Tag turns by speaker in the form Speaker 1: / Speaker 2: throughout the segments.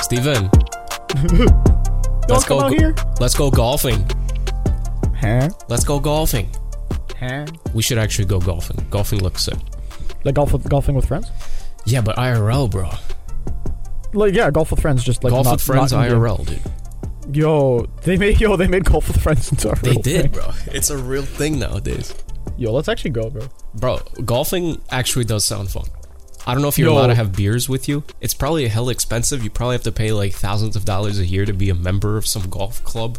Speaker 1: Steven,
Speaker 2: Y'all
Speaker 1: let's
Speaker 2: come
Speaker 1: go.
Speaker 2: out here.
Speaker 1: Let's go golfing.
Speaker 2: Huh?
Speaker 1: Let's go golfing.
Speaker 2: Huh?
Speaker 1: We should actually go golfing. Golfing looks sick.
Speaker 2: Like golf with, golfing with friends?
Speaker 1: Yeah, but IRL, bro.
Speaker 2: Like yeah, golf with friends. Just like
Speaker 1: Golf
Speaker 2: not,
Speaker 1: with friends,
Speaker 2: not in game.
Speaker 1: IRL, dude.
Speaker 2: Yo, they made yo they made golf with friends into a
Speaker 1: They
Speaker 2: real
Speaker 1: did,
Speaker 2: thing.
Speaker 1: bro. It's a real thing nowadays.
Speaker 2: Yo, let's actually go, bro.
Speaker 1: Bro, golfing actually does sound fun. I don't know if you're
Speaker 2: Yo.
Speaker 1: allowed to have beers with you. It's probably hell expensive. You probably have to pay like thousands of dollars a year to be a member of some golf club.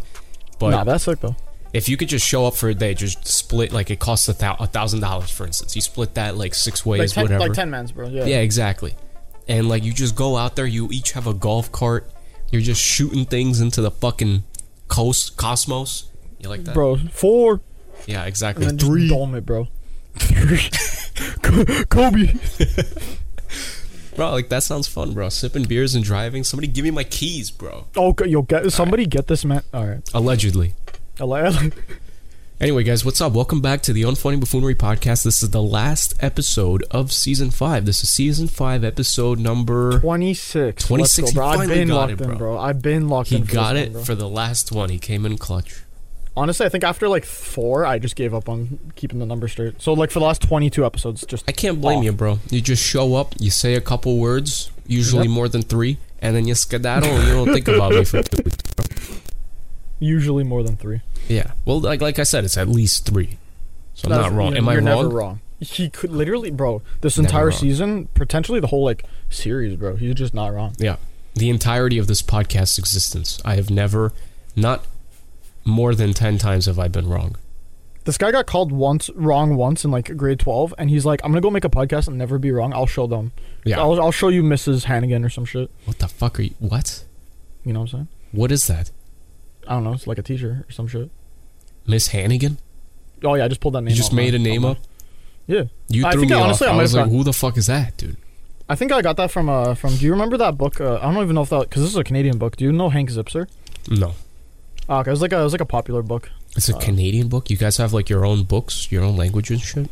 Speaker 1: But
Speaker 2: nah, that's sick though.
Speaker 1: if you could just show up for a day, just split like it costs a thou- a thousand dollars, for instance. You split that like six ways, whatever.
Speaker 2: mans, bro.
Speaker 1: Yeah, exactly. And like you just go out there, you each have a golf cart. You're just shooting things into the fucking coast cosmos. You like that?
Speaker 2: Bro, four
Speaker 1: Yeah,
Speaker 2: and
Speaker 1: exactly.
Speaker 2: then three. just dome it, bro. Ko- Kobe.
Speaker 1: Bro, like that sounds fun, bro. Sipping beers and driving. Somebody give me my keys, bro.
Speaker 2: Oh, go- yo, get somebody get this man. All right,
Speaker 1: Allegedly.
Speaker 2: I like-
Speaker 1: Anyway, guys, what's up? Welcome back to the Unfunny Buffoonery podcast. This is the last episode of season five. This is season five, episode number.
Speaker 2: 26.
Speaker 1: 26,
Speaker 2: Let's go, bro.
Speaker 1: he
Speaker 2: I've
Speaker 1: finally
Speaker 2: been
Speaker 1: got
Speaker 2: locked
Speaker 1: it, bro.
Speaker 2: in, bro. I've been locked
Speaker 1: He
Speaker 2: in. for
Speaker 1: got
Speaker 2: this
Speaker 1: it
Speaker 2: one, bro.
Speaker 1: for the last one. He came in clutch.
Speaker 2: Honestly, I think after like four, I just gave up on keeping the number straight. So like for the last 22 episodes, just
Speaker 1: I can't blame
Speaker 2: Off.
Speaker 1: you, bro. You just show up, you say a couple words, usually
Speaker 2: Yep.
Speaker 1: more than three, and then you skedaddle and you don't think about me for two weeks.
Speaker 2: usually more than three.
Speaker 1: Yeah. Well, like like I said, it's at least three. So I'm
Speaker 2: That's-
Speaker 1: not wrong.
Speaker 2: you-
Speaker 1: Am I
Speaker 2: you're
Speaker 1: wrong?
Speaker 2: Never wrong. He could literally, bro. This
Speaker 1: Never
Speaker 2: entire
Speaker 1: wrong.
Speaker 2: season, potentially the whole like series, bro. He's just not wrong.
Speaker 1: Yeah. The entirety of this podcast's existence, I have never, not more than 10 times have I been wrong.
Speaker 2: This guy got called once wrong once in like grade 12, and he's like, "I'm gonna go make a podcast and never be wrong. I'll show them.
Speaker 1: Yeah.
Speaker 2: I'll, I'll show you Mrs. Hannigan or some shit.
Speaker 1: What the fuck are you? What?
Speaker 2: You know what I'm saying?
Speaker 1: What is that?
Speaker 2: I don't know. It's like a teacher or some shit.
Speaker 1: Miss Hannigan?
Speaker 2: Oh yeah, I just pulled that name.
Speaker 1: You just
Speaker 2: off my-
Speaker 1: made a name
Speaker 2: off
Speaker 1: up?
Speaker 2: my- Yeah,
Speaker 1: You
Speaker 2: I
Speaker 1: threw
Speaker 2: think
Speaker 1: me
Speaker 2: I- honestly, I
Speaker 1: off. I,
Speaker 2: might
Speaker 1: was
Speaker 2: have
Speaker 1: like,
Speaker 2: got-
Speaker 1: who the fuck is that, dude?
Speaker 2: I think I got that from uh from. Do you remember that book? Uh, I don't even know if that because this is a Canadian book. Do you know Hank Zipser?
Speaker 1: No.
Speaker 2: Uh, okay, it was like a it was like a popular book.
Speaker 1: It's a
Speaker 2: Uh,
Speaker 1: Canadian book? You guys have like your own books, your own language and shit?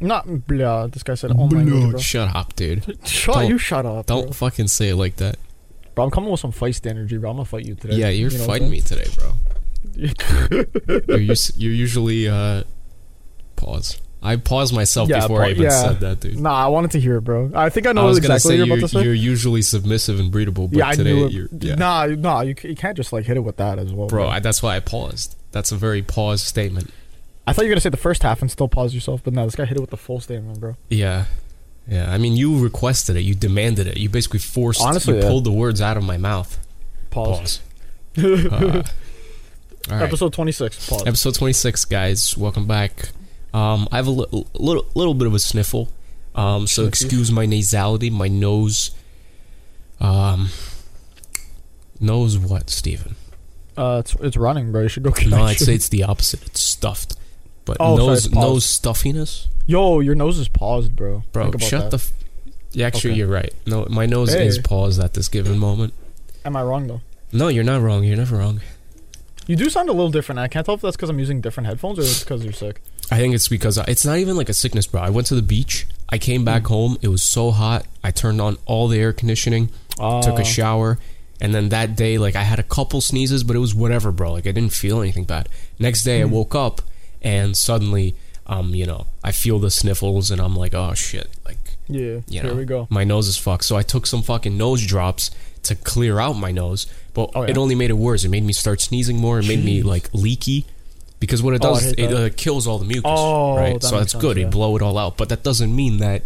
Speaker 2: Not blah. This guy said oh my
Speaker 1: Bro,
Speaker 2: god, bro.
Speaker 1: Shut up, dude.
Speaker 2: Shut
Speaker 1: Don't-
Speaker 2: you shut up.
Speaker 1: Don't
Speaker 2: bro.
Speaker 1: fucking say it like that.
Speaker 2: Bro, I'm coming with some feist energy, bro. I'm gonna fight you today.
Speaker 1: Yeah, you're
Speaker 2: You know what
Speaker 1: fighting me today, bro.
Speaker 2: I'm
Speaker 1: You're, us- you're usually, uh, pause. I paused myself
Speaker 2: Yeah,
Speaker 1: before I
Speaker 2: pa-
Speaker 1: even
Speaker 2: yeah.
Speaker 1: said that, dude.
Speaker 2: saying? Nah, I wanted to hear it, bro. I think I know
Speaker 1: I was
Speaker 2: exactly
Speaker 1: gonna
Speaker 2: what
Speaker 1: say
Speaker 2: you're
Speaker 1: you're,
Speaker 2: about to say.
Speaker 1: you're usually submissive and breedable, but
Speaker 2: yeah, I
Speaker 1: today
Speaker 2: knew it.
Speaker 1: you're yeah.
Speaker 2: Nah, nah, you, c- you can't just like hit it with that as well,
Speaker 1: bro. I, that's why I paused. That's a very paused statement.
Speaker 2: I thought you were gonna say the first half and still pause yourself, but no, this guy hit it with the full statement, bro.
Speaker 1: Yeah, yeah. I mean, you requested it. You demanded it. You basically forced.
Speaker 2: Honestly,
Speaker 1: you
Speaker 2: yeah.
Speaker 1: pulled the words out of my mouth.
Speaker 2: Pause.
Speaker 1: Pause. Uh, all right.
Speaker 2: Episode 26. Pause.
Speaker 1: Episode 26, guys. Welcome back. Um, I have a li- little little bit of a sniffle, um, so
Speaker 2: Sniffy.
Speaker 1: excuse my nasality. My nose, um, nose what, Steven?
Speaker 2: uh, it's, it's running, bro. You should go. get
Speaker 1: No,
Speaker 2: that
Speaker 1: I'd
Speaker 2: shit.
Speaker 1: say it's the opposite. It's stuffed. But
Speaker 2: Oh, sorry,
Speaker 1: nose
Speaker 2: it's paused.
Speaker 1: nose stuffiness,
Speaker 2: Yo, your nose is paused, bro.
Speaker 1: bro.
Speaker 2: Think about
Speaker 1: Shut
Speaker 2: that.
Speaker 1: the. F- yeah, actually,
Speaker 2: Okay.
Speaker 1: you're right. No, my nose
Speaker 2: Hey.
Speaker 1: is paused at this given moment.
Speaker 2: Am I wrong though?
Speaker 1: No, you're not wrong. You're never wrong.
Speaker 2: You do sound a little different. I can't tell if that's because I'm using different headphones or it's because you're sick.
Speaker 1: I think it's because I, it's not even like a sickness, bro. I went to the beach. I came back
Speaker 2: Mm.
Speaker 1: home. It was so hot. I turned on all the air conditioning.
Speaker 2: Uh,
Speaker 1: Took a shower. And then that day, like I had a couple sneezes, but it was whatever, bro. Like I didn't feel anything bad. Next day, I woke up and suddenly, um, you know, I feel the sniffles, and I'm like, oh shit, like
Speaker 2: Yeah.
Speaker 1: you
Speaker 2: here
Speaker 1: know,
Speaker 2: we go.
Speaker 1: My nose is fucked. So I took some fucking nose drops to clear out my nose, but
Speaker 2: Oh, yeah.
Speaker 1: it only made it worse. It made me start sneezing more. It made me like leaky because what it
Speaker 2: Oh, I
Speaker 1: does, is
Speaker 2: hate
Speaker 1: it
Speaker 2: that.
Speaker 1: uh, kills all the mucus.
Speaker 2: Oh,
Speaker 1: right.
Speaker 2: that
Speaker 1: So
Speaker 2: makes
Speaker 1: that's good.
Speaker 2: sense,
Speaker 1: You
Speaker 2: yeah.
Speaker 1: blow it all out, but that doesn't mean that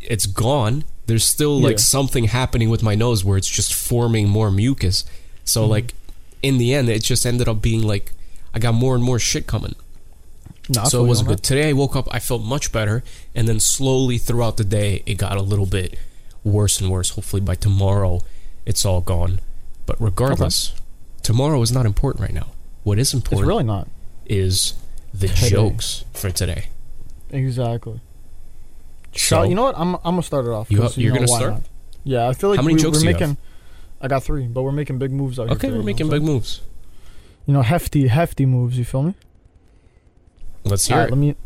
Speaker 1: it's gone. There's still like
Speaker 2: Yeah.
Speaker 1: something happening with my nose where it's just forming more mucus. So
Speaker 2: Mm-hmm.
Speaker 1: like in the end, it just ended up being like I got more and more shit coming
Speaker 2: Nah, I
Speaker 1: so
Speaker 2: feel
Speaker 1: it
Speaker 2: you
Speaker 1: wasn't
Speaker 2: on
Speaker 1: good. Today I woke up, I felt much better, and then slowly throughout the day it got a little bit worse and worse. Hopefully by tomorrow it's all gone. But regardless, tomorrow is not important right now. What is
Speaker 2: that. It's
Speaker 1: important
Speaker 2: really not.
Speaker 1: is the
Speaker 2: Today.
Speaker 1: jokes for today.
Speaker 2: Exactly.
Speaker 1: So-
Speaker 2: So, you know what? I'm, I'm gonna start it off.
Speaker 1: You
Speaker 2: 'cause
Speaker 1: ha- you're
Speaker 2: know
Speaker 1: gonna
Speaker 2: why
Speaker 1: start?
Speaker 2: not. Yeah, I feel like
Speaker 1: How many
Speaker 2: we,
Speaker 1: jokes
Speaker 2: we're
Speaker 1: do you
Speaker 2: making. I got three, but we're making big moves out here.
Speaker 1: Okay,
Speaker 2: today,
Speaker 1: we're
Speaker 2: you know
Speaker 1: making
Speaker 2: what I'm
Speaker 1: big moves.
Speaker 2: saying? You know, hefty, hefty moves. You feel me?
Speaker 1: Let's
Speaker 2: All
Speaker 1: hear
Speaker 2: right,
Speaker 1: it.
Speaker 2: let me.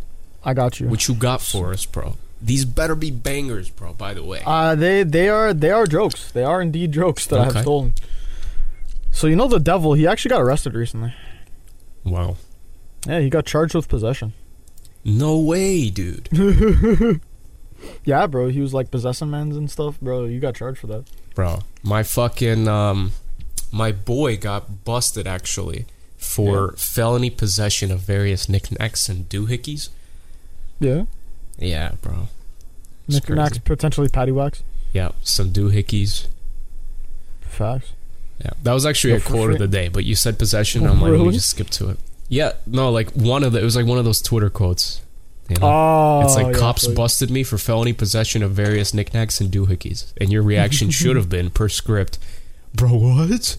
Speaker 2: I got you.
Speaker 1: What you got for us, bro? These better be bangers, bro. By the way,
Speaker 2: Uh, they they are they are jokes. They are indeed jokes that I
Speaker 1: Okay.
Speaker 2: have stolen. So you know the devil. He actually got arrested recently.
Speaker 1: wow.
Speaker 2: Yeah, he got charged with possession.
Speaker 1: No way, dude.
Speaker 2: Yeah, bro. He was like possessing men's and stuff, bro. You got charged for that.
Speaker 1: bro, my fucking um, my boy got busted actually for felony possession of various knickknacks and doohickeys.
Speaker 2: Yeah.
Speaker 1: Yeah, bro. It's
Speaker 2: Nick Max
Speaker 1: crazy.
Speaker 2: potentially patty wax.
Speaker 1: Yeah, some doohickeys.
Speaker 2: Facts.
Speaker 1: Yeah, that was actually
Speaker 2: Yo,
Speaker 1: a
Speaker 2: for
Speaker 1: quote of
Speaker 2: free-
Speaker 1: the day, but you said possession. and I'm like, let me
Speaker 2: Really?
Speaker 1: just skip to it. Yeah, no, like one of the it was like one of those Twitter quotes. You know?
Speaker 2: Oh,
Speaker 1: it's like
Speaker 2: yeah,
Speaker 1: cops
Speaker 2: so-
Speaker 1: busted me for felony possession of various knickknacks and doohickeys, and your reaction should have been per script, bro. What?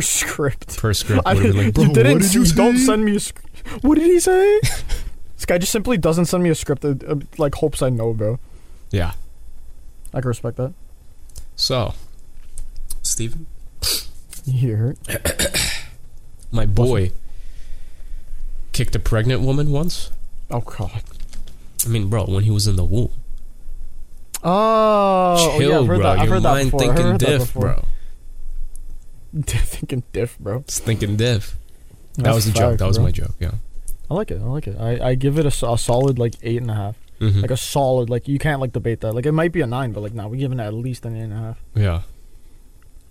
Speaker 2: script.
Speaker 1: Per script
Speaker 2: I
Speaker 1: would have been like, bro,
Speaker 2: you didn't.
Speaker 1: what did you,
Speaker 2: don't
Speaker 1: say?"
Speaker 2: send me a. Sc- what did he say? this guy just simply doesn't send me a script. That, uh, like hopes I know, bro.
Speaker 1: Yeah.
Speaker 2: I can respect that.
Speaker 1: So, Steven?
Speaker 2: You hear it?
Speaker 1: my boy, kicked a pregnant woman once.
Speaker 2: Oh God.
Speaker 1: I mean, bro, when he was in the womb.
Speaker 2: Oh,
Speaker 1: Chill,
Speaker 2: yeah, I've heard
Speaker 1: bro.
Speaker 2: that. I've
Speaker 1: Your
Speaker 2: heard that
Speaker 1: mind
Speaker 2: before. I've
Speaker 1: thinking
Speaker 2: heard that
Speaker 1: diff,
Speaker 2: before.
Speaker 1: bro.
Speaker 2: thinking diff, bro.
Speaker 1: It's thinking diff. That
Speaker 2: That's
Speaker 1: was a joke.
Speaker 2: fact,
Speaker 1: That was
Speaker 2: bro.
Speaker 1: my joke. Yeah.
Speaker 2: I like it. I like it. I, I give it a, so- a solid like eight and a half.
Speaker 1: Mhm.
Speaker 2: Like a solid like you can't like debate that. Like it might be a nine, but like now nah, we giving it at least an eight and a half.
Speaker 1: yeah.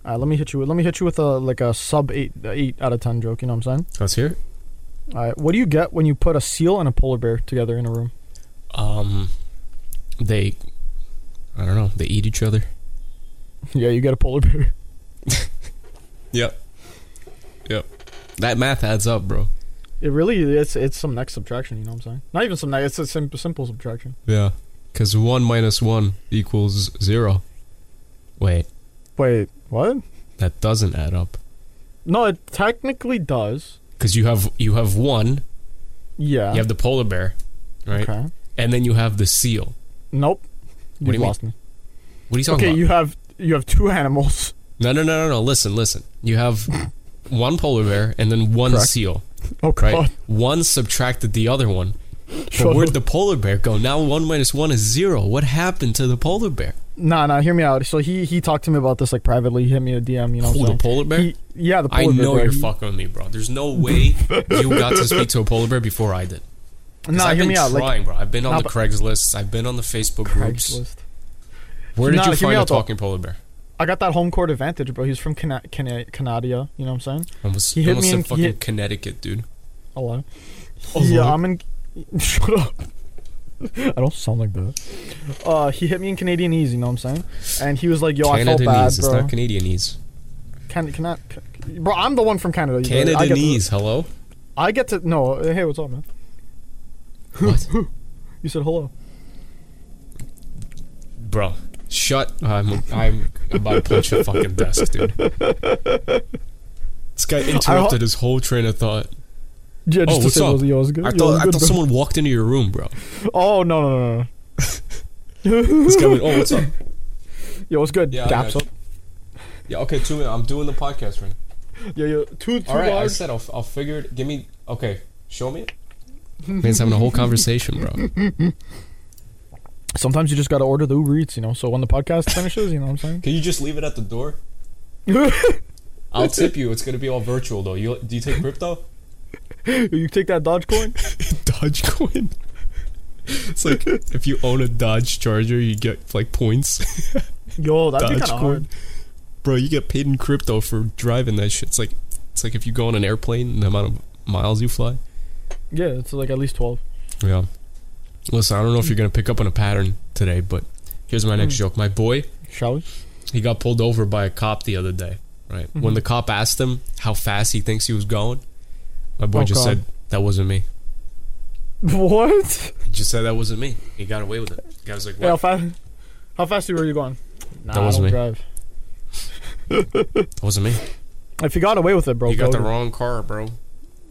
Speaker 2: All right, let me hit you. With, let me hit you with a like a sub eight eight out of ten joke. You know what I'm saying?
Speaker 1: Let's hear it.
Speaker 2: All right, what do you get when you put a seal and a polar bear together in a room?
Speaker 1: Um, they, I don't know, they eat each other.
Speaker 2: yeah, you get a polar bear.
Speaker 1: Yep. Yep. That math adds up, bro.
Speaker 2: It really it's it's some next subtraction. You know what I'm saying? Not even some next. It's a simple simple subtraction.
Speaker 1: Yeah. Because 1 minus 1 equals 0. Wait,
Speaker 2: Wait, what?
Speaker 1: that doesn't add up.
Speaker 2: No, it technically does.
Speaker 1: Because you have you have 1,
Speaker 2: Yeah.
Speaker 1: you have the polar bear, right?
Speaker 2: Okay.
Speaker 1: And then you have the seal.
Speaker 2: Nope.
Speaker 1: What do you
Speaker 2: You've
Speaker 1: mean?
Speaker 2: lost me.
Speaker 1: What are you talking
Speaker 2: Okay,
Speaker 1: about?
Speaker 2: you have you have two animals.
Speaker 1: no, no, no, no, no. Listen, listen. You have one polar bear and then one
Speaker 2: Correct.
Speaker 1: seal,
Speaker 2: Oh
Speaker 1: right?
Speaker 2: god.
Speaker 1: One subtracted the other one. But
Speaker 2: Shut
Speaker 1: where'd
Speaker 2: up.
Speaker 1: the polar bear go? Now 1 minus 1 is 0. What happened to the polar bear?
Speaker 2: Nah, nah, hear me out. So he he talked to me about this like privately. He hit me a DM, you know
Speaker 1: Who, Oh, the
Speaker 2: what I'm saying?
Speaker 1: polar bear?
Speaker 2: He, yeah, the polar
Speaker 1: I
Speaker 2: bear,
Speaker 1: know
Speaker 2: bro.
Speaker 1: you're
Speaker 2: He-
Speaker 1: fucking with me, bro. There's no way you got to speak to a polar bear before I did. 'Cause
Speaker 2: Nah,
Speaker 1: I've
Speaker 2: hear
Speaker 1: been
Speaker 2: me out.
Speaker 1: trying,
Speaker 2: Like
Speaker 1: bro. I've been on
Speaker 2: Nah,
Speaker 1: the
Speaker 2: but-
Speaker 1: Craigslist. I've been on the Facebook groups.
Speaker 2: Craigslist.
Speaker 1: Where did
Speaker 2: Nah,
Speaker 1: you
Speaker 2: hear me
Speaker 1: find a
Speaker 2: out, though.
Speaker 1: talking polar bear?
Speaker 2: I got that home court advantage, bro. He's from Cana- Cana- Canadia, you know what I'm saying?
Speaker 1: I almost,
Speaker 2: He
Speaker 1: I
Speaker 2: hit
Speaker 1: almost
Speaker 2: me
Speaker 1: said
Speaker 2: in- he
Speaker 1: fucking
Speaker 2: hit-
Speaker 1: Connecticut, dude.
Speaker 2: Hello.
Speaker 1: Oh,
Speaker 2: yeah,
Speaker 1: Lord.
Speaker 2: uh, I'm in Shut up. I don't sound like that. Uh, he hit me in Canadianese, you know what I'm saying? And he was like, "Yo, I felt
Speaker 1: Canadianese.
Speaker 2: bad,
Speaker 1: It's
Speaker 2: bro."
Speaker 1: not Canadianese.
Speaker 2: Can, cannot, bro, I'm the one from Canada. you know? I get to-
Speaker 1: Canadianese. Hello.
Speaker 2: I get to no. uh, Hey, what's up, man?
Speaker 1: What?
Speaker 2: You said hello.
Speaker 1: bro? Shut. I'm. I'm about to punch your fucking desk, dude. This guy interrupted his whole train of thought.
Speaker 2: Yeah,
Speaker 1: Oh,
Speaker 2: just
Speaker 1: what's
Speaker 2: to say
Speaker 1: up?
Speaker 2: it was, yo, it was good.
Speaker 1: I
Speaker 2: yo, it was
Speaker 1: thought. I
Speaker 2: good,
Speaker 1: thought
Speaker 2: bro.
Speaker 1: someone walked into your room, bro.
Speaker 2: Oh no no no no.
Speaker 1: This guy went. Oh, what's up?
Speaker 2: Yo, it's good.
Speaker 1: Yeah, I
Speaker 2: Daps
Speaker 1: know.
Speaker 2: up.
Speaker 1: Yeah. Okay. Two minutes. I'm doing the podcast right now.
Speaker 2: Yeah, yo, two two
Speaker 1: All right, I
Speaker 2: large.
Speaker 1: said I'll, I'll figure it. Give me. Okay, show me it. Man's having a whole conversation, bro.
Speaker 2: Sometimes you just gotta order the Uber Eats, you know. So when the podcast finishes, you know what I'm
Speaker 1: Can you just leave it at the door? I'll tip you. It's gonna be all virtual though. You do you take crypto?
Speaker 2: saying? you take that Dodge coin.
Speaker 1: Dogecoin. It's like if you own a Dodge Charger, you get like points.
Speaker 2: Yo, that'd be kind
Speaker 1: Dogecoin.
Speaker 2: of hard.
Speaker 1: Bro, you get paid in crypto for driving that shit. It's like it's like if you go on an airplane, and the amount of miles you fly.
Speaker 2: Yeah, it's like at least twelve.
Speaker 1: Yeah. Listen, I don't know if you're gonna pick up on a pattern today, but here's my next
Speaker 2: Mm.
Speaker 1: joke. My boy,
Speaker 2: Shall we?
Speaker 1: he got pulled over by a cop the other day. Right when
Speaker 2: Mhm.
Speaker 1: the cop asked him how fast he thinks he was going, my boy
Speaker 2: Oh,
Speaker 1: just
Speaker 2: God.
Speaker 1: said that wasn't me.
Speaker 2: What?
Speaker 1: He just said that wasn't me. He got away with it. The guy was like,
Speaker 2: Hey, how
Speaker 1: "What?
Speaker 2: fast? How fast were you going? Nah,
Speaker 1: That wasn't
Speaker 2: I
Speaker 1: me.
Speaker 2: don't drive.
Speaker 1: That wasn't me.
Speaker 2: If you got away with it, bro,
Speaker 1: You got
Speaker 2: go.
Speaker 1: the wrong car, bro."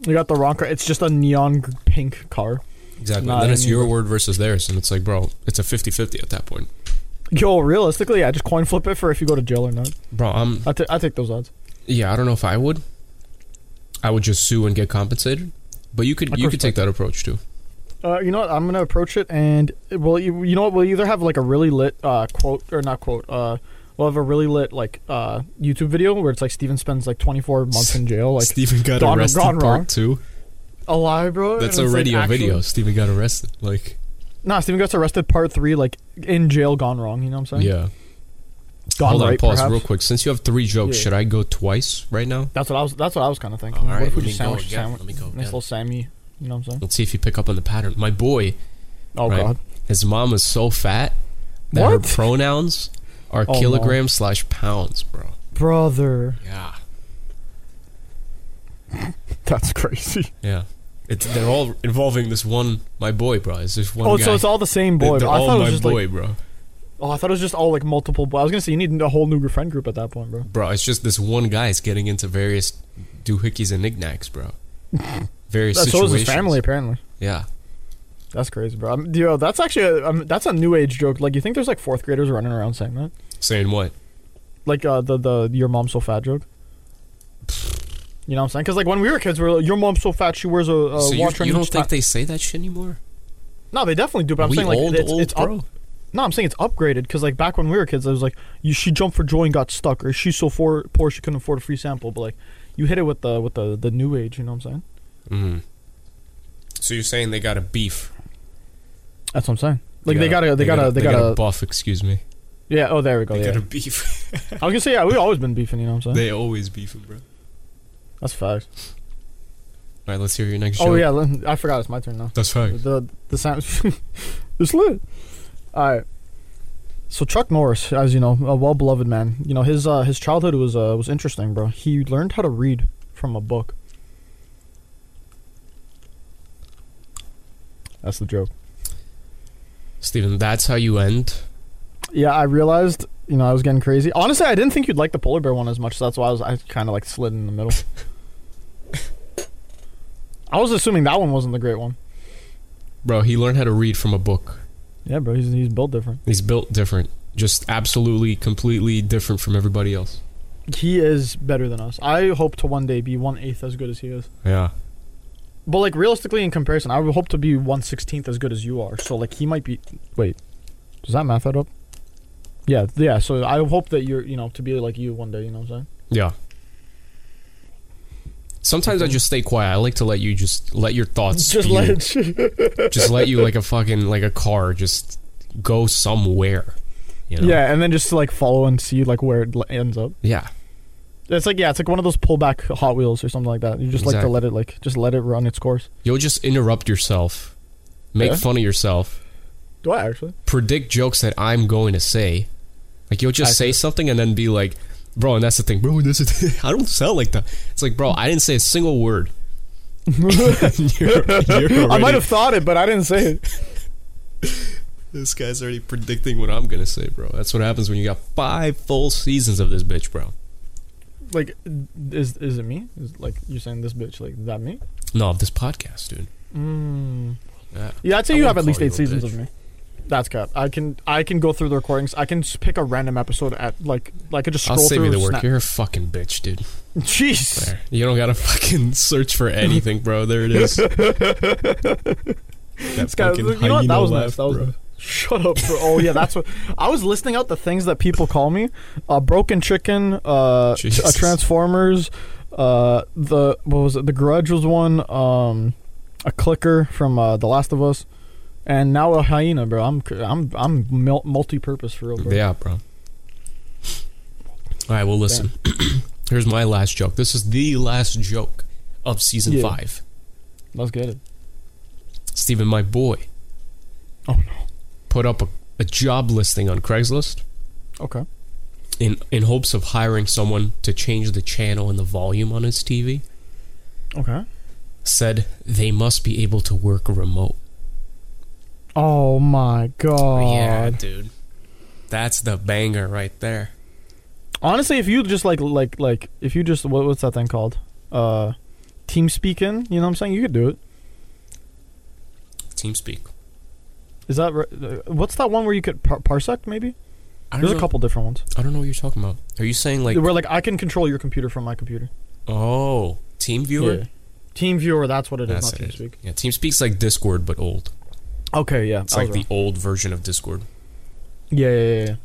Speaker 2: you got the wrong car. It's just a neon g- pink car.
Speaker 1: Exactly.
Speaker 2: Nah,
Speaker 1: And then
Speaker 2: I
Speaker 1: it's
Speaker 2: mean-
Speaker 1: your word versus theirs, and it's like, bro, it's a 50-50 at that point.
Speaker 2: Yo, realistically, I just coin flip it for if you go to jail or not.
Speaker 1: Bro, I'm
Speaker 2: I, t- I take those odds.
Speaker 1: yeah. I don't know if I would. I would just sue and get compensated, but you could
Speaker 2: Of
Speaker 1: you
Speaker 2: course
Speaker 1: could take that approach too.
Speaker 2: Uh, you know what? I'm gonna approach it, and well, you, you know what? We'll either have like a really lit uh, quote or not quote. Uh, we'll have a really lit like uh, YouTube video where it's like Steven spends like 24 months in jail, like
Speaker 1: Steven got
Speaker 2: gone-
Speaker 1: arrested
Speaker 2: gone
Speaker 1: part
Speaker 2: wrong.
Speaker 1: two.
Speaker 2: alive, bro. and
Speaker 1: That's
Speaker 2: it's, like,
Speaker 1: already a
Speaker 2: actually-
Speaker 1: video. Steven got arrested. Like,
Speaker 2: Nah, Steven gets arrested part three, like in jail, gone wrong. You know what I'm saying?
Speaker 1: yeah.
Speaker 2: Gone
Speaker 1: Hold on,
Speaker 2: right,
Speaker 1: pause
Speaker 2: perhaps.
Speaker 1: real quick. Since you have three jokes,
Speaker 2: Yeah.
Speaker 1: should I go twice right now?
Speaker 2: That's what I was. That's what I was kind of thinking.
Speaker 1: All
Speaker 2: what
Speaker 1: right,
Speaker 2: if we
Speaker 1: let
Speaker 2: just
Speaker 1: me go
Speaker 2: sandwich,
Speaker 1: again,
Speaker 2: sandwich,
Speaker 1: let me go
Speaker 2: nice
Speaker 1: again.
Speaker 2: little Sammy. You know what I'm saying?
Speaker 1: Let's see if you pick up on the pattern. My boy,
Speaker 2: Oh
Speaker 1: Right.
Speaker 2: god.
Speaker 1: his mom is so fat that her
Speaker 2: What?
Speaker 1: pronouns are
Speaker 2: Oh, no.
Speaker 1: kilograms slash pounds, bro.
Speaker 2: Brother.
Speaker 1: Yeah.
Speaker 2: That's crazy.
Speaker 1: Yeah. It's, they're all involving this one, my boy, bro. It's this one
Speaker 2: oh,
Speaker 1: guy.
Speaker 2: so it's all the same boy.
Speaker 1: They're,
Speaker 2: bro. I
Speaker 1: all
Speaker 2: thought it
Speaker 1: my
Speaker 2: was just
Speaker 1: boy,
Speaker 2: like
Speaker 1: bro.
Speaker 2: oh, I thought it was just all like multiple boys. I was gonna say you need a whole new friend group at that point, bro.
Speaker 1: Bro, it's just this one guy is getting into various doohickeys and knickknacks, bro. Various
Speaker 2: That so
Speaker 1: situations.
Speaker 2: is his family apparently.
Speaker 1: Yeah.
Speaker 2: That's crazy, bro. Um, yo, that's actually a, um, that's a new age joke. Like, you think there's like fourth graders running around saying that?
Speaker 1: Saying what?
Speaker 2: Like uh, the the your mom's so fat joke. You know what I'm saying? Because like when we were kids, we were like, your mom's so fat she wears a, a
Speaker 1: so you,
Speaker 2: watch on
Speaker 1: you don't
Speaker 2: each
Speaker 1: think
Speaker 2: thigh."
Speaker 1: they say that shit anymore?
Speaker 2: No, they definitely do. But I'm
Speaker 1: we
Speaker 2: saying like
Speaker 1: old,
Speaker 2: it's,
Speaker 1: old,
Speaker 2: it's up-
Speaker 1: bro.
Speaker 2: No, I'm saying it's upgraded because like back when we were kids, it was like you, she jumped for joy and got stuck, or she's so for, poor she couldn't afford a free sample. But like you hit it with the with the the new age. You know what I'm saying?
Speaker 1: Mm. So you're saying they got a beef?
Speaker 2: That's what I'm saying. Like they gotta they gotta they
Speaker 1: a
Speaker 2: gotta
Speaker 1: buff. Excuse me.
Speaker 2: yeah. Oh, there we go.
Speaker 1: they
Speaker 2: yeah.
Speaker 1: got a beef.
Speaker 2: I was gonna say yeah. We've always been beefing. You know what I'm saying?
Speaker 1: they always beefing, bro. All
Speaker 2: That's facts.
Speaker 1: right, let's hear your next.
Speaker 2: Oh
Speaker 1: joke.
Speaker 2: yeah, let- I forgot it's my turn now.
Speaker 1: that's fact.
Speaker 2: The the sound. it's lit. All right. So Chuck Norris, as you know, a well beloved man. You know his uh, his childhood was uh, was interesting, bro. He learned how to read from a book. That's the joke.
Speaker 1: Steven, that's how you end.
Speaker 2: Yeah, I realized. You know, I was getting crazy. Honestly, I didn't think you'd like the polar bear one as much. So that's why I was I kind of like slid in the middle. I was assuming that one wasn't the great one.
Speaker 1: Bro, he learned how to read from a book.
Speaker 2: Yeah, bro, he's he's built different.
Speaker 1: He's built different. Just absolutely, completely different from everybody else.
Speaker 2: He is better than us. I hope to one day be one eighth as good as he is.
Speaker 1: Yeah.
Speaker 2: But like realistically, in comparison, I would hope to be one sixteenth as good as you are. So like he might be. Wait, does that math add up? Yeah, yeah. So I hope that you're, you know, to be like you one day. You know what I'm saying?
Speaker 1: Yeah. Sometimes I just stay quiet. I like to let you just let your thoughts
Speaker 2: Just
Speaker 1: spew.
Speaker 2: let it. sh-
Speaker 1: just let you like a fucking like a car just go somewhere. You know?
Speaker 2: Yeah, and then just to, like follow and see like where it l- ends up.
Speaker 1: Yeah.
Speaker 2: It's like yeah, it's like one of those pullback Hot Wheels or something like that. You just like to
Speaker 1: Exactly.
Speaker 2: let it like just let it run its course.
Speaker 1: You'll just interrupt yourself, make
Speaker 2: Yeah.
Speaker 1: fun of yourself,
Speaker 2: Do I actually?
Speaker 1: predict jokes that I'm going to say. Like you'll just
Speaker 2: I
Speaker 1: say something and then be like, "Bro," and that's the thing, bro. That's the thing. I don't sound like that. It's like, bro, I didn't say a single word. You're- you're
Speaker 2: I might
Speaker 1: already-
Speaker 2: have thought it, but I didn't say it.
Speaker 1: This guy's already predicting what I'm gonna say, bro. That's what happens when you got five full seasons of this bitch, bro.
Speaker 2: Like, is is it me? Is like you're saying this bitch? Like is that me?
Speaker 1: No, of this podcast, dude. Uh,
Speaker 2: Mm.
Speaker 1: Yeah.
Speaker 2: Yeah, I'd say
Speaker 1: I
Speaker 2: you
Speaker 1: wouldn't
Speaker 2: have at least
Speaker 1: call you
Speaker 2: eight
Speaker 1: a
Speaker 2: seasons
Speaker 1: bitch.
Speaker 2: of me. That's cap. I can I can go through the recordings. I can s- pick a random episode at like like I could just
Speaker 1: I'll
Speaker 2: scroll
Speaker 1: save
Speaker 2: through.
Speaker 1: you the work.
Speaker 2: snap-
Speaker 1: You're a fucking bitch, dude.
Speaker 2: Jeez.
Speaker 1: There. You don't gotta fucking search for anything, bro. There it is.
Speaker 2: This guy- you know what? That was nice. That was nice. Shut up, bro. Oh yeah, that's what I was listing out the things that people call me: uh, broken chicken, uh, t- uh,
Speaker 1: Jesus.
Speaker 2: Transformers, uh, the what was it? The Grudge was one, um, a clicker from uh, The Last of Us, and now a hyena, bro. I'm c- I'm I'm mul- multi-purpose for real, bro.
Speaker 1: Yeah, bro. All right, well, listen. Here's my last joke. This is the last joke of season
Speaker 2: Yeah.
Speaker 1: five.
Speaker 2: Let's get it.
Speaker 1: Steven, my boy.
Speaker 2: Oh,
Speaker 1: no. Put up a, a job listing on Craigslist
Speaker 2: Okay.
Speaker 1: in, in hopes of hiring someone to change the channel and the volume on his TV.
Speaker 2: Okay.
Speaker 1: Said they must be able to work remote.
Speaker 2: Oh my god.
Speaker 1: Yeah, dude. That's the banger right there.
Speaker 2: Honestly, if you just like like like if you just what, what's that thing called? Uh, team speaking. You know what I'm saying? You could do it.
Speaker 1: TeamSpeak.
Speaker 2: Is that ri- uh, what's that one where you could par- parsec maybe?
Speaker 1: I don't
Speaker 2: There's
Speaker 1: know-
Speaker 2: a couple different ones
Speaker 1: I don't know what you're talking about. Are you saying like
Speaker 2: where like I can control your computer from my computer.
Speaker 1: oh TeamViewer?
Speaker 2: Yeah. Team viewer, that's what it
Speaker 1: That's
Speaker 2: is, not
Speaker 1: it.
Speaker 2: TeamSpeak.
Speaker 1: Yeah, TeamSpeak's like Discord but old.
Speaker 2: Okay, yeah.
Speaker 1: It's
Speaker 2: I was
Speaker 1: like the old version of Discord.
Speaker 2: wrong. yeah, yeah, yeah, yeah.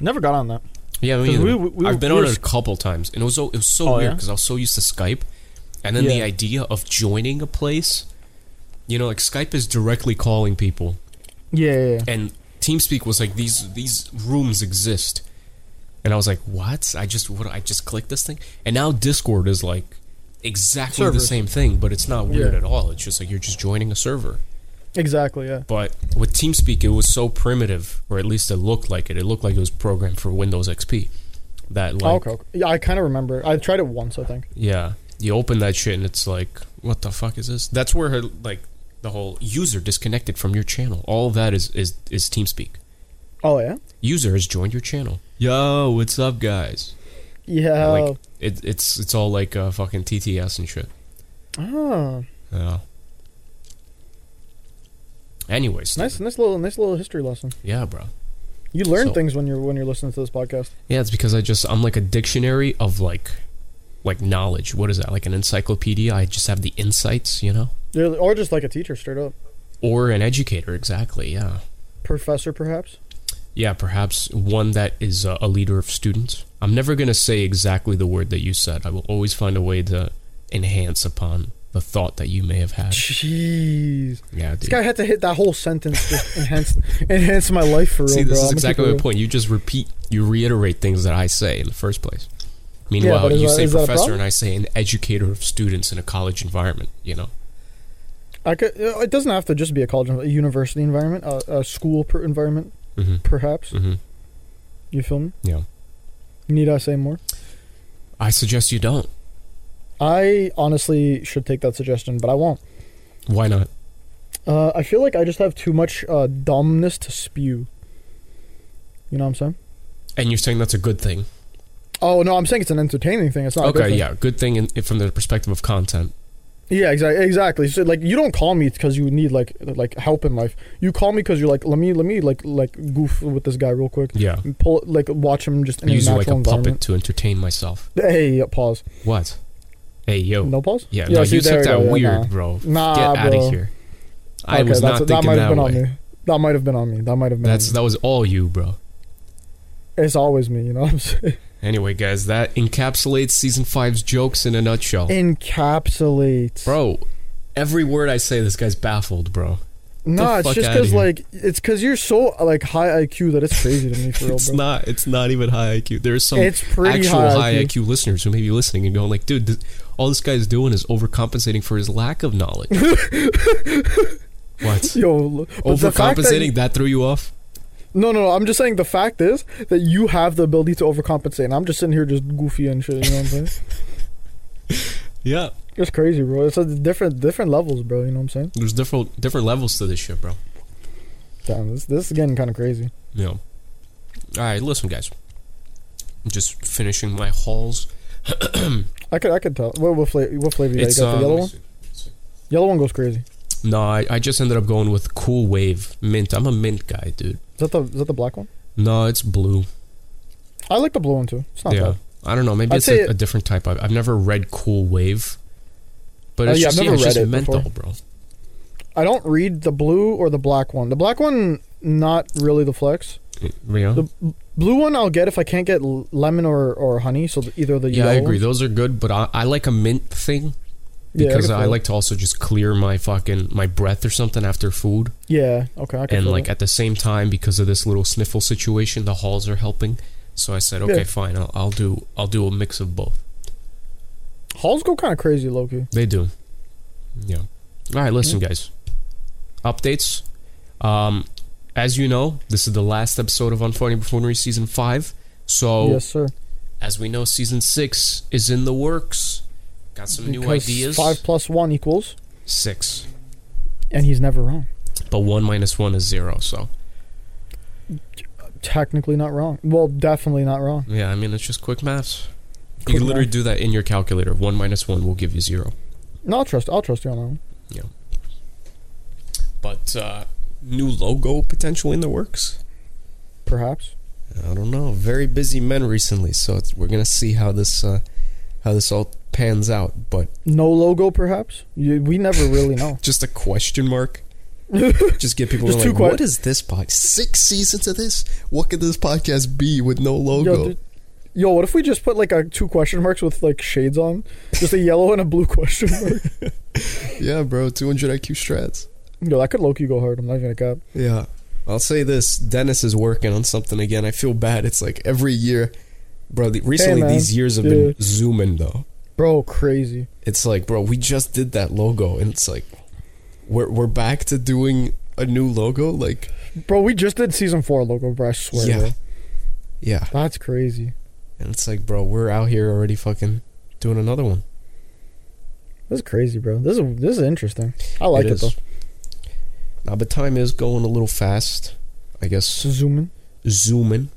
Speaker 2: Never got on that.
Speaker 1: Yeah, me
Speaker 2: 'Cause
Speaker 1: either.
Speaker 2: we- we- we-
Speaker 1: I've been
Speaker 2: we
Speaker 1: on
Speaker 2: were
Speaker 1: it a
Speaker 2: sc-
Speaker 1: couple times, and it was so it was so
Speaker 2: Oh,
Speaker 1: weird
Speaker 2: yeah?
Speaker 1: because I was so used to Skype, and then the
Speaker 2: Yeah.
Speaker 1: idea of joining a place, you know, like Skype is directly calling people,
Speaker 2: Yeah, yeah, yeah.
Speaker 1: and TeamSpeak was like these these rooms exist, and I was like, what? I just what? I just click this thing, and now Discord is like exactly the
Speaker 2: Servers.
Speaker 1: same thing, but it's not weird
Speaker 2: Yeah.
Speaker 1: at all. It's just like you're just joining a server.
Speaker 2: Exactly, yeah.
Speaker 1: But with TeamSpeak, it was so primitive, or at least it looked like it. It looked like it was programmed for Windows XP. That like
Speaker 2: Oh, okay, okay. Yeah, I kind of remember. I tried it once, I think.
Speaker 1: Yeah, you open that shit and it's like, what the fuck is this? That's where her, like the whole user disconnected from your channel. All of that is is is TeamSpeak.
Speaker 2: Oh, yeah?
Speaker 1: User has joined your channel. Yo, what's up, guys?
Speaker 2: Yeah.
Speaker 1: Like it, it's it's all like uh, fucking TTS and shit.
Speaker 2: oh,
Speaker 1: Yeah. Anyways,
Speaker 2: nice, nice little, nice little history lesson.
Speaker 1: Yeah, bro.
Speaker 2: You learn
Speaker 1: So-
Speaker 2: things when you're when you're listening to this podcast.
Speaker 1: Yeah, it's because I just I'm like a dictionary of like, like knowledge. What is that? Like an encyclopedia. I just have the insights, you know,
Speaker 2: You're, or just like a teacher, straight up
Speaker 1: or an educator. Exactly. Yeah.
Speaker 2: professor, perhaps.
Speaker 1: Yeah, perhaps one that is uh, a leader of students. I'm never going to say exactly the word that you said. I will always find a way to enhance upon the thought that you may have had.
Speaker 2: Jeez,
Speaker 1: Yeah,
Speaker 2: this
Speaker 1: dude.
Speaker 2: guy had to hit that whole sentence to enhance enhance my life for real,
Speaker 1: See,
Speaker 2: bro.
Speaker 1: this
Speaker 2: I'm
Speaker 1: is
Speaker 2: gonna
Speaker 1: exactly
Speaker 2: keep it
Speaker 1: my
Speaker 2: real.
Speaker 1: point. You just repeat, you reiterate things that I say in the first place. Meanwhile,
Speaker 2: but is
Speaker 1: you
Speaker 2: that-
Speaker 1: say
Speaker 2: is that a
Speaker 1: professor
Speaker 2: problem?
Speaker 1: and I say an educator of students in a college environment, you know?
Speaker 2: I could. uh, It doesn't have to just be a college, a university environment, a, a school per environment,
Speaker 1: Mm
Speaker 2: perhaps.
Speaker 1: hmm. Mm hmm.
Speaker 2: You feel me?
Speaker 1: Yeah.
Speaker 2: Need I say more?
Speaker 1: I suggest you don't.
Speaker 2: I honestly should take that suggestion, but I won't.
Speaker 1: Why not?
Speaker 2: Uh, I feel like I just have too much uh, dumbness to spew. You know what I'm saying?
Speaker 1: And you're saying that's a good thing.
Speaker 2: Oh no, I'm saying it's an entertaining thing. It's not. a good
Speaker 1: okay,
Speaker 2: thing.
Speaker 1: yeah. Good thing in, from the perspective of content.
Speaker 2: Yeah, exactly. Exactly. So like, you don't call me because you need like like help in life. You call me because you're like, let me let me like like goof with this guy real quick.
Speaker 1: Yeah.
Speaker 2: And pull like watch him just in
Speaker 1: I use
Speaker 2: a
Speaker 1: you like
Speaker 2: natural
Speaker 1: a puppet
Speaker 2: environment.
Speaker 1: to entertain myself.
Speaker 2: Hey, yeah, pause.
Speaker 1: What? Hey, yo.
Speaker 2: No pause.
Speaker 1: Oh. Yeah, no,
Speaker 2: see,
Speaker 1: you
Speaker 2: there
Speaker 1: took
Speaker 2: we
Speaker 1: that
Speaker 2: go, yeah,
Speaker 1: weird,
Speaker 2: nah.
Speaker 1: bro.
Speaker 2: Nah,
Speaker 1: Get out
Speaker 2: bro.
Speaker 1: of here. I
Speaker 2: Okay,
Speaker 1: was
Speaker 2: that's-
Speaker 1: not thinking
Speaker 2: might have
Speaker 1: that,
Speaker 2: been
Speaker 1: way.
Speaker 2: on me. That might have been on me. That might have been.
Speaker 1: That's
Speaker 2: on
Speaker 1: that was all you, bro.
Speaker 2: me. It's always me. You know what I'm saying?
Speaker 1: Anyway, guys, that encapsulates season five's jokes in a nutshell,
Speaker 2: Encapsulates.
Speaker 1: bro. Every word I say, this guy's baffled, bro.
Speaker 2: No, it's
Speaker 1: fuck
Speaker 2: just
Speaker 1: outta
Speaker 2: because
Speaker 1: here.
Speaker 2: like it's because you're so like high IQ that it's crazy to me for real,
Speaker 1: It's
Speaker 2: bro.
Speaker 1: not. It's not even high IQ. There's some
Speaker 2: it's pretty
Speaker 1: actual
Speaker 2: high,
Speaker 1: high
Speaker 2: IQ.
Speaker 1: IQ. listeners who may be listening and going like, dude, this, all this guy's doing is overcompensating for his lack of knowledge. what?
Speaker 2: Yo, look- but the fact that
Speaker 1: Overcompensating? that threw you off?
Speaker 2: No, no, no. I'm just saying the fact is that you have the ability to overcompensate, and I'm just sitting here just goofy and shit. You know what I'm saying?
Speaker 1: Yeah.
Speaker 2: it's crazy, bro. It's a different, different levels, bro. You know what I'm saying?
Speaker 1: There's different different levels to this shit, bro.
Speaker 2: Damn, this this is getting kind of crazy.
Speaker 1: Yeah. All right, listen, guys. I'm just finishing my hauls.
Speaker 2: I could, I could tell. What, what flavor? What flavor? You got? You got
Speaker 1: um,
Speaker 2: the yellow one. Yellow one goes crazy.
Speaker 1: No, I, I just ended up going with Cool Wave Mint. I'm a mint guy, dude.
Speaker 2: Is that the is that the black one?
Speaker 1: No, it's blue.
Speaker 2: I like the blue one too. It's not
Speaker 1: yeah.
Speaker 2: bad.
Speaker 1: I don't know. Maybe
Speaker 2: I'd
Speaker 1: it's
Speaker 2: say
Speaker 1: a,
Speaker 2: it-
Speaker 1: a different type. I've, I've never read Cool Wave. But
Speaker 2: Oh,
Speaker 1: it's
Speaker 2: yeah, I've
Speaker 1: just, yeah,
Speaker 2: never
Speaker 1: it's
Speaker 2: read
Speaker 1: just
Speaker 2: it
Speaker 1: menthol,
Speaker 2: before.
Speaker 1: bro.
Speaker 2: I don't read the blue or the black one. The black one, not really the flex.
Speaker 1: Yeah,
Speaker 2: The b- blue one I'll get if I can't get l- lemon or, or honey. So the, either the
Speaker 1: yeah I
Speaker 2: yellow
Speaker 1: agree.
Speaker 2: ones.
Speaker 1: Those are good, but I, I like a mint thing
Speaker 2: Yeah, I
Speaker 1: because
Speaker 2: can
Speaker 1: I
Speaker 2: feel it.
Speaker 1: like to also just clear my fucking my breath or something after food.
Speaker 2: Yeah. Okay. I can
Speaker 1: and
Speaker 2: feel
Speaker 1: like
Speaker 2: that.
Speaker 1: at the same time because of this little sniffle situation the halls are helping so i said okay
Speaker 2: Yeah.
Speaker 1: fine I'll, I'll do i'll do a mix of both
Speaker 2: halls go kind of crazy, Loki.
Speaker 1: they do yeah all right listen guys updates um as you know this is the last episode of unfunny buffoonery season 5 so
Speaker 2: Yes, sir.
Speaker 1: as we know season 6 is in the works got some new
Speaker 2: Because
Speaker 1: ideas
Speaker 2: Five plus one equals,
Speaker 1: 6
Speaker 2: and he's never wrong.
Speaker 1: but 1 minus 1 is 0 so
Speaker 2: Technically not wrong. Well, definitely not wrong.
Speaker 1: yeah i mean it's just quick maths you
Speaker 2: Quick
Speaker 1: can literally
Speaker 2: math.
Speaker 1: do that in your calculator 1 minus 1 will give you 0
Speaker 2: No, I'll trust. I'll trust you on that one.
Speaker 1: but uh, new logo potentially in the works.
Speaker 2: Perhaps.
Speaker 1: I don't know. Very busy men recently, so it's, we're gonna see how this uh, how this all pans out, but
Speaker 2: No logo, perhaps. You, we never really know.
Speaker 1: just a question mark. just get people
Speaker 2: Just
Speaker 1: like,
Speaker 2: two que-
Speaker 1: what is this podcast? Six seasons of this? What could this podcast be with no logo?
Speaker 2: Yo, dude, yo, what if we just put like a two question marks with like shades on, just a yellow and a blue question mark?
Speaker 1: yeah, bro, 200 IQ strats.
Speaker 2: Yo, that could low key go hard. I'm not even gonna cap.
Speaker 1: Yeah. I'll say this Dennis is working on something again. I feel bad. It's like every year, bro, the, recently
Speaker 2: man.
Speaker 1: these years have
Speaker 2: Yeah.
Speaker 1: been zooming, though.
Speaker 2: Bro, crazy.
Speaker 1: It's like, bro, we just did that logo, and it's like, we're, we're back to doing a new logo? Like,
Speaker 2: Bro, we just did season four logo, bro. I swear.
Speaker 1: Yeah.
Speaker 2: bro.
Speaker 1: yeah.
Speaker 2: That's crazy.
Speaker 1: And it's like, bro, we're out here already fucking doing another one.
Speaker 2: This is crazy, bro. This is this is interesting. I like it,
Speaker 1: is.
Speaker 2: though.
Speaker 1: Now, but time is going a little fast. I guess
Speaker 2: So zoom in.
Speaker 1: zooming.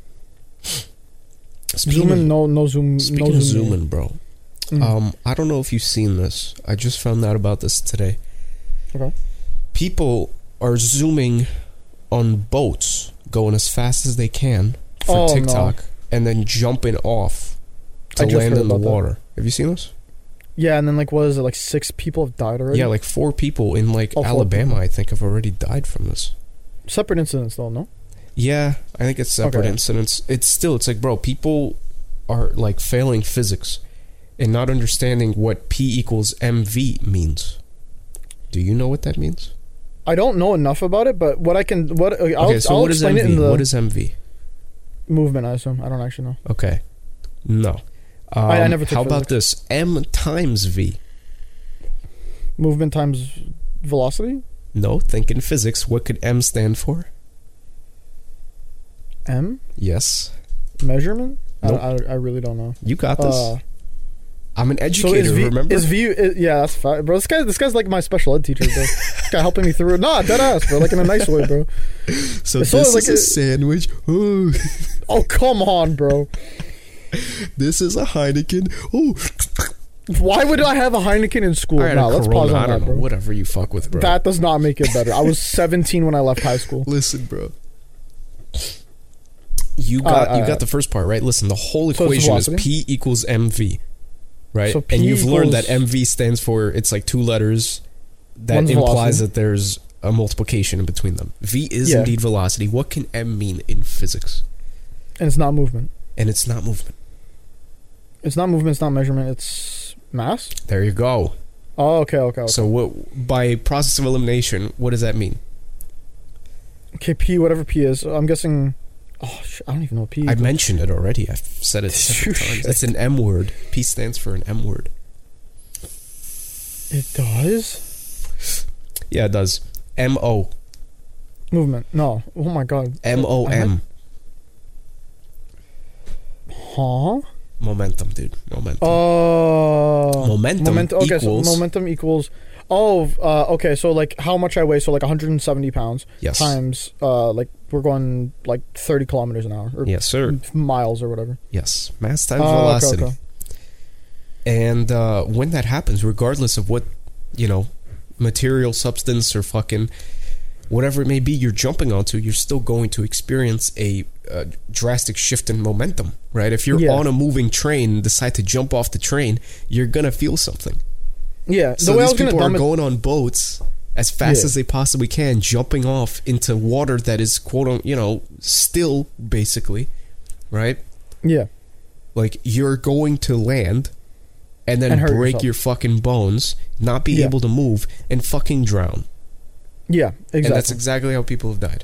Speaker 1: Speaking
Speaker 2: Zoom
Speaker 1: of-
Speaker 2: in, no no zoom
Speaker 1: Speaking
Speaker 2: no
Speaker 1: of
Speaker 2: zoom in.
Speaker 1: zooming, bro.
Speaker 2: Mm.
Speaker 1: Um, I don't know if you've seen this. I just found out about this today.
Speaker 2: Okay.
Speaker 1: People are zooming on boats, going as fast as they can for
Speaker 2: Oh, no.
Speaker 1: TikTok, and then jumping off to
Speaker 2: I just
Speaker 1: land
Speaker 2: heard
Speaker 1: in the
Speaker 2: about that.
Speaker 1: water. Have you seen this?
Speaker 2: Yeah, and then like what is it, like six people have died already?
Speaker 1: Yeah, like four people in like
Speaker 2: Oh, four
Speaker 1: Alabama,
Speaker 2: people.
Speaker 1: I think, have already died from this.
Speaker 2: Separate incidents though, no?
Speaker 1: Yeah, I think it's separate
Speaker 2: Okay.
Speaker 1: incidents. It's still, it's like, bro, people are like failing physics and not understanding what P equals MV means. Do you know what that means?
Speaker 2: I don't know enough about it, but what I can what okay, I'll,
Speaker 1: okay, so
Speaker 2: I'll
Speaker 1: what is
Speaker 2: explain it in
Speaker 1: MV?
Speaker 2: the
Speaker 1: What is MV?
Speaker 2: movement, I assume. I don't actually know.
Speaker 1: Okay, no. Um,
Speaker 2: I- I never took
Speaker 1: how about this? M times V.
Speaker 2: Movement times velocity?
Speaker 1: No, think in physics. What could M stand for?
Speaker 2: M?
Speaker 1: Yes,
Speaker 2: Measurement?
Speaker 1: Nope.
Speaker 2: I, I, I really don't know.
Speaker 1: you got this.
Speaker 2: Uh,
Speaker 1: I'm an
Speaker 2: so
Speaker 1: educator.
Speaker 2: is V
Speaker 1: remember?
Speaker 2: is V is- yeah, that's fine. Bro, this guy this guy's like my special ed teacher, bro. this guy helping me through. Nah, dead ass, bro. Like in a nice way, bro.
Speaker 1: so this
Speaker 2: it's sort of
Speaker 1: is
Speaker 2: like
Speaker 1: a
Speaker 2: a-
Speaker 1: sandwich. Ooh,
Speaker 2: Oh come on, bro.
Speaker 1: this is a Heineken. Ooh,
Speaker 2: Why would I have a Heineken in school?
Speaker 1: All right,
Speaker 2: nah,
Speaker 1: a
Speaker 2: let's
Speaker 1: Corona,
Speaker 2: pause
Speaker 1: I
Speaker 2: on
Speaker 1: don't
Speaker 2: that,
Speaker 1: know.
Speaker 2: bro.
Speaker 1: Whatever you fuck with, bro.
Speaker 2: That does not make it better. I was 17 when I left high school.
Speaker 1: Listen, bro. You got
Speaker 2: Uh,
Speaker 1: you
Speaker 2: uh,
Speaker 1: got the first part right. Listen, the whole
Speaker 2: it's
Speaker 1: equation is
Speaker 2: velocity?
Speaker 1: p equals mv, right?
Speaker 2: So P
Speaker 1: and you've learned that
Speaker 2: equals-
Speaker 1: mv stands for it's like two letters that
Speaker 2: One's
Speaker 1: implies
Speaker 2: velocity.
Speaker 1: that there's a multiplication in between them. V is
Speaker 2: Yeah.
Speaker 1: indeed velocity. What can m mean in physics?
Speaker 2: And it's not movement.
Speaker 1: And it's not movement.
Speaker 2: It's not movement. It's not measurement. It's mass.
Speaker 1: There you go.
Speaker 2: Oh, okay, okay, okay.
Speaker 1: So what by process of elimination, what does that mean?
Speaker 2: okay, P, whatever P is. I'm guessing. Oh, sh- I don't even know what P.
Speaker 1: I
Speaker 2: is.
Speaker 1: mentioned it already. I've said it several
Speaker 2: You
Speaker 1: times. It's an M word. P stands for an M word.
Speaker 2: it does.
Speaker 1: Yeah, it does. M O
Speaker 2: Movement. No. Oh my god.
Speaker 1: M O
Speaker 2: Oh, uh-huh.
Speaker 1: M
Speaker 2: Huh?
Speaker 1: momentum, dude. Momentum.
Speaker 2: Oh.
Speaker 1: Momentum
Speaker 2: Okay,
Speaker 1: equals-
Speaker 2: so momentum equals. Oh, uh, okay. So like, how much I weigh? So like 170 pounds
Speaker 1: yes.
Speaker 2: times. Uh, like we're going like 30 kilometers an hour or
Speaker 1: Yes, sir.
Speaker 2: miles or whatever.
Speaker 1: Yes. Mass times
Speaker 2: Mm. Oh, okay,
Speaker 1: velocity.
Speaker 2: okay.
Speaker 1: And uh, when that happens, regardless of what you know, material substance or fucking whatever it may be you're jumping onto, you're still going to experience a uh, drastic shift in momentum, right? If you're
Speaker 2: Yeah.
Speaker 1: on a moving train, and decide to jump off the train, you're gonna feel something.
Speaker 2: Yeah.
Speaker 1: So
Speaker 2: the way I
Speaker 1: these
Speaker 2: was gonna
Speaker 1: people are
Speaker 2: dumb it.
Speaker 1: going on boats as fast
Speaker 2: Yeah.
Speaker 1: as they possibly can, jumping off into water that is quote unquote, you know, still basically, right?
Speaker 2: yeah.
Speaker 1: Like you're going to land and then
Speaker 2: And hurt
Speaker 1: break
Speaker 2: yourself.
Speaker 1: your fucking bones, not be
Speaker 2: Yeah.
Speaker 1: able to move, and fucking drown.
Speaker 2: Yeah. Exactly.
Speaker 1: And that's exactly how people have died.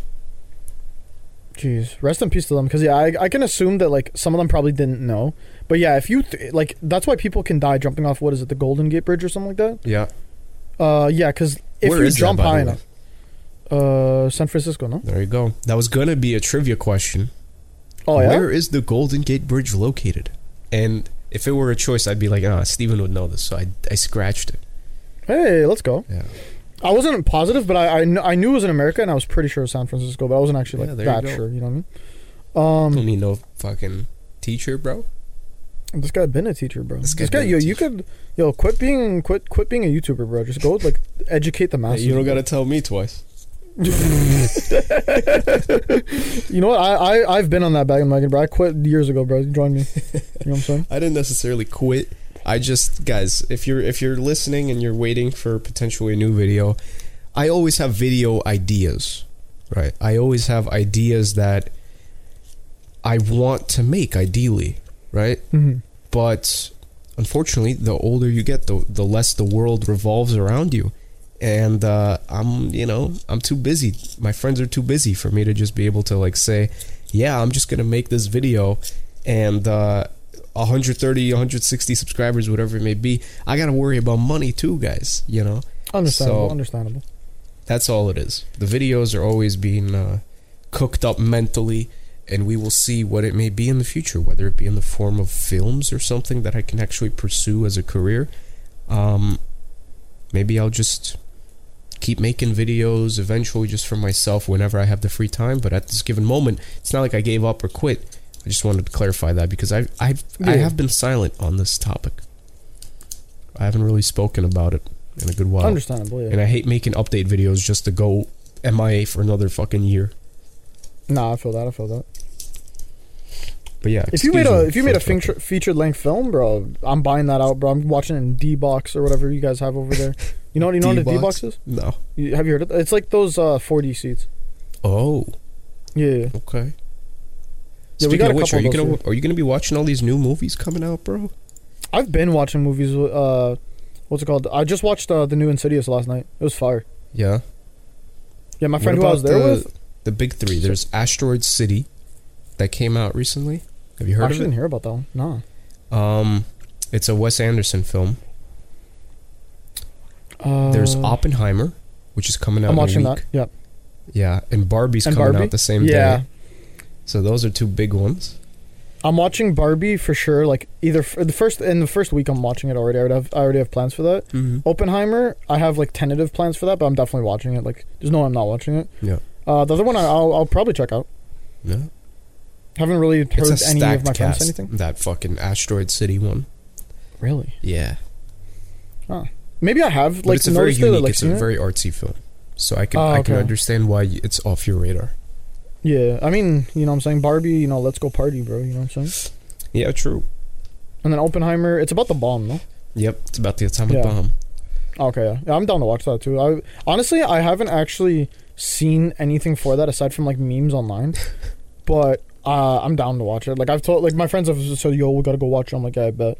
Speaker 2: Jeez, rest in peace to them. Because yeah, I, I can assume that like some of them probably didn't know. But yeah, if you th- like, that's why people can die jumping off what is it, the Golden Gate Bridge or something like that.
Speaker 1: Yeah.
Speaker 2: Uh, yeah, because if
Speaker 1: Where
Speaker 2: you
Speaker 1: is that,
Speaker 2: jump
Speaker 1: by the
Speaker 2: high
Speaker 1: way?
Speaker 2: enough, uh, San Francisco, no?
Speaker 1: There you go. That was gonna be a trivia question.
Speaker 2: Oh yeah,
Speaker 1: Where is the Golden Gate Bridge located? And if it were a choice, I'd be like, ah, Steven would know this, so I, I scratched it.
Speaker 2: hey, let's go.
Speaker 1: Yeah.
Speaker 2: I wasn't positive, but I I, kn- I knew it was in America, and I was pretty sure it was San Francisco, but I wasn't actually
Speaker 1: Yeah,
Speaker 2: like
Speaker 1: there you
Speaker 2: that
Speaker 1: go.
Speaker 2: sure. You know what I mean?
Speaker 1: Don't need no fucking teacher, bro.
Speaker 2: Um, this guy been a teacher, bro.
Speaker 1: This
Speaker 2: This
Speaker 1: guy
Speaker 2: guy, this guy
Speaker 1: been a
Speaker 2: yo, you
Speaker 1: teacher.
Speaker 2: could yo quit being quit quit being a YouTuber, bro. Just go like educate the masses.
Speaker 1: you don't
Speaker 2: bro.
Speaker 1: gotta tell me twice.
Speaker 2: You know what? I, I I've been on that bag and wagon, bro. I quit years ago, bro. You joined me. You know what I'm saying?
Speaker 1: I didn't necessarily quit. I just guys, if you're if you're listening and you're waiting for potentially a new video, I always have video ideas. Right? I always have ideas that I want to make ideally, right?
Speaker 2: Mm-hmm.
Speaker 1: But unfortunately, the older you get, the the less the world revolves around you. And uh, I'm, you know, I'm too busy. My friends are too busy for me to just be able to like say, yeah, I'm just gonna make this video, and uh, 130, 160 subscribers, whatever it may be. I gotta worry about money too, guys. You know,
Speaker 2: Understandable.
Speaker 1: So-
Speaker 2: understandable.
Speaker 1: that's all it is. The videos are always being uh, cooked up mentally, and we will see what it may be in the future, whether it be in the form of films or something that I can actually pursue as a career. Um, maybe I'll just keep making videos eventually just for myself whenever I have the free time, but at this given moment, it's not like I gave up or quit. I just wanted to clarify that because I I've, I
Speaker 2: Yeah.
Speaker 1: have been silent on this topic. I haven't really spoken about it in a good while.
Speaker 2: Understandable. Yeah.
Speaker 1: And I hate making update videos just to go MIA for another fucking year.
Speaker 2: Nah, I feel that. I feel that.
Speaker 1: But yeah,
Speaker 2: If you made
Speaker 1: excuse
Speaker 2: a
Speaker 1: me
Speaker 2: if you made
Speaker 1: for
Speaker 2: a feature,
Speaker 1: fucking-
Speaker 2: featured length film, bro, I'm buying that out, bro. I'm watching it in D box or whatever you guys have over there. You know what you know what a D
Speaker 1: D-Box?
Speaker 2: box is?
Speaker 1: no.
Speaker 2: You, have you heard of it? It's like those uh 4D seats.
Speaker 1: Oh,
Speaker 2: Yeah, yeah.
Speaker 1: okay.
Speaker 2: Yeah,
Speaker 1: Speaking
Speaker 2: we got a
Speaker 1: of which,
Speaker 2: couple
Speaker 1: are you
Speaker 2: of those
Speaker 1: gonna are you gonna be watching all these new movies coming out, bro?
Speaker 2: I've been watching movies. with, Uh, what's it called? I just watched uh, the new Insidious last night. It was fire.
Speaker 1: Yeah.
Speaker 2: Yeah, my
Speaker 1: What
Speaker 2: friend who I
Speaker 1: about
Speaker 2: was there
Speaker 1: the,
Speaker 2: with.
Speaker 1: the big three. There's Asteroid City, that came out recently. Have you
Speaker 2: I
Speaker 1: heard
Speaker 2: actually
Speaker 1: of
Speaker 2: didn't hear about that one. Nah.
Speaker 1: it? Um, it's a Wes Anderson film.
Speaker 2: Uh,
Speaker 1: There's Oppenheimer, which is coming out.
Speaker 2: I'm
Speaker 1: in a
Speaker 2: watching
Speaker 1: week.
Speaker 2: that. Yeah.
Speaker 1: Yeah, and Barbie's
Speaker 2: And
Speaker 1: coming
Speaker 2: Barbie?
Speaker 1: out the same
Speaker 2: Yeah.
Speaker 1: day. So those are two big ones.
Speaker 2: I'm watching Barbie for sure. Like either f- the first in the first week, I'm watching it already. I would have I already have plans for that.
Speaker 1: Mm-hmm.
Speaker 2: Oppenheimer, I have like tentative plans for that, but I'm definitely watching it. Like there's no, way I'm not watching it.
Speaker 1: Yeah.
Speaker 2: Uh, the other one I, I'll I'll probably check out.
Speaker 1: Yeah.
Speaker 2: Haven't really heard
Speaker 1: It's a
Speaker 2: any
Speaker 1: stacked
Speaker 2: of my friends
Speaker 1: cast.
Speaker 2: say anything.
Speaker 1: That fucking asteroid city one.
Speaker 2: Really?
Speaker 1: Yeah,
Speaker 2: Maybe I have.
Speaker 1: but
Speaker 2: like
Speaker 1: it's a very
Speaker 2: noticed it,
Speaker 1: unique.
Speaker 2: like
Speaker 1: it's
Speaker 2: seen
Speaker 1: a
Speaker 2: it.
Speaker 1: very artsy film, so I can
Speaker 2: Oh,
Speaker 1: I can
Speaker 2: okay.
Speaker 1: understand why y- it's off your radar.
Speaker 2: Yeah. I mean, you know, what I'm saying Barbie. You know, let's go party, bro. You know what I'm saying.
Speaker 1: Yeah, true.
Speaker 2: And then Oppenheimer. It's about the bomb, no?
Speaker 1: Yep, it's about the atomic
Speaker 2: Yeah.
Speaker 1: bomb.
Speaker 2: Okay, yeah. yeah, I'm down to watch that too. I honestly, I haven't actually seen anything for that aside from like memes online, but uh, I'm down to watch it. Like I've told, like my friends have said, "Yo, we gotta go watch." it. I'm like, yeah, I bet.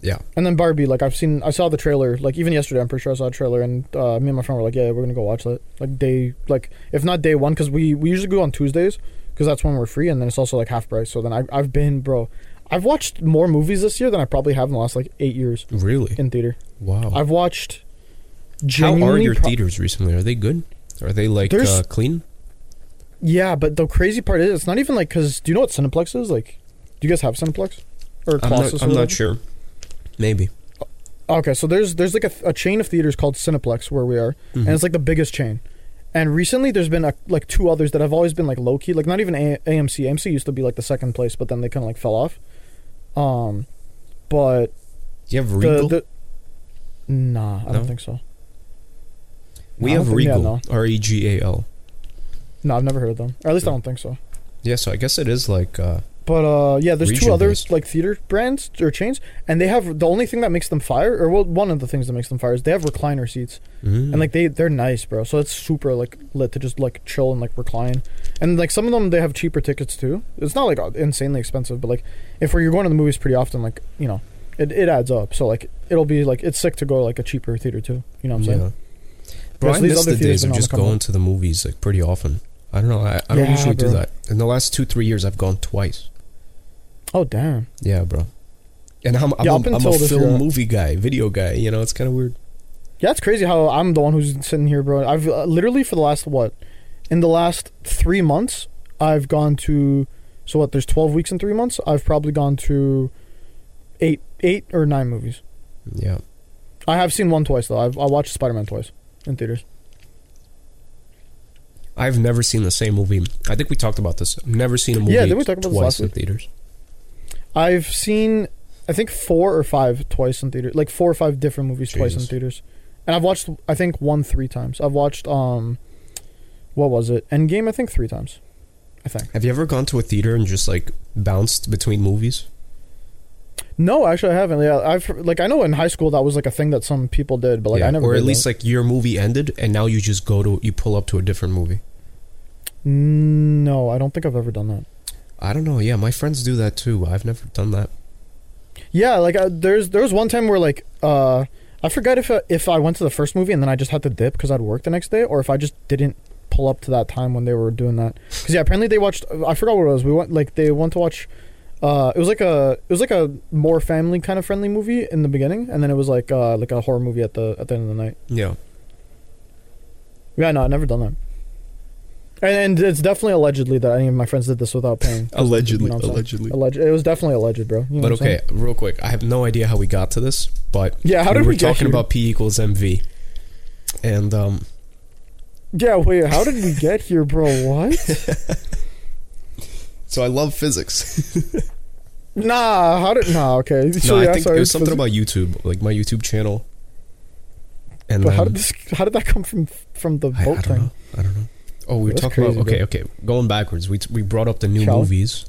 Speaker 1: Yeah.
Speaker 2: And then Barbie, like I've seen, I saw the trailer. Like even yesterday, I'm pretty sure I saw a trailer, and uh, me and my friend were like, "Yeah, we're gonna go watch that." Like day, like if not day one, because we we usually go on Tuesdays, because that's when we're free, and then it's also like half price. So then I, I've been, bro, I've watched more movies this year than I probably have in the last like eight years
Speaker 1: Really?
Speaker 2: in theater.
Speaker 1: Wow.
Speaker 2: I've watched.
Speaker 1: How are
Speaker 2: genuinely
Speaker 1: your
Speaker 2: pro-
Speaker 1: theaters recently? Are they good? Are they like
Speaker 2: There's-
Speaker 1: uh, clean?
Speaker 2: Yeah, but the crazy part is it's not even like because do you know what Cineplex is like? Do you guys have Cineplex or
Speaker 1: I'm
Speaker 2: Colossus?
Speaker 1: not,
Speaker 2: or
Speaker 1: I'm
Speaker 2: whatever?
Speaker 1: not sure. Maybe.
Speaker 2: Okay, so there's there's like a, a chain of theaters called Cineplex where we are,
Speaker 1: Hmm.
Speaker 2: and
Speaker 1: Mm-hmm.
Speaker 2: it's like the biggest chain. And recently, there's been a, like two others that have always been like low key, like not even a- AMC. AMC used to be like the second place, but then they kind of like fell off. Um, but
Speaker 1: Do you have
Speaker 2: the,
Speaker 1: Regal?
Speaker 2: the nah, I
Speaker 1: No?
Speaker 2: don't think so.
Speaker 1: we
Speaker 2: I don't
Speaker 1: have
Speaker 2: think- yeah,
Speaker 1: Regal. R E G A L.
Speaker 2: No, I've never heard of them. Or at least I
Speaker 1: Yeah.
Speaker 2: don't think so.
Speaker 1: Yeah, so I guess it is like. Uh,
Speaker 2: But uh, yeah, there's two
Speaker 1: Region
Speaker 2: other
Speaker 1: based.
Speaker 2: like theater brands or chains, and they have the only thing that makes them fire, or well, one of the things that makes them fire is they have recliner seats,
Speaker 1: mm,
Speaker 2: and like they they're nice, bro. So it's super like lit to just like chill and like recline, and like some of them they have cheaper tickets too. It's not like uh, insanely expensive, but like if you're going to the movies pretty often, like you know, it, it adds up. So like it'll be like it's sick to go to, like a cheaper theater too. You know what I'm saying?
Speaker 1: yeah. Bro,
Speaker 2: Whereas
Speaker 1: I
Speaker 2: these
Speaker 1: miss
Speaker 2: other
Speaker 1: the days
Speaker 2: theaters been
Speaker 1: of
Speaker 2: on the
Speaker 1: just
Speaker 2: come up.
Speaker 1: going to the movies like pretty often. I don't know. I, I don't
Speaker 2: Yeah,
Speaker 1: usually do
Speaker 2: bro.
Speaker 1: that. In the last two three years, I've gone twice.
Speaker 2: Oh damn!
Speaker 1: Yeah, bro. And I'm I'm,
Speaker 2: Yeah,
Speaker 1: a-
Speaker 2: up
Speaker 1: I'm
Speaker 2: until
Speaker 1: a
Speaker 2: this
Speaker 1: film
Speaker 2: year-
Speaker 1: movie guy, video guy. You know, it's kind of weird.
Speaker 2: Yeah, it's crazy how I'm the one who's sitting here, bro. I've uh, literally for the last what, in the last three months, I've gone to, so what? There's twelve weeks in three months. I've probably gone to, eight, eight or nine movies.
Speaker 1: Yeah,
Speaker 2: I have seen one twice though. I've I watched Spider Man twice in theaters.
Speaker 1: I've never seen the same movie. I think we talked about this. I've never seen a movie.
Speaker 2: Yeah, didn't we talk about this
Speaker 1: twice
Speaker 2: last
Speaker 1: in
Speaker 2: week?
Speaker 1: theaters?
Speaker 2: I've seen, I think four or five twice in theaters, like four or five different movies twice in
Speaker 1: Jesus.
Speaker 2: theaters, and I've watched I think one three times. I've watched um, what was it? Endgame. I think three times. I think.
Speaker 1: Have you ever gone to a theater and just like bounced between movies?
Speaker 2: No, actually, I haven't. Yeah, I've like I know in high school that was like a thing that some people did, but like
Speaker 1: Yeah,
Speaker 2: I never.
Speaker 1: or
Speaker 2: did
Speaker 1: at least
Speaker 2: that.
Speaker 1: like your movie ended and now you just go to you pull up to a different movie.
Speaker 2: Mm, no, I don't think I've ever done that.
Speaker 1: I don't know. Yeah, my friends do that too. I've never done that.
Speaker 2: Yeah, like I, there's there was one time where like uh I forgot if I, if I went to the first movie and then I just had to dip because I'd work the next day, or if I just didn't pull up to that time when they were doing that. Because yeah, apparently they watched. uh, I forgot what it was. We went like they went to watch. Uh, it was like a it was like a more family kind of friendly movie in the beginning, and then it was like uh like a horror movie at the at the end of the night.
Speaker 1: Yeah.
Speaker 2: Yeah, no, I've never done that. And, and it's definitely allegedly that any of my friends did this without paying.
Speaker 1: Allegedly,
Speaker 2: You know what I'm saying?
Speaker 1: allegedly.
Speaker 2: Alleged. It was definitely alleged, bro. You know
Speaker 1: But
Speaker 2: what I'm saying?
Speaker 1: okay, real quick. I have no idea how we got to this, but
Speaker 2: Yeah, how
Speaker 1: we
Speaker 2: did we,
Speaker 1: were
Speaker 2: get
Speaker 1: talking
Speaker 2: here?
Speaker 1: about P equals MV. And um
Speaker 2: Yeah, wait, how did we get here, bro? What?
Speaker 1: so I love physics.
Speaker 2: nah, how did nah? Okay, so
Speaker 1: no,
Speaker 2: yeah,
Speaker 1: I think
Speaker 2: sorry.
Speaker 1: it was something
Speaker 2: physics-
Speaker 1: about YouTube, like my YouTube channel. And
Speaker 2: But how
Speaker 1: then-
Speaker 2: did this? How did that come from from the
Speaker 1: I, I
Speaker 2: boat
Speaker 1: don't
Speaker 2: thing?
Speaker 1: know. I don't know. Oh, we were
Speaker 2: That's
Speaker 1: talking about
Speaker 2: crazy,
Speaker 1: okay, okay. Going backwards, we we brought up the new
Speaker 2: Shall we?
Speaker 1: movies,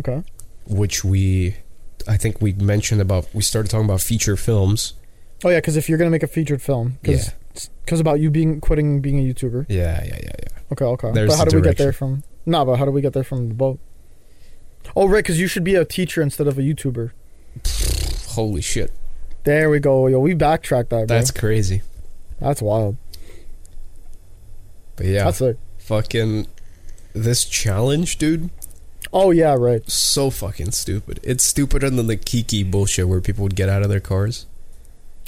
Speaker 2: Okay.
Speaker 1: which we, I think we mentioned about. We started talking about feature films.
Speaker 2: Oh yeah, because if you're gonna make a featured film, because about you being quitting being a YouTuber.
Speaker 1: Yeah, yeah, yeah, yeah.
Speaker 2: Okay, okay.
Speaker 1: There's
Speaker 2: but how
Speaker 1: the
Speaker 2: do we get
Speaker 1: direction.
Speaker 2: there from? Nah, but how do we get there from the boat? Oh right, because you should be a teacher instead of a YouTuber.
Speaker 1: Holy shit,
Speaker 2: There we go, yo. We backtracked that. Bro.
Speaker 1: that's
Speaker 2: That's
Speaker 1: crazy.
Speaker 2: that's wild.
Speaker 1: But yeah,
Speaker 2: That's like
Speaker 1: fucking this challenge, dude.
Speaker 2: oh yeah, right.
Speaker 1: So fucking stupid. It's stupider than the Kiki bullshit where people would get out of their cars.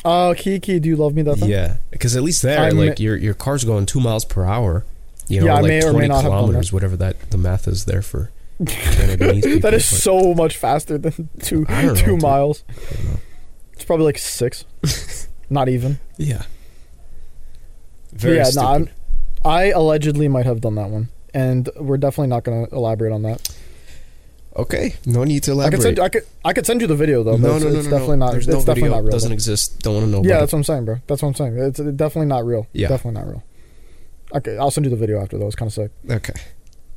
Speaker 2: Oh Kiki, do you love me? That thing?
Speaker 1: Yeah, because at least there,
Speaker 2: I may-
Speaker 1: like your your car's going two miles per hour. You know,
Speaker 2: Yeah, I
Speaker 1: like
Speaker 2: may or
Speaker 1: twenty
Speaker 2: may not have done that.
Speaker 1: kilometers, whatever that the math is there for. Canada people,
Speaker 2: that is
Speaker 1: but-
Speaker 2: so much faster than two
Speaker 1: I don't know,
Speaker 2: two
Speaker 1: dude.
Speaker 2: miles.
Speaker 1: I don't know.
Speaker 2: It's probably like six, not even.
Speaker 1: Yeah. Very
Speaker 2: yeah,
Speaker 1: stupid.
Speaker 2: no, I'm, I allegedly might have done that one, and we're definitely not going to elaborate on that.
Speaker 1: okay, no need to
Speaker 2: I could
Speaker 1: elaborate.
Speaker 2: send, I could I could send you the video though. But
Speaker 1: no,
Speaker 2: it's,
Speaker 1: no, no,
Speaker 2: it's
Speaker 1: no, no.
Speaker 2: definitely not.
Speaker 1: There's
Speaker 2: it's
Speaker 1: no
Speaker 2: definitely
Speaker 1: video.
Speaker 2: not real.
Speaker 1: Doesn't
Speaker 2: though.
Speaker 1: exist. Don't want to know.
Speaker 2: yeah,
Speaker 1: about
Speaker 2: that's what I'm saying, bro. That's what I'm saying. It's definitely not real.
Speaker 1: Yeah.
Speaker 2: definitely not real. Okay, I'll send you the video after though. It's kind of sick.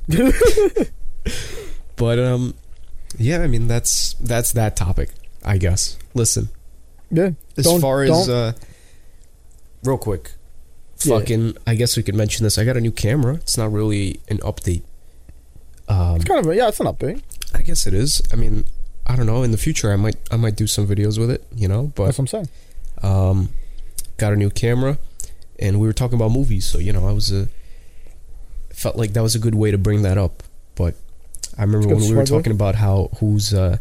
Speaker 1: it. okay. But um, yeah, I mean that's that's that topic, I guess. Listen,
Speaker 2: Yeah,
Speaker 1: as
Speaker 2: Don't-
Speaker 1: far as
Speaker 2: don't-
Speaker 1: uh, real quick,
Speaker 2: Yeah.
Speaker 1: fucking. I guess we could mention this. I got a new camera. It's not really an update. Um,
Speaker 2: it's kind of yeah. It's an update.
Speaker 1: I guess it is. I mean, I don't know. In the future, I might I might do some videos with it. You know, but
Speaker 2: That's what I'm saying.
Speaker 1: um, got a new camera, and we were talking about movies. So you know, I was a felt like that was a good way to bring that up. But I remember
Speaker 2: It's good
Speaker 1: when we were
Speaker 2: segue.
Speaker 1: talking about how who's uh,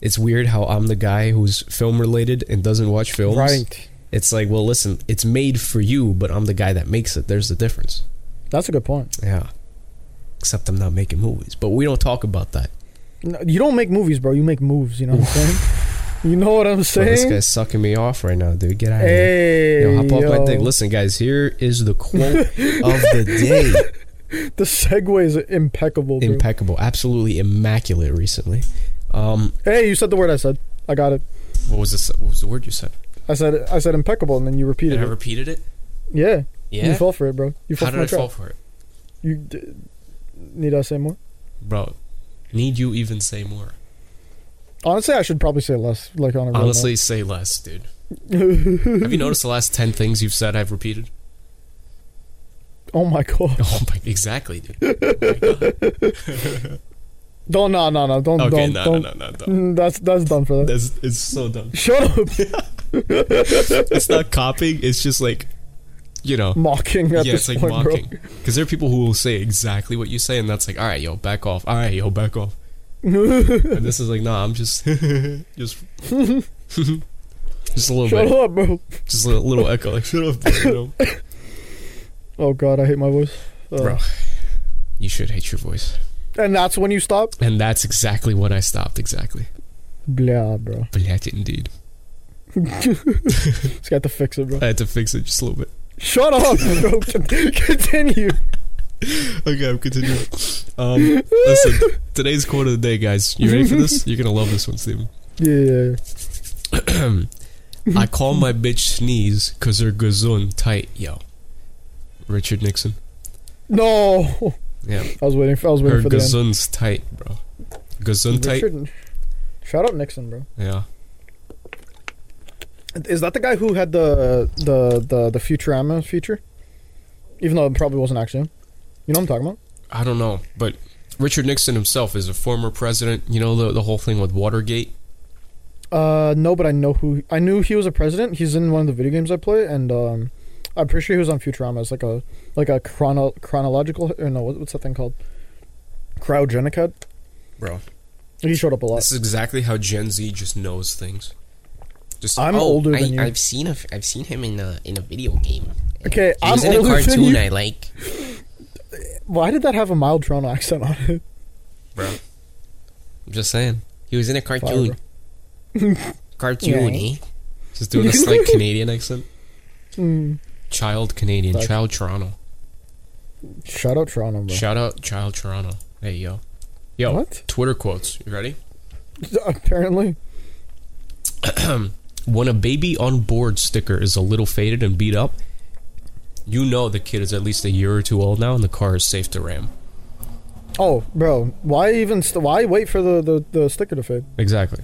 Speaker 1: it's weird how I'm the guy who's film related and doesn't watch films.
Speaker 2: Right.
Speaker 1: It's like, well, listen, it's made for you, but I'm the guy that makes it. There's the difference.
Speaker 2: That's a good point.
Speaker 1: Yeah. Except I'm not making movies, but we don't talk about that.
Speaker 2: No, you don't make movies, bro. You make moves. You know what I'm saying? You know what I'm
Speaker 1: Bro, this
Speaker 2: saying?
Speaker 1: guy's sucking me off right now, dude. Get out of here.
Speaker 2: hey,
Speaker 1: Yo, hop off my
Speaker 2: yo.
Speaker 1: dick. Listen, guys, here is the quote of the day.
Speaker 2: The segue is impeccable. Bro.
Speaker 1: Impeccable, absolutely immaculate. Recently, um,
Speaker 2: hey, you said the word I said. I got it.
Speaker 1: what was this? What was the word you said?
Speaker 2: I said I said impeccable, and then you repeated it.
Speaker 1: repeated it.
Speaker 2: Yeah, you
Speaker 3: Yeah.
Speaker 2: fell for it, bro. You fell
Speaker 3: How
Speaker 2: for
Speaker 3: did
Speaker 2: my
Speaker 3: I
Speaker 2: trap.
Speaker 3: fall for it,
Speaker 2: You d- need I say more?
Speaker 3: bro? Need you even say more?
Speaker 2: Honestly, I should probably say less. Like on a real
Speaker 3: Honestly, say less, dude.
Speaker 2: note.
Speaker 3: Have you noticed the last ten things you've said I've repeated?
Speaker 2: oh my god!
Speaker 3: Oh my, exactly, dude. Oh my God.
Speaker 2: Don't no no no don't
Speaker 3: Okay,
Speaker 2: don't
Speaker 3: no, no,
Speaker 2: don't.
Speaker 3: no, no, no.
Speaker 2: Mm, That's that's done for that.
Speaker 3: That's it's so dumb.
Speaker 2: Shut up,
Speaker 3: It's not copying. It's just like, you know,
Speaker 2: mocking at
Speaker 3: yeah, it's
Speaker 2: this
Speaker 3: like
Speaker 2: point,
Speaker 3: mocking. Because there are people who will say exactly what you say, and that's like, all right, yo, back off. All right, yo, back off.
Speaker 2: bro.
Speaker 3: And this is like, nah, I'm just, just, just a little
Speaker 2: Shut
Speaker 3: bit,
Speaker 2: up, bro.
Speaker 3: just a little echo, like, shut up, bro, you know?
Speaker 2: Oh god, I hate my voice. Uh,
Speaker 3: Bro. You should hate your voice.
Speaker 2: And that's when you stop.
Speaker 3: And that's exactly when I stopped. Exactly.
Speaker 2: Blah, bro.
Speaker 3: Блять, indeed.
Speaker 2: Just got to fix it, bro.
Speaker 3: I had to fix it just a little bit.
Speaker 2: Shut up, bro. Con- Continue.
Speaker 3: Okay, I'm continuing. Um, listen, today's quote of the day, guys. You ready for this? You're gonna love this one, Steven.
Speaker 2: Yeah, yeah, yeah.
Speaker 3: I call my bitch sneeze because they're gazun tight, yo. Richard Nixon.
Speaker 2: No,
Speaker 3: Yeah.
Speaker 2: I was waiting. For, I was waiting
Speaker 3: Her
Speaker 2: for the end.
Speaker 3: gazun's tight, bro. Gazun tight.
Speaker 2: Richard, Shout out Nixon, bro.
Speaker 1: Yeah.
Speaker 2: Is that the guy who had the the the the Futurama feature? Even though it probably wasn't actually him. You know what I'm talking about?
Speaker 1: I don't know, but Richard Nixon himself is a former president. You know the the whole thing with Watergate.
Speaker 2: Uh, no, but I know who. I knew he was a president. He's in one of the video games I play, and um, I'm pretty sure he was on Futurama. It's like a like a chrono chronological or no, what, what's that thing called? Cryogenic head.
Speaker 4: Bro,
Speaker 2: He showed up a lot.
Speaker 1: This is exactly how Gen Z just knows things. Just
Speaker 2: I'm older
Speaker 5: oh, I,
Speaker 2: than you.
Speaker 5: I've seen a, f- I've seen him in a in a video game.
Speaker 2: Okay,
Speaker 5: He was
Speaker 2: I'm
Speaker 5: in a
Speaker 2: older than
Speaker 5: cartoon
Speaker 2: you.
Speaker 5: I like.
Speaker 2: Why did that have a mild Toronto accent on it?
Speaker 1: I'm just saying,
Speaker 5: He was in a cartoon. cartoon,
Speaker 2: Yeah.
Speaker 5: eh?
Speaker 1: just doing a slight Canadian accent.
Speaker 2: Mm.
Speaker 1: Child Canadian,
Speaker 2: Fuck.
Speaker 1: child Toronto.
Speaker 2: Shout out Toronto, bro.
Speaker 1: Shout out child Toronto. Hey yo, yo.
Speaker 2: What?
Speaker 1: Twitter quotes. You ready?
Speaker 2: Apparently,
Speaker 1: when a baby on board sticker is a little faded and beat up, you know the kid is at least a year or two old now, and the car is safe to ram.
Speaker 2: oh, bro, why even? St- why wait for the, the the sticker to fade?
Speaker 1: Exactly.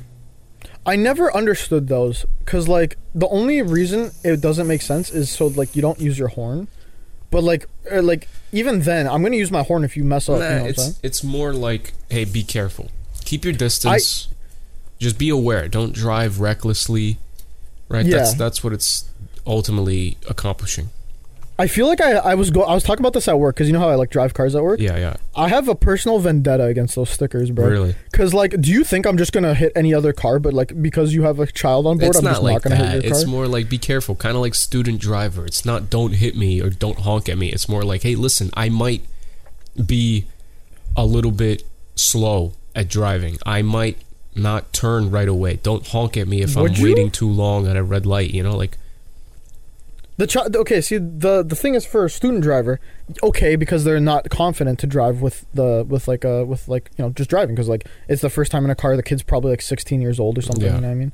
Speaker 2: I never understood those because like the only reason it doesn't make sense is so like you don't use your horn, but like or, like even then I'm gonna use my horn if you mess up. you know what I'm saying?
Speaker 1: it's it's more like, hey, be careful, keep your distance, just be aware, don't drive recklessly. Right. That's
Speaker 2: Yeah.
Speaker 1: that's what it's ultimately accomplishing.
Speaker 2: I feel like I I was go I was talking about this at work because you know how I like drive cars at work.
Speaker 1: Yeah, yeah.
Speaker 2: I have a personal vendetta against those stickers, bro.
Speaker 1: Really.
Speaker 2: Because like, do you think I'm just gonna hit any other car? But like, because you have a child on board,
Speaker 1: it's
Speaker 2: I'm
Speaker 1: not
Speaker 2: just
Speaker 1: like
Speaker 2: not gonna
Speaker 1: that.
Speaker 2: hit your car.
Speaker 1: It's more like be careful, kind of like student driver. It's not don't hit me or don't honk at me. It's more like hey, listen, I might be a little bit slow at driving. I might not turn right away. Don't honk at me if
Speaker 2: Would
Speaker 1: I'm
Speaker 2: you?
Speaker 1: waiting too long at a red light. You know, like
Speaker 2: The child. Okay, see the the thing is for a student driver, okay, because they're not confident to drive with the with like a with like you know just driving because like it's the first time in a car. The kid's probably like 16 years old or something.
Speaker 1: Yeah.
Speaker 2: You know what I mean?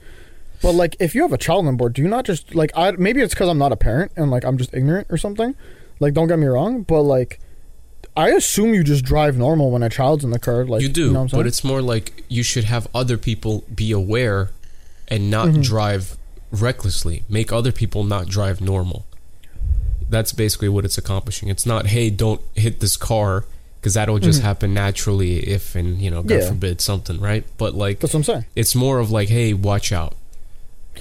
Speaker 2: But like, if you have a child on board, do you not just like I maybe it's because I'm not a parent and like I'm just ignorant or something. Like, don't get me wrong, but like. I assume you just drive normal when a child's in the car. Like
Speaker 1: you do,
Speaker 2: know what I'm saying?
Speaker 1: but it's more like you should have other people be aware and not
Speaker 2: Mm-hmm.
Speaker 1: drive recklessly. Make other people not drive normal. That's basically what it's accomplishing. It's not, hey, don't hit this car because that'll just happen naturally if and you know, God
Speaker 2: Mm-hmm. Yeah.
Speaker 1: forbid something, right? But like,
Speaker 2: that's what I'm saying.
Speaker 1: it's more of like, hey, watch out.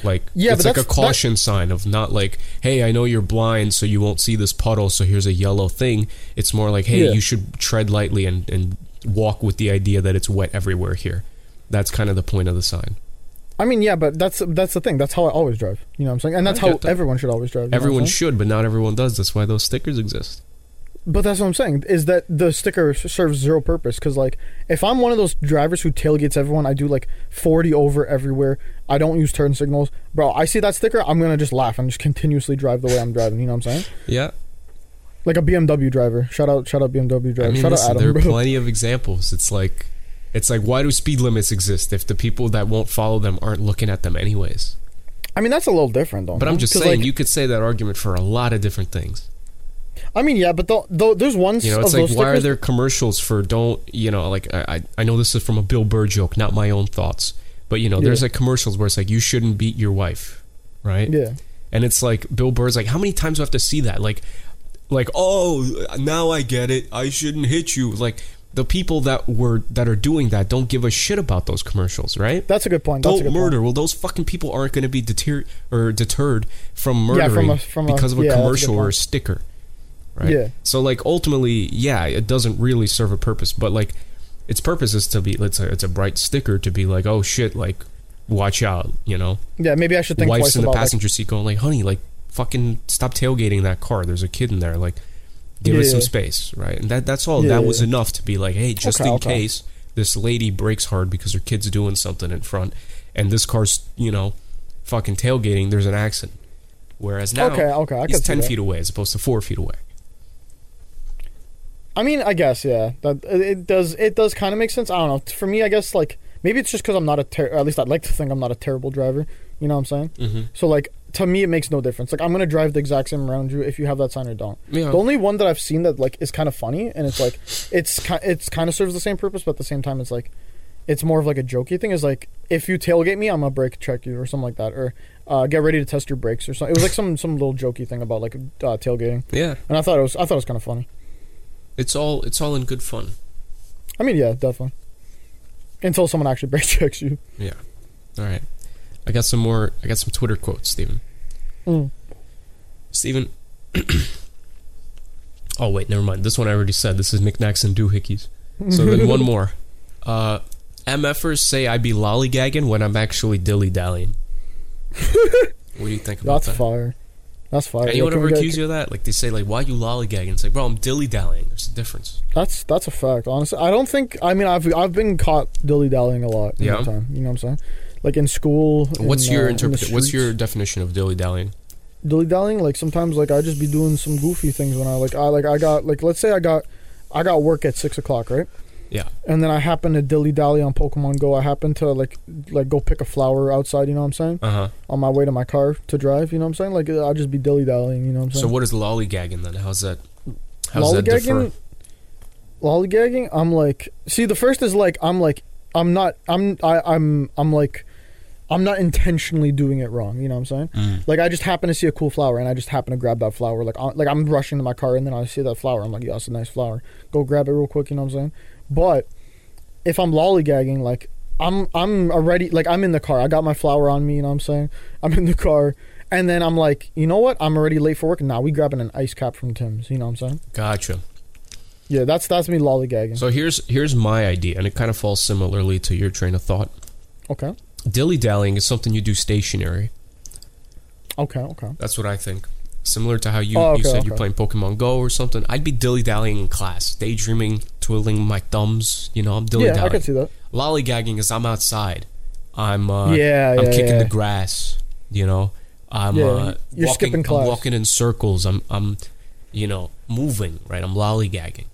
Speaker 1: Like,
Speaker 2: Yeah,
Speaker 1: it's
Speaker 2: but
Speaker 1: like a
Speaker 2: that's- that-
Speaker 1: caution sign of not like, hey, I know you're blind, so you won't see this puddle, so here's a yellow thing. It's more like, hey,
Speaker 2: Yeah.
Speaker 1: you should tread lightly and, and walk with the idea that it's wet everywhere here. That's kind of the point of the sign.
Speaker 2: I mean, yeah, but that's that's the thing. That's how I always drive. You know what I'm saying? And that's
Speaker 1: I
Speaker 2: how
Speaker 1: get that.
Speaker 2: everyone should always drive. you know what I'm
Speaker 1: everyone
Speaker 2: saying?
Speaker 1: should, but not everyone does. That's why those stickers exist.
Speaker 2: But that's what I'm saying is that the sticker s- serves zero purpose because like if I'm one of those drivers who tailgates everyone, I do like 40 over everywhere. I don't use turn signals, bro. I see that sticker, I'm gonna just laugh and just continuously drive the way I'm driving. You know what I'm saying?
Speaker 1: Yeah.
Speaker 2: Like a BMW driver. Shout out, shout out BMW driver.
Speaker 1: I mean,
Speaker 2: shout
Speaker 1: listen,
Speaker 2: out
Speaker 1: there
Speaker 2: Adam,
Speaker 1: are
Speaker 2: bro.
Speaker 1: plenty of examples. It's like, it's like, why do speed limits exist if the people that won't follow them aren't looking at them anyways?
Speaker 2: I mean, that's a little different though.
Speaker 1: But I'm
Speaker 2: man,
Speaker 1: just
Speaker 2: Uh-huh. 'cause,
Speaker 1: saying,
Speaker 2: like-
Speaker 1: you could say that argument for a lot of different things.
Speaker 2: I mean, yeah, but though, though there's one.
Speaker 1: You know,
Speaker 2: s-
Speaker 1: it's
Speaker 2: of
Speaker 1: like
Speaker 2: those
Speaker 1: why are
Speaker 2: stickers-
Speaker 1: there commercials for don't you know like I I- I know this is from a Bill Burr joke, not my own thoughts, but you know there's
Speaker 2: Yeah.
Speaker 1: like commercials where it's like you shouldn't beat your wife, right?
Speaker 2: Yeah.
Speaker 1: And it's like Bill Burr's like how many times do I have to see that? Like, like oh now I get it. I shouldn't hit you. Like the people that were that are doing that don't give a shit about those commercials, right?
Speaker 2: That's a good point. That's a
Speaker 1: don't
Speaker 2: good
Speaker 1: murder. Well, those fucking people aren't going to be deter or deterred from
Speaker 2: Yeah,
Speaker 1: murdering
Speaker 2: from a- from a-
Speaker 1: because of a
Speaker 2: yeah, that's a good
Speaker 1: commercial or a
Speaker 2: point.
Speaker 1: sticker, right?
Speaker 2: Yeah.
Speaker 1: So like ultimately, yeah, it doesn't really serve a purpose, but like its purpose is to be let's say it's a bright sticker to be like, oh shit, like watch out, you know.
Speaker 2: Point. Yeah, maybe I should think
Speaker 1: Wife's
Speaker 2: twice
Speaker 1: in the
Speaker 2: about like,
Speaker 1: passenger seat going like, honey, like fucking stop tailgating that car. There's a kid in there. Like give us some
Speaker 2: Yeah.
Speaker 1: space, right? And that that's all.
Speaker 2: Yeah,
Speaker 1: that
Speaker 2: yeah,
Speaker 1: was
Speaker 2: yeah.
Speaker 1: enough to be like, hey, just
Speaker 2: Okay,
Speaker 1: in
Speaker 2: okay.
Speaker 1: case this lady brakes hard because her kid's doing something in front, and this car's you know fucking tailgating. There's an accident. Whereas now
Speaker 2: Okay, okay, I
Speaker 1: he's
Speaker 2: can see
Speaker 1: ten
Speaker 2: that.
Speaker 1: feet away as opposed to four feet away.
Speaker 2: I mean, I guess yeah. That it- it does it does kind of make sense. I don't know. For me, I guess like maybe it's just because I'm not a ter- at least I'd like to think I'm not a terrible driver. You know what I'm saying?
Speaker 1: Mm-hmm.
Speaker 2: So like to me, it makes no difference. Like I'm gonna drive the exact same around you if you have that sign or don't.
Speaker 1: Yeah.
Speaker 2: The only one that I've seen that like is kind of funny and it's like it's ki- it's kind of serves the same purpose, but at the same time, it's like it's more of like a jokey thing. Is like if you tailgate me, I'm gonna brake check you or something like that, or uh, get ready to test your brakes or something. It was like some some little jokey thing about like uh, tailgating,
Speaker 1: Yeah,
Speaker 2: and I thought it was I thought it was kind of funny.
Speaker 1: it's all it's all in good fun.
Speaker 2: I mean, yeah, definitely. Until someone actually brake checks you.
Speaker 1: All right, I got some more. I got some Twitter quotes, Steven.
Speaker 2: Mm.
Speaker 1: Steven. oh wait, never mind. This one I already said. This is knickknacks and doohickeys. So then one more. Uh, MFers say I be lollygagging when I'm actually dilly dallying. what do you think about
Speaker 2: That's
Speaker 1: that?
Speaker 2: fire. That's fire.
Speaker 1: Anyone
Speaker 2: Like,
Speaker 1: ever
Speaker 2: can we get-
Speaker 1: accuse you of that? Like they say, like, why you lollygagging? It's like, bro, I'm dilly dallying. There's a difference.
Speaker 2: That's that's a fact. Honestly, I don't think. I mean, I've I've been caught dilly dallying a lot. in
Speaker 1: Yeah.
Speaker 2: my Time, you know what I'm saying? Like in school.
Speaker 1: What's
Speaker 2: in,
Speaker 1: your
Speaker 2: uh, in the
Speaker 1: interpret? What's your
Speaker 2: streets.
Speaker 1: definition of dilly dallying?
Speaker 2: dilly dallying? Like sometimes, like I just be doing some goofy things when I like I like I got like let's say I got I got work at six o'clock, right?
Speaker 1: Yeah.
Speaker 2: And then I happen to dilly dally on Pokemon Go. I happen to like like go pick a flower outside. You know what I'm saying?
Speaker 1: Uh huh.
Speaker 2: On my way to my car to drive. You know what I'm saying? Like I'll just be dilly dallying. You know what I'm saying?
Speaker 1: So what is lollygagging then? How's that? How's that differ?
Speaker 2: lollygagging i'm like see the first is like i'm like i'm not i'm I, i'm i'm like i'm not intentionally doing it wrong you know what i'm saying
Speaker 1: Mm.
Speaker 2: like i just happen to see a cool flower and i just happen to grab that flower like I, like i'm rushing to my car and then i see that flower i'm like yeah that's a nice flower go grab it real quick you know what i'm saying but if i'm lollygagging like i'm i'm already like i'm in the car i got my flower on me you know what i'm saying i'm in the car and then i'm like you know what i'm already late for work now we grabbing an ice cap from tim's you know what i'm saying
Speaker 1: Gotcha.
Speaker 2: yeah, that's that's me lollygagging.
Speaker 1: So here's here's my idea, and it kind of falls similarly to your train of thought.
Speaker 2: okay,
Speaker 1: Dilly dallying is something you do stationary.
Speaker 2: okay, okay.
Speaker 1: That's what I think. Similar to how you,
Speaker 2: Oh,
Speaker 1: you
Speaker 2: okay,
Speaker 1: said you're
Speaker 2: okay.
Speaker 1: playing Pokemon Go or something. I'd be dilly dallying in class, daydreaming, twiddling my thumbs. You know, I'm dilly
Speaker 2: yeah, I can
Speaker 1: dallying.
Speaker 2: see that.
Speaker 1: Lollygagging is I'm outside. I'm uh,
Speaker 2: yeah, yeah,
Speaker 1: I'm kicking
Speaker 2: yeah.
Speaker 1: the grass. You know, I'm
Speaker 2: Yeah,
Speaker 1: uh,
Speaker 2: you're
Speaker 1: walking,
Speaker 2: skipping class.
Speaker 1: I'm walking in circles. I'm I'm, you know, moving. Right. I'm lollygagging.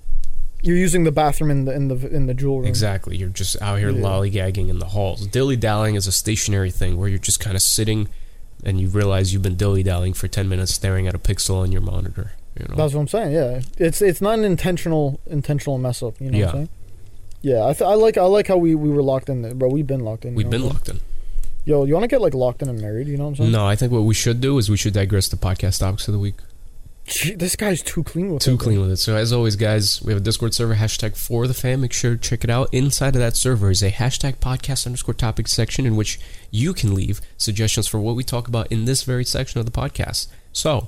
Speaker 2: You're using the bathroom in the in the in the jewel room.
Speaker 1: Exactly. You're just out here
Speaker 2: Yeah.
Speaker 1: lollygagging in the halls. Dilly dallying is a stationary thing where you're just kind of sitting, and you realize you've been dilly dallying for ten minutes, staring at a pixel on your monitor. You know.
Speaker 2: That's what I'm saying. Yeah, it's it's not an intentional intentional mess up. You know
Speaker 1: Yeah.
Speaker 2: what I'm saying? Yeah, I, th- I like I like how we, we were locked in, there, bro. We've been locked in. you
Speaker 1: We've
Speaker 2: know
Speaker 1: been
Speaker 2: what I'm
Speaker 1: locked in.
Speaker 2: saying? Yo, you want to get like locked in and married? You know what I'm saying?
Speaker 1: No, I think what we should do is we should digress to podcast topics of the week.
Speaker 2: Gee, this guy's too clean with
Speaker 1: Too
Speaker 2: it, bro.
Speaker 1: clean with it. So as always, guys, we have a Discord server hashtag for the fam. Make sure to check it out. Inside of that server is a hashtag podcast underscore topic section in which you can leave suggestions for what we talk about in this very section of the podcast. So,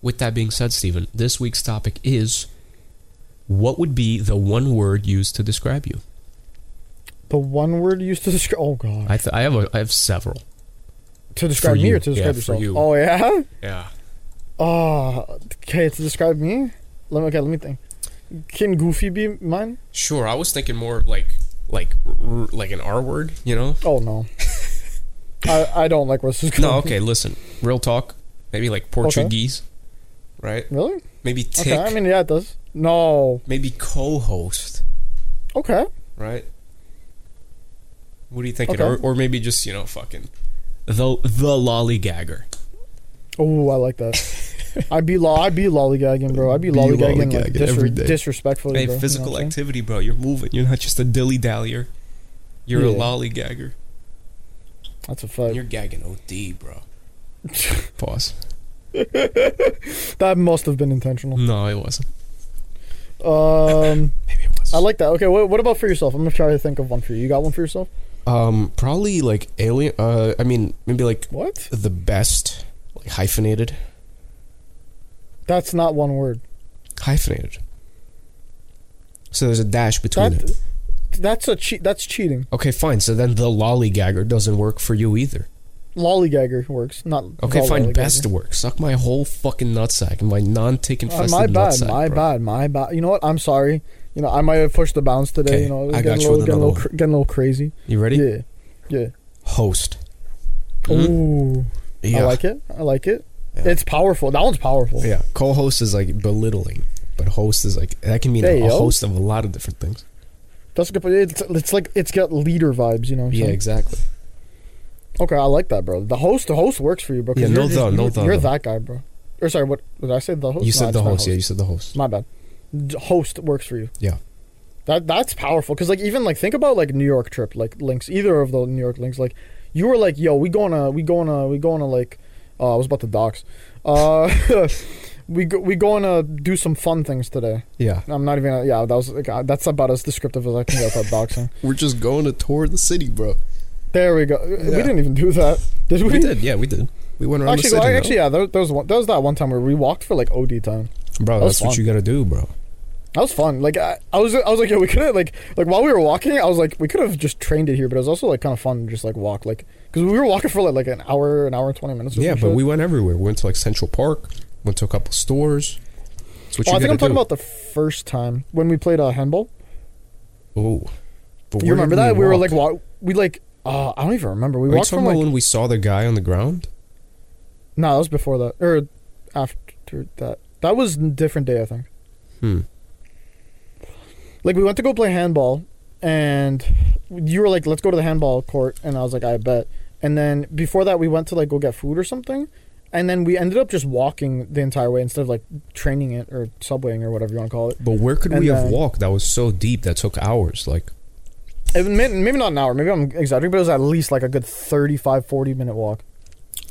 Speaker 1: with that being said, Steven, this week's topic is what would be the one word used to describe you?
Speaker 2: The one word used to describe. Oh god.
Speaker 1: I th- I have a, I have several.
Speaker 2: to describe
Speaker 1: for
Speaker 2: me
Speaker 1: you.
Speaker 2: or to
Speaker 1: Yeah,
Speaker 2: describe
Speaker 1: for
Speaker 2: yourself?
Speaker 1: you.
Speaker 2: Oh yeah.
Speaker 1: Yeah.
Speaker 2: Oh, okay. To describe me. Let me. Okay, let me think. Can Goofy be mine?
Speaker 1: Sure. I was thinking more like like r- like an R word. You know.
Speaker 2: Oh no. I, I don't like where this is going.
Speaker 1: No. Okay. Listen. Real talk. Maybe like Portuguese. Right.
Speaker 2: Really?
Speaker 1: Maybe tick.
Speaker 2: Okay. I mean, yeah, it does. No.
Speaker 1: maybe co-host,
Speaker 2: Okay.
Speaker 1: right? What do you think?
Speaker 2: Okay.
Speaker 1: Or, or maybe just you know, fucking the the lollygagger.
Speaker 2: Oh, I like that. I'd be lo- I'd be lollygagging, bro. I'd be,
Speaker 1: Be
Speaker 2: lollygagging, like
Speaker 1: lollygagging every day.
Speaker 2: disre- disrespectfully.
Speaker 1: Hey,
Speaker 2: bro. You know
Speaker 1: physical
Speaker 2: what I'm saying?
Speaker 1: activity, bro. You're moving. You're not just a dilly dallyer. You're a
Speaker 2: Yeah.
Speaker 1: lollygagger.
Speaker 2: That's a fact.
Speaker 1: You're gagging OD, bro. Pause.
Speaker 2: that must have been intentional.
Speaker 1: No, it wasn't.
Speaker 2: Um,
Speaker 1: Maybe it was.
Speaker 2: I like that. Okay, what, what about for yourself? I'm gonna try to think of one for you. You got one for yourself?
Speaker 4: Um, probably like alien. Uh, I mean, maybe like
Speaker 2: What?
Speaker 4: the best, like hyphenated,
Speaker 2: That's not one word.
Speaker 4: hyphenated. So there's a dash between it.
Speaker 2: That that's a cheat. That's cheating.
Speaker 4: Okay, fine. So then the lollygagger doesn't work for you either.
Speaker 2: Lollygagger works. Not
Speaker 4: Okay, fine.
Speaker 2: lollygagger.
Speaker 4: Best work. Suck my whole fucking nutsack and my non-tick
Speaker 2: Uh,
Speaker 4: infested
Speaker 2: my bad,
Speaker 4: nutsack.
Speaker 2: my
Speaker 4: bro.
Speaker 2: bad, my bad. You know what? I'm sorry. You know, I might have pushed the bounds today.
Speaker 4: Okay,
Speaker 2: you know, it was
Speaker 4: I
Speaker 2: getting,
Speaker 4: got
Speaker 2: a
Speaker 4: you
Speaker 2: little,
Speaker 4: with
Speaker 2: getting, a
Speaker 4: another
Speaker 2: little, cr- getting a little crazy.
Speaker 4: You ready? Mm-hmm.
Speaker 2: Yeah, yeah.
Speaker 4: Host.
Speaker 2: Ooh,
Speaker 4: Yeah.
Speaker 2: I like it. I like it.
Speaker 4: Yeah.
Speaker 2: It's powerful. That one's powerful.
Speaker 4: Yeah, co-host is like belittling, but host is like that can mean
Speaker 2: Hey,
Speaker 4: a, a
Speaker 2: yo.
Speaker 4: host of a lot of different things.
Speaker 2: That's a good. But it's, it's like it's got leader vibes. You know. What I'm
Speaker 4: Yeah,
Speaker 2: saying?
Speaker 4: exactly.
Speaker 2: Okay, I like that, bro. The host, the host works for you, bro. 'cause
Speaker 4: Yeah,
Speaker 2: you're
Speaker 4: no
Speaker 2: just-
Speaker 4: doubt, no
Speaker 2: you're-
Speaker 4: doubt,
Speaker 2: You're
Speaker 4: no.
Speaker 2: that guy, bro. Or sorry, what did I say? The host.
Speaker 4: You
Speaker 2: No,
Speaker 4: said
Speaker 2: it's
Speaker 4: the
Speaker 2: not
Speaker 4: host. Yeah, you said the host.
Speaker 2: My bad. D- Host works for you.
Speaker 4: Yeah.
Speaker 2: That that's powerful because like even like think about like New York trip like links either of the New York links like you were like yo we going to we going to we going to like uh, I was about to dox uh we go, we going to do some fun things today
Speaker 1: Yeah.
Speaker 2: I'm not even yeah that was like, uh, that's about as descriptive as I can get about doxing
Speaker 1: We're just going to tour the city, bro.
Speaker 2: there we go we
Speaker 1: Yeah.
Speaker 2: didn't even do that did we,
Speaker 1: We did. Yeah, we did. We went around
Speaker 2: actually
Speaker 1: the
Speaker 2: well,
Speaker 1: city.
Speaker 2: actually yeah there, there was one there was that one time where we walked for like OD time
Speaker 1: bro, bro
Speaker 2: that
Speaker 1: that's
Speaker 2: was
Speaker 1: what
Speaker 2: fun.
Speaker 1: you gotta do, bro.
Speaker 2: That was fun. Like I, I was, I was like, yeah, we could have like, like while we were walking, I was like, we could have just trained it here, but it was also like kind of fun to just like walk, like because we were walking for like, like an hour, an hour and twenty minutes. Or
Speaker 1: Yeah,
Speaker 2: some
Speaker 1: but
Speaker 2: shit.
Speaker 1: we went everywhere. We went to like Central Park. Went to a couple stores. That's what
Speaker 2: Oh,
Speaker 1: you
Speaker 2: I think
Speaker 1: gotta
Speaker 2: I'm talking
Speaker 1: do.
Speaker 2: about the first time when we played uh, handball.
Speaker 1: oh, but
Speaker 2: You
Speaker 1: where
Speaker 2: remember
Speaker 1: did
Speaker 2: that? We were
Speaker 1: walk?
Speaker 2: like, wa- we like, uh, I don't even remember. We
Speaker 1: Are you
Speaker 2: walked
Speaker 1: talking
Speaker 2: from
Speaker 1: about
Speaker 2: like,
Speaker 1: when we saw the guy on the ground?
Speaker 2: no, that was before that or after that. That was a different day, I think.
Speaker 1: Hmm.
Speaker 2: like we went to go play handball and you were like let's go to the handball court and i was like i bet and then before that we went to like go get food or something and then we ended up just walking the entire way instead of like training it or subwaying or whatever you want to call it
Speaker 1: But where could
Speaker 2: And uh,
Speaker 1: we have
Speaker 2: then-
Speaker 1: walked that was so deep that took hours? Like,
Speaker 2: It may- maybe not an hour maybe i'm exaggerating but it was at least like a good 35 40 minute walk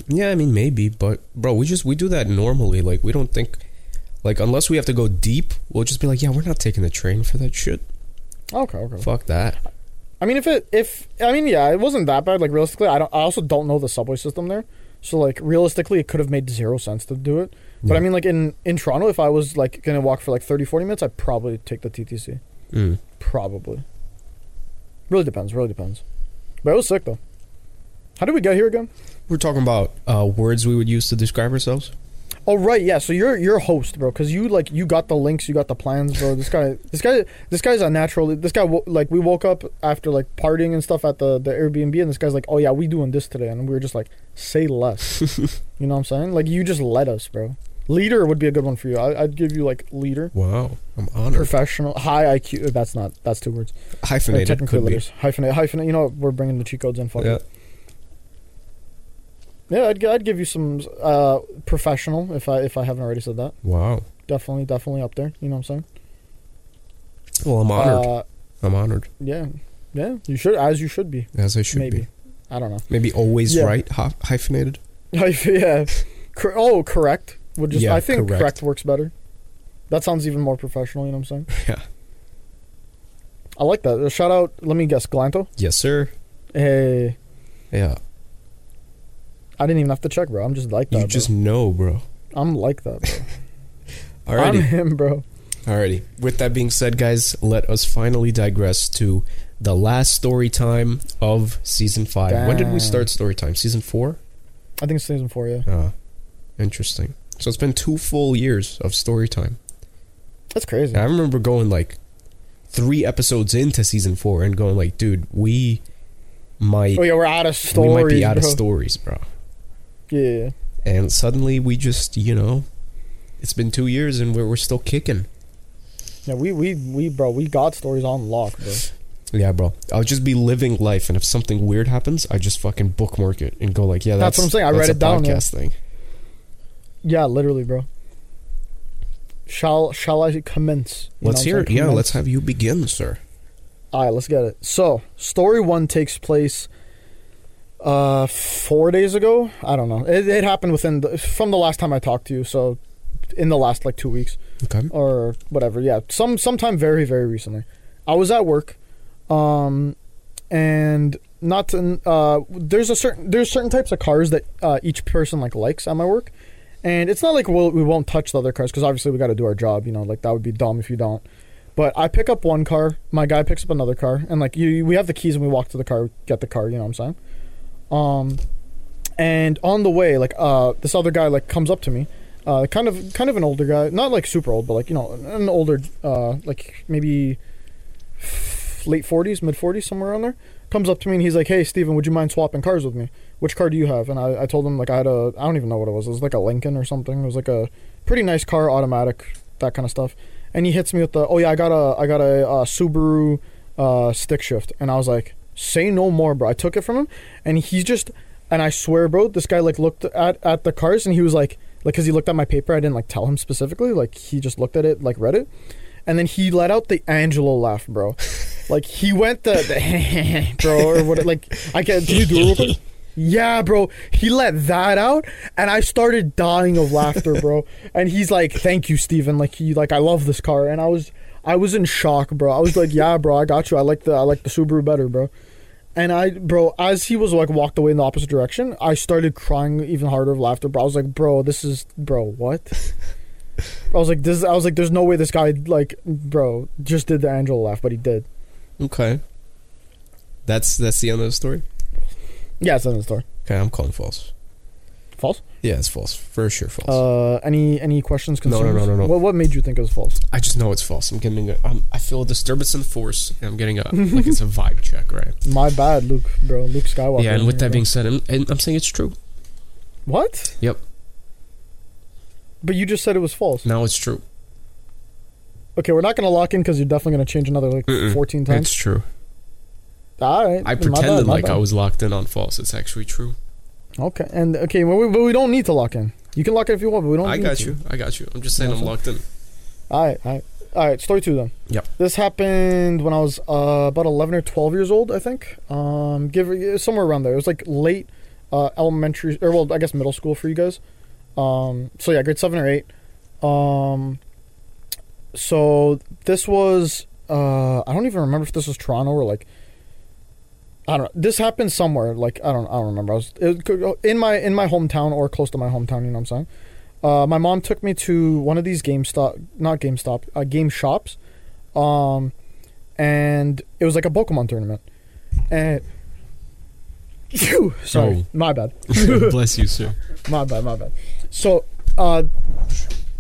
Speaker 1: yeah, I mean, maybe, but bro, we just we do that normally. Like, we don't think, like, unless we have to go deep, we'll just be like, yeah, we're not taking the train for that shit.
Speaker 2: okay okay
Speaker 1: Fuck that.
Speaker 2: i mean if it if i mean yeah it wasn't that bad like realistically i don't i also don't know the subway system there so like realistically it could have made zero sense to do it but i mean like in in toronto if i was like gonna walk for like 30 40 minutes i'd probably take the ttc
Speaker 1: Mm.
Speaker 2: Probably. Really depends. Really depends. But it was sick though. How did we get here again?
Speaker 1: We're talking about uh, words we would use to describe ourselves.
Speaker 2: Oh right, yeah. So you're you're host, bro, because you like you got the links, you got the plans, bro. This guy, this guy, this guy's a natural. This guy, wo- like, we woke up after like partying and stuff at the the Airbnb, and this guy's like, oh yeah, we doing this today, and we were just like, say less. you know what I'm saying? Like you just led us, bro. Leader would be a good one for you. I, I'd give you like leader,
Speaker 1: Wow, I'm honored.
Speaker 2: professional, high IQ. That's not. That's two words. They're
Speaker 1: Hyphenated
Speaker 2: technically
Speaker 1: could be.
Speaker 2: letters. Hyphenate, hyphenate. You know, what? we're bringing the cheat codes in. Fuck
Speaker 1: Yeah.
Speaker 2: it. Yeah, I'd, I'd give you some uh, professional if I if I haven't already said that.
Speaker 1: Wow.
Speaker 2: Definitely, definitely up there. You know what I'm saying?
Speaker 1: Well, I'm honored.
Speaker 2: Uh,
Speaker 1: I'm honored,
Speaker 2: yeah, yeah. You should as you should be.
Speaker 1: as I should
Speaker 2: maybe
Speaker 1: be.
Speaker 2: I don't know.
Speaker 1: Maybe always
Speaker 2: Yeah.
Speaker 1: right. hy- hyphenated.
Speaker 2: yeah. Cor- oh, correct. Would just
Speaker 1: Yeah,
Speaker 2: I think correct.
Speaker 1: correct.
Speaker 2: works better. That sounds even more professional. You know what I'm saying?
Speaker 1: Yeah.
Speaker 2: I like that. Uh, Shout out. Let me guess. Glanto.
Speaker 1: Yes, sir.
Speaker 2: Hey,
Speaker 1: Yeah.
Speaker 2: I didn't even have to check, bro. I'm just like that.
Speaker 1: You
Speaker 2: bro.
Speaker 1: just know, bro.
Speaker 2: I'm like that. Bro. I'm
Speaker 1: Alrighty.
Speaker 2: him, bro.
Speaker 1: Alrighty. With that being said, guys, let us finally digress to the last story time of season five. When did we
Speaker 2: Damn.
Speaker 1: start story time? Season four?
Speaker 2: I think it's season four. Yeah,
Speaker 1: Ah, interesting. So it's been two full years of story time.
Speaker 2: that's crazy.
Speaker 1: And I remember going like three episodes into season four and going like, dude, we might
Speaker 2: Oh yeah, we're out of stories.
Speaker 1: we might be out
Speaker 2: bro.
Speaker 1: of stories, bro.
Speaker 2: Yeah, yeah, yeah.
Speaker 1: And suddenly we just, you know, it's been two years and we're, we're still kicking.
Speaker 2: yeah. We we we bro, we got stories on lock, bro.
Speaker 1: Yeah, bro. I'll just be living life, and if something weird happens, I just fucking bookmark it and go like, yeah, that's,
Speaker 2: That's what I'm saying. I
Speaker 1: that's
Speaker 2: write
Speaker 1: a
Speaker 2: it down, yeah.
Speaker 1: Podcast thing.
Speaker 2: Yeah, literally, bro. Shall shall I commence? You know
Speaker 1: Let's
Speaker 2: what
Speaker 1: hear
Speaker 2: I'm
Speaker 1: it.
Speaker 2: saying?
Speaker 1: Yeah,
Speaker 2: Commence.
Speaker 1: let's have you begin, sir.
Speaker 2: All right, let's get it. So, story one takes place uh four days ago. I don't know. It, it happened within the, from the last time I talked to you. So, in the last like two weeks.
Speaker 1: Okay.
Speaker 2: or whatever. Yeah, some sometime very very recently. I was at work, um, and not to, uh, there's a certain there's certain types of cars that uh, each person like likes at my work, and it's not like we'll, we won't touch the other cars because obviously we got to do our job. You know, like that would be dumb if you don't. But I pick up one car, my guy picks up another car, and like you, you- we have the keys and we walk to the car, get the car. You know what I'm saying? Um, and on the way, like uh, this other guy like comes up to me, uh, kind of kind of an older guy, not like super old, but like you know an- an older, uh, like maybe f- late forties, mid forties, somewhere around there. Comes up to me and he's like, "Hey, Steven, would you mind swapping cars with me? Which car do you have?" And I, I told him like I had a I don't even know what it was. It was like a Lincoln or something. It was like a pretty nice car, automatic, that kind of stuff. And he hits me with the, "Oh yeah, I got a I got a, uh Subaru uh, stick shift." And I was like, "Say no more, bro." I took it from him, and he just and I swear, bro, this guy like looked at at the cars and he was like like because he looked at my paper i didn't like tell him specifically like he just looked at it like read it and then he let out the Angelo laugh, bro. Like he went the, the bro or what? Like I can do you do it? real quick? Yeah, bro. He let that out, and I started dying of laughter, bro. And he's like, "Thank you, Steven. Like he like I love this car." And I was I was in shock, bro. I was like, "Yeah, bro, I got you. I like the I like the Subaru better, bro." And I, bro, as he was like walked away in the opposite direction, I started crying even harder of laughter, bro. I was like, "Bro, this is bro, what?" I was like, this. I was like, there's no way this guy, like, bro, just did the Angela laugh, but he did.
Speaker 1: Okay. That's that's the end of the story.
Speaker 2: Yeah, it's not in the store.
Speaker 1: Okay, I'm calling false.
Speaker 2: False.
Speaker 1: Yeah, it's false. For sure, false.
Speaker 2: Uh, any any questions?
Speaker 1: No, no,
Speaker 2: Concerns?
Speaker 1: no, no, no.
Speaker 2: What what made you think it was false?
Speaker 1: I just know it's false. I'm getting. A, I'm, I feel a disturbance in the force. And I'm getting a like it's a vibe check, right?
Speaker 2: My bad, Luke, bro. Luke Skywalker.
Speaker 1: yeah, and with
Speaker 2: here,
Speaker 1: that
Speaker 2: bro.
Speaker 1: being said, I'm, and I'm saying it's true.
Speaker 2: what?
Speaker 1: Yep.
Speaker 2: But you just said it was false.
Speaker 1: Now it's true.
Speaker 2: Okay, we're not gonna lock in because you're definitely gonna change another like
Speaker 1: Mm-mm.
Speaker 2: 14 times.
Speaker 1: It's true.
Speaker 2: All right.
Speaker 1: I
Speaker 2: my
Speaker 1: pretended
Speaker 2: bad, my
Speaker 1: like
Speaker 2: bad.
Speaker 1: I was locked in on false. It's actually true.
Speaker 2: Okay, and okay, well, we, but we don't need to lock in. You can lock in if you want, but we don't.
Speaker 1: I
Speaker 2: need
Speaker 1: got
Speaker 2: to.
Speaker 1: you. I got you. I'm just saying I'm
Speaker 2: Nothing.
Speaker 1: locked in.
Speaker 2: All right, all right, all right. Story two then.
Speaker 1: Yep.
Speaker 2: This happened when I was uh, about eleven or twelve years old, I think. Um, give it- somewhere around there. It was like late uh, elementary, or well, I guess middle school for you guys. Um, so yeah, grade seven or eight. Um, so this was uh, I don't even remember if this was Toronto or like I don't know. This happened somewhere. Like I don't I don't remember. I was it could go in my in my hometown or close to my hometown. You know what I'm saying? Uh, my mom took me to one of these GameStop, not GameStop, uh, game shops, um, and it was like a Pokemon tournament. And Phew, sorry,
Speaker 1: Oh.
Speaker 2: my bad.
Speaker 1: Bless you, sir.
Speaker 2: My bad, my bad. So, uh,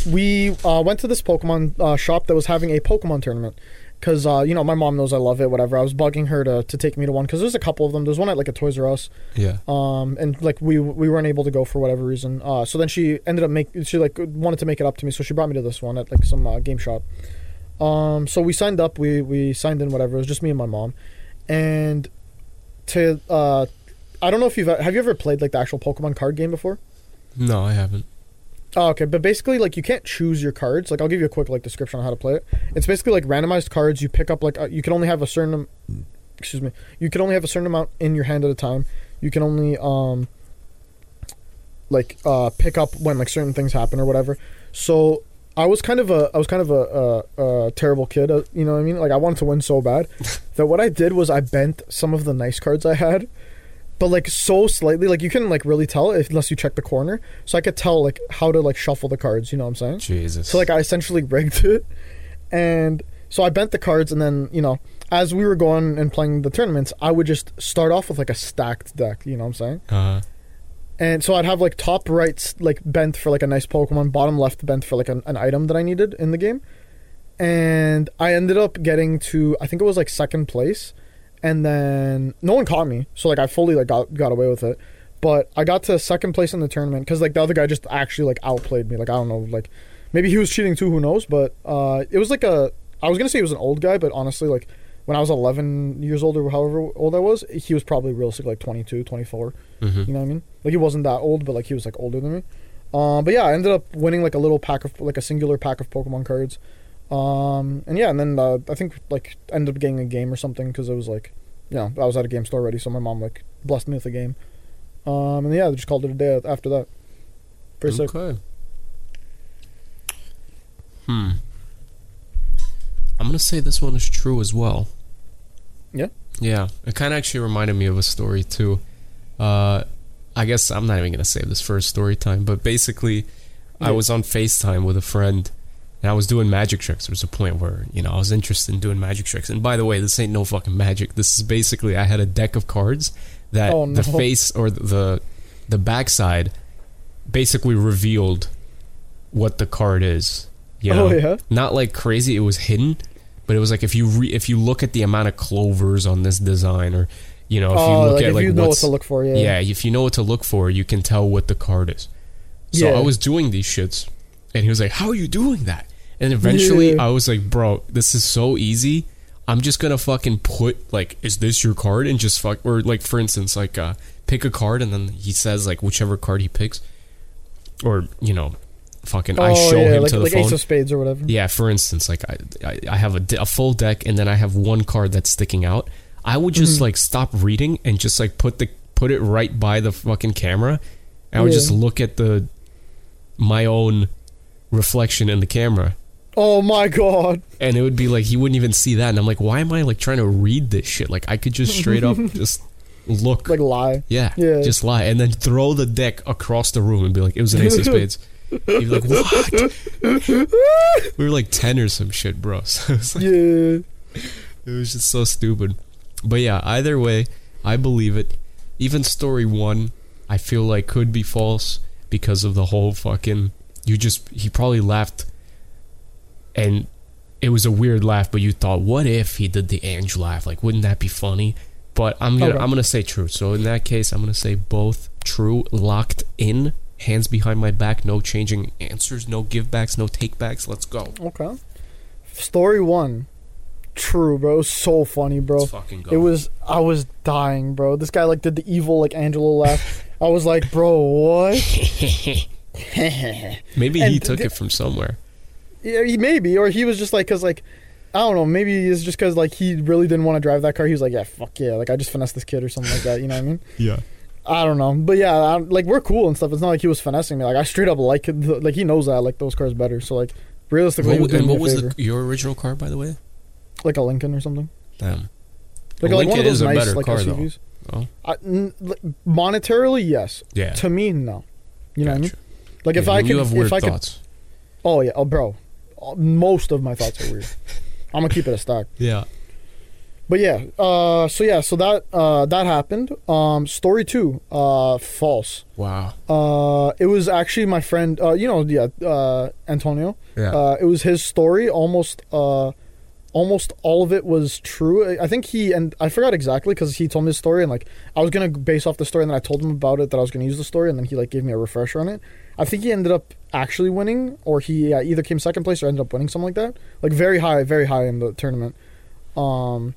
Speaker 2: we uh, went to this Pokemon uh, shop that was having a Pokemon tournament. Because, uh, you know, my mom knows I love it, whatever. I was bugging her to, to take me to one. Because there's a couple of them. There's one at, like, a Toys R Us.
Speaker 1: Yeah.
Speaker 2: Um, and, like, we we weren't able to go for whatever reason. Uh, so then she ended up make She, like, wanted to make it up to me. So she brought me to this one at, like, some uh, game shop. Um, so we signed up. We, we signed in, whatever. It was just me and my mom. And to... Uh, I don't know if you've... Have you ever played, like, the actual Pokemon card game before?
Speaker 1: No, I haven't.
Speaker 2: Oh, okay, but basically, like you can't choose your cards. Like I'll give you a quick like description on how to play it. It's basically like randomized cards. You pick up like uh, you can only have a certain, am- excuse me, you can only have a certain amount in your hand at a time. You can only um, like uh, pick up when like certain things happen or whatever. So I was kind of a I was kind of a, a, a terrible kid. Uh, you know what I mean? Like I wanted to win so bad that what I did was I bent some of the nice cards I had. But like so slightly, like you couldn't like really tell if, unless you check the corner. So I could tell like how to like shuffle the cards. You know what I'm saying?
Speaker 1: Jesus.
Speaker 2: So like I essentially rigged it, and so I bent the cards, and then you know as we were going and playing the tournaments, I would just start off with like a stacked deck. You know what I'm saying?
Speaker 1: uh,
Speaker 2: And so I'd have like top right s- like bent for like a nice Pokemon, bottom left bent for like an, an item that I needed in the game. And I ended up getting to I think it was like second place. And then no one caught me. So like I fully like got, got away with it. But I got to second place in the tournament because like the other guy just actually like outplayed me. Like I don't know, like maybe he was cheating too, who knows? But uh it was like a I was gonna say he was an old guy, but honestly like when I was 11 years old or however old I was, he was probably realistic like 22, 24.
Speaker 1: mhm.
Speaker 2: You know what I mean? Like he wasn't that old, but like he was like older than me. Um, but yeah, I ended up winning like a little pack of like a singular pack of Pokemon cards. Um, and yeah, and then uh, I think like ended up getting a game or something because it was like, you know, I was at a game store already, so my mom like blessed me with a game. Um, and yeah, they just called it a day after that. Pretty sick.
Speaker 1: Okay. Hmm. I'm gonna say this one is true as well.
Speaker 2: Yeah?
Speaker 1: Yeah. It kind of actually reminded me of a story too. Uh, I guess I'm not even gonna save this for a story time, but basically, I
Speaker 2: Yeah.
Speaker 1: was on Facetime with a friend, and I was doing magic tricks. There was a point where you know I was interested in doing magic tricks. And by the way, this ain't no fucking magic. This is basically I had a deck of cards that
Speaker 2: Oh,
Speaker 1: the
Speaker 2: no.
Speaker 1: face or the the backside basically revealed what the card is. You know?
Speaker 2: Oh yeah.
Speaker 1: Not like crazy, it was hidden, but it was like if you re- if you look at the amount of clovers on this design or you know, if
Speaker 2: Oh,
Speaker 1: you look
Speaker 2: like,
Speaker 1: at
Speaker 2: if
Speaker 1: like
Speaker 2: you know what
Speaker 1: what's
Speaker 2: to look for, yeah.
Speaker 1: yeah, if you know what to look for, you can tell what the card is. So
Speaker 2: Yeah.
Speaker 1: I was doing these shits, and he was like, "How are you doing that?" And eventually,
Speaker 2: Yeah.
Speaker 1: I was like, "Bro, this is so easy. I'm just gonna fucking put like, is this your card?" And just fuck, or like for instance, like uh, pick a card, and then he says like whichever card he picks, or you know, fucking I show him
Speaker 2: Oh, like,
Speaker 1: to the
Speaker 2: like
Speaker 1: phone.
Speaker 2: Ace of Spades or whatever.
Speaker 1: Yeah, for instance, like I, I, I have a, d- a full deck, and then I have one card that's sticking out. I would just like stop reading and just like put the put it right by the fucking camera. And I would
Speaker 2: Yeah.
Speaker 1: just look at the my own reflection in the camera,
Speaker 2: Oh my god.
Speaker 1: and it would be like he wouldn't even see that. And I'm like, why am I like trying to read this shit? Like I could just straight up just look.
Speaker 2: Like lie.
Speaker 1: yeah,
Speaker 2: Yeah.
Speaker 1: just lie, and then throw the deck across the room and be like, "It was an ace of spades." He'd be like, "What?" we were like ten or some shit, bro. So it's like,
Speaker 2: Yeah.
Speaker 1: it was just so stupid. But yeah, either way, I believe it. Even story one, I feel like could be false because of the whole fucking. You just he probably laughed, and it was a weird laugh. But you thought, what if he did the Ange laugh? Like, wouldn't that be funny? But I'm gonna
Speaker 2: Okay.
Speaker 1: I'm gonna say true. So in that case, I'm gonna say both true, locked in, hands behind my back, no changing answers, no givebacks, no takebacks. Let's go.
Speaker 2: Okay. Story one. True, bro. It was so funny, bro.
Speaker 1: Let's fucking go.
Speaker 2: It was I was dying, bro. This guy like did the evil like Angelo laugh. I was like, bro, what? yeah,
Speaker 1: Maybe he
Speaker 2: and
Speaker 1: took
Speaker 2: the-
Speaker 1: it from somewhere.
Speaker 2: he maybe or he was just like, cause like, I don't know. Maybe it's just cause like he really didn't want to drive that car. He was like, yeah, fuck yeah, like I just finessed this kid or something like that. You know what I mean?
Speaker 1: Yeah.
Speaker 2: I don't know, but yeah, I, like we're cool and stuff. It's not like he was finessing me. Like I straight up like it- like he knows that I like those cars better. So like
Speaker 1: What,
Speaker 2: realistically, he was
Speaker 1: w-
Speaker 2: doing
Speaker 1: and
Speaker 2: me
Speaker 1: what
Speaker 2: a
Speaker 1: was
Speaker 2: favor.
Speaker 1: the, your original car, by the way?
Speaker 2: like a Lincoln or something.
Speaker 1: Damn.
Speaker 2: Like,
Speaker 1: A
Speaker 2: like one
Speaker 1: Lincoln
Speaker 2: of
Speaker 1: is
Speaker 2: those
Speaker 1: a
Speaker 2: nice
Speaker 1: better
Speaker 2: like
Speaker 1: car, though.
Speaker 2: SUVs.
Speaker 1: Oh.
Speaker 2: I, n- like, monetarily, yes.
Speaker 1: Yeah.
Speaker 2: To me, no. You know what I mean?
Speaker 1: Gotcha.
Speaker 2: Like if
Speaker 1: Yeah,
Speaker 2: I
Speaker 1: and
Speaker 2: could,
Speaker 1: you have weird
Speaker 2: if I could,
Speaker 1: thoughts.
Speaker 2: oh yeah, oh bro, Oh, most of my thoughts are weird. I'm gonna keep it a stock.
Speaker 1: Yeah.
Speaker 2: But yeah, uh, so yeah, so that uh, that happened. Um, story two, uh, false.
Speaker 1: Wow.
Speaker 2: Uh, it was actually my friend. Uh, you know, yeah, uh, Antonio.
Speaker 1: Yeah.
Speaker 2: Uh, it was his story. Almost, uh, almost all of it was true. I- I think he and I forgot exactly because he told me the story and like I was gonna base off the story and then I told him about it that I was gonna use the story and then he like gave me a refresher on it. I think he ended up actually winning or he uh, either came second place or ended up winning something like that. Like very high, very high in the tournament. Um,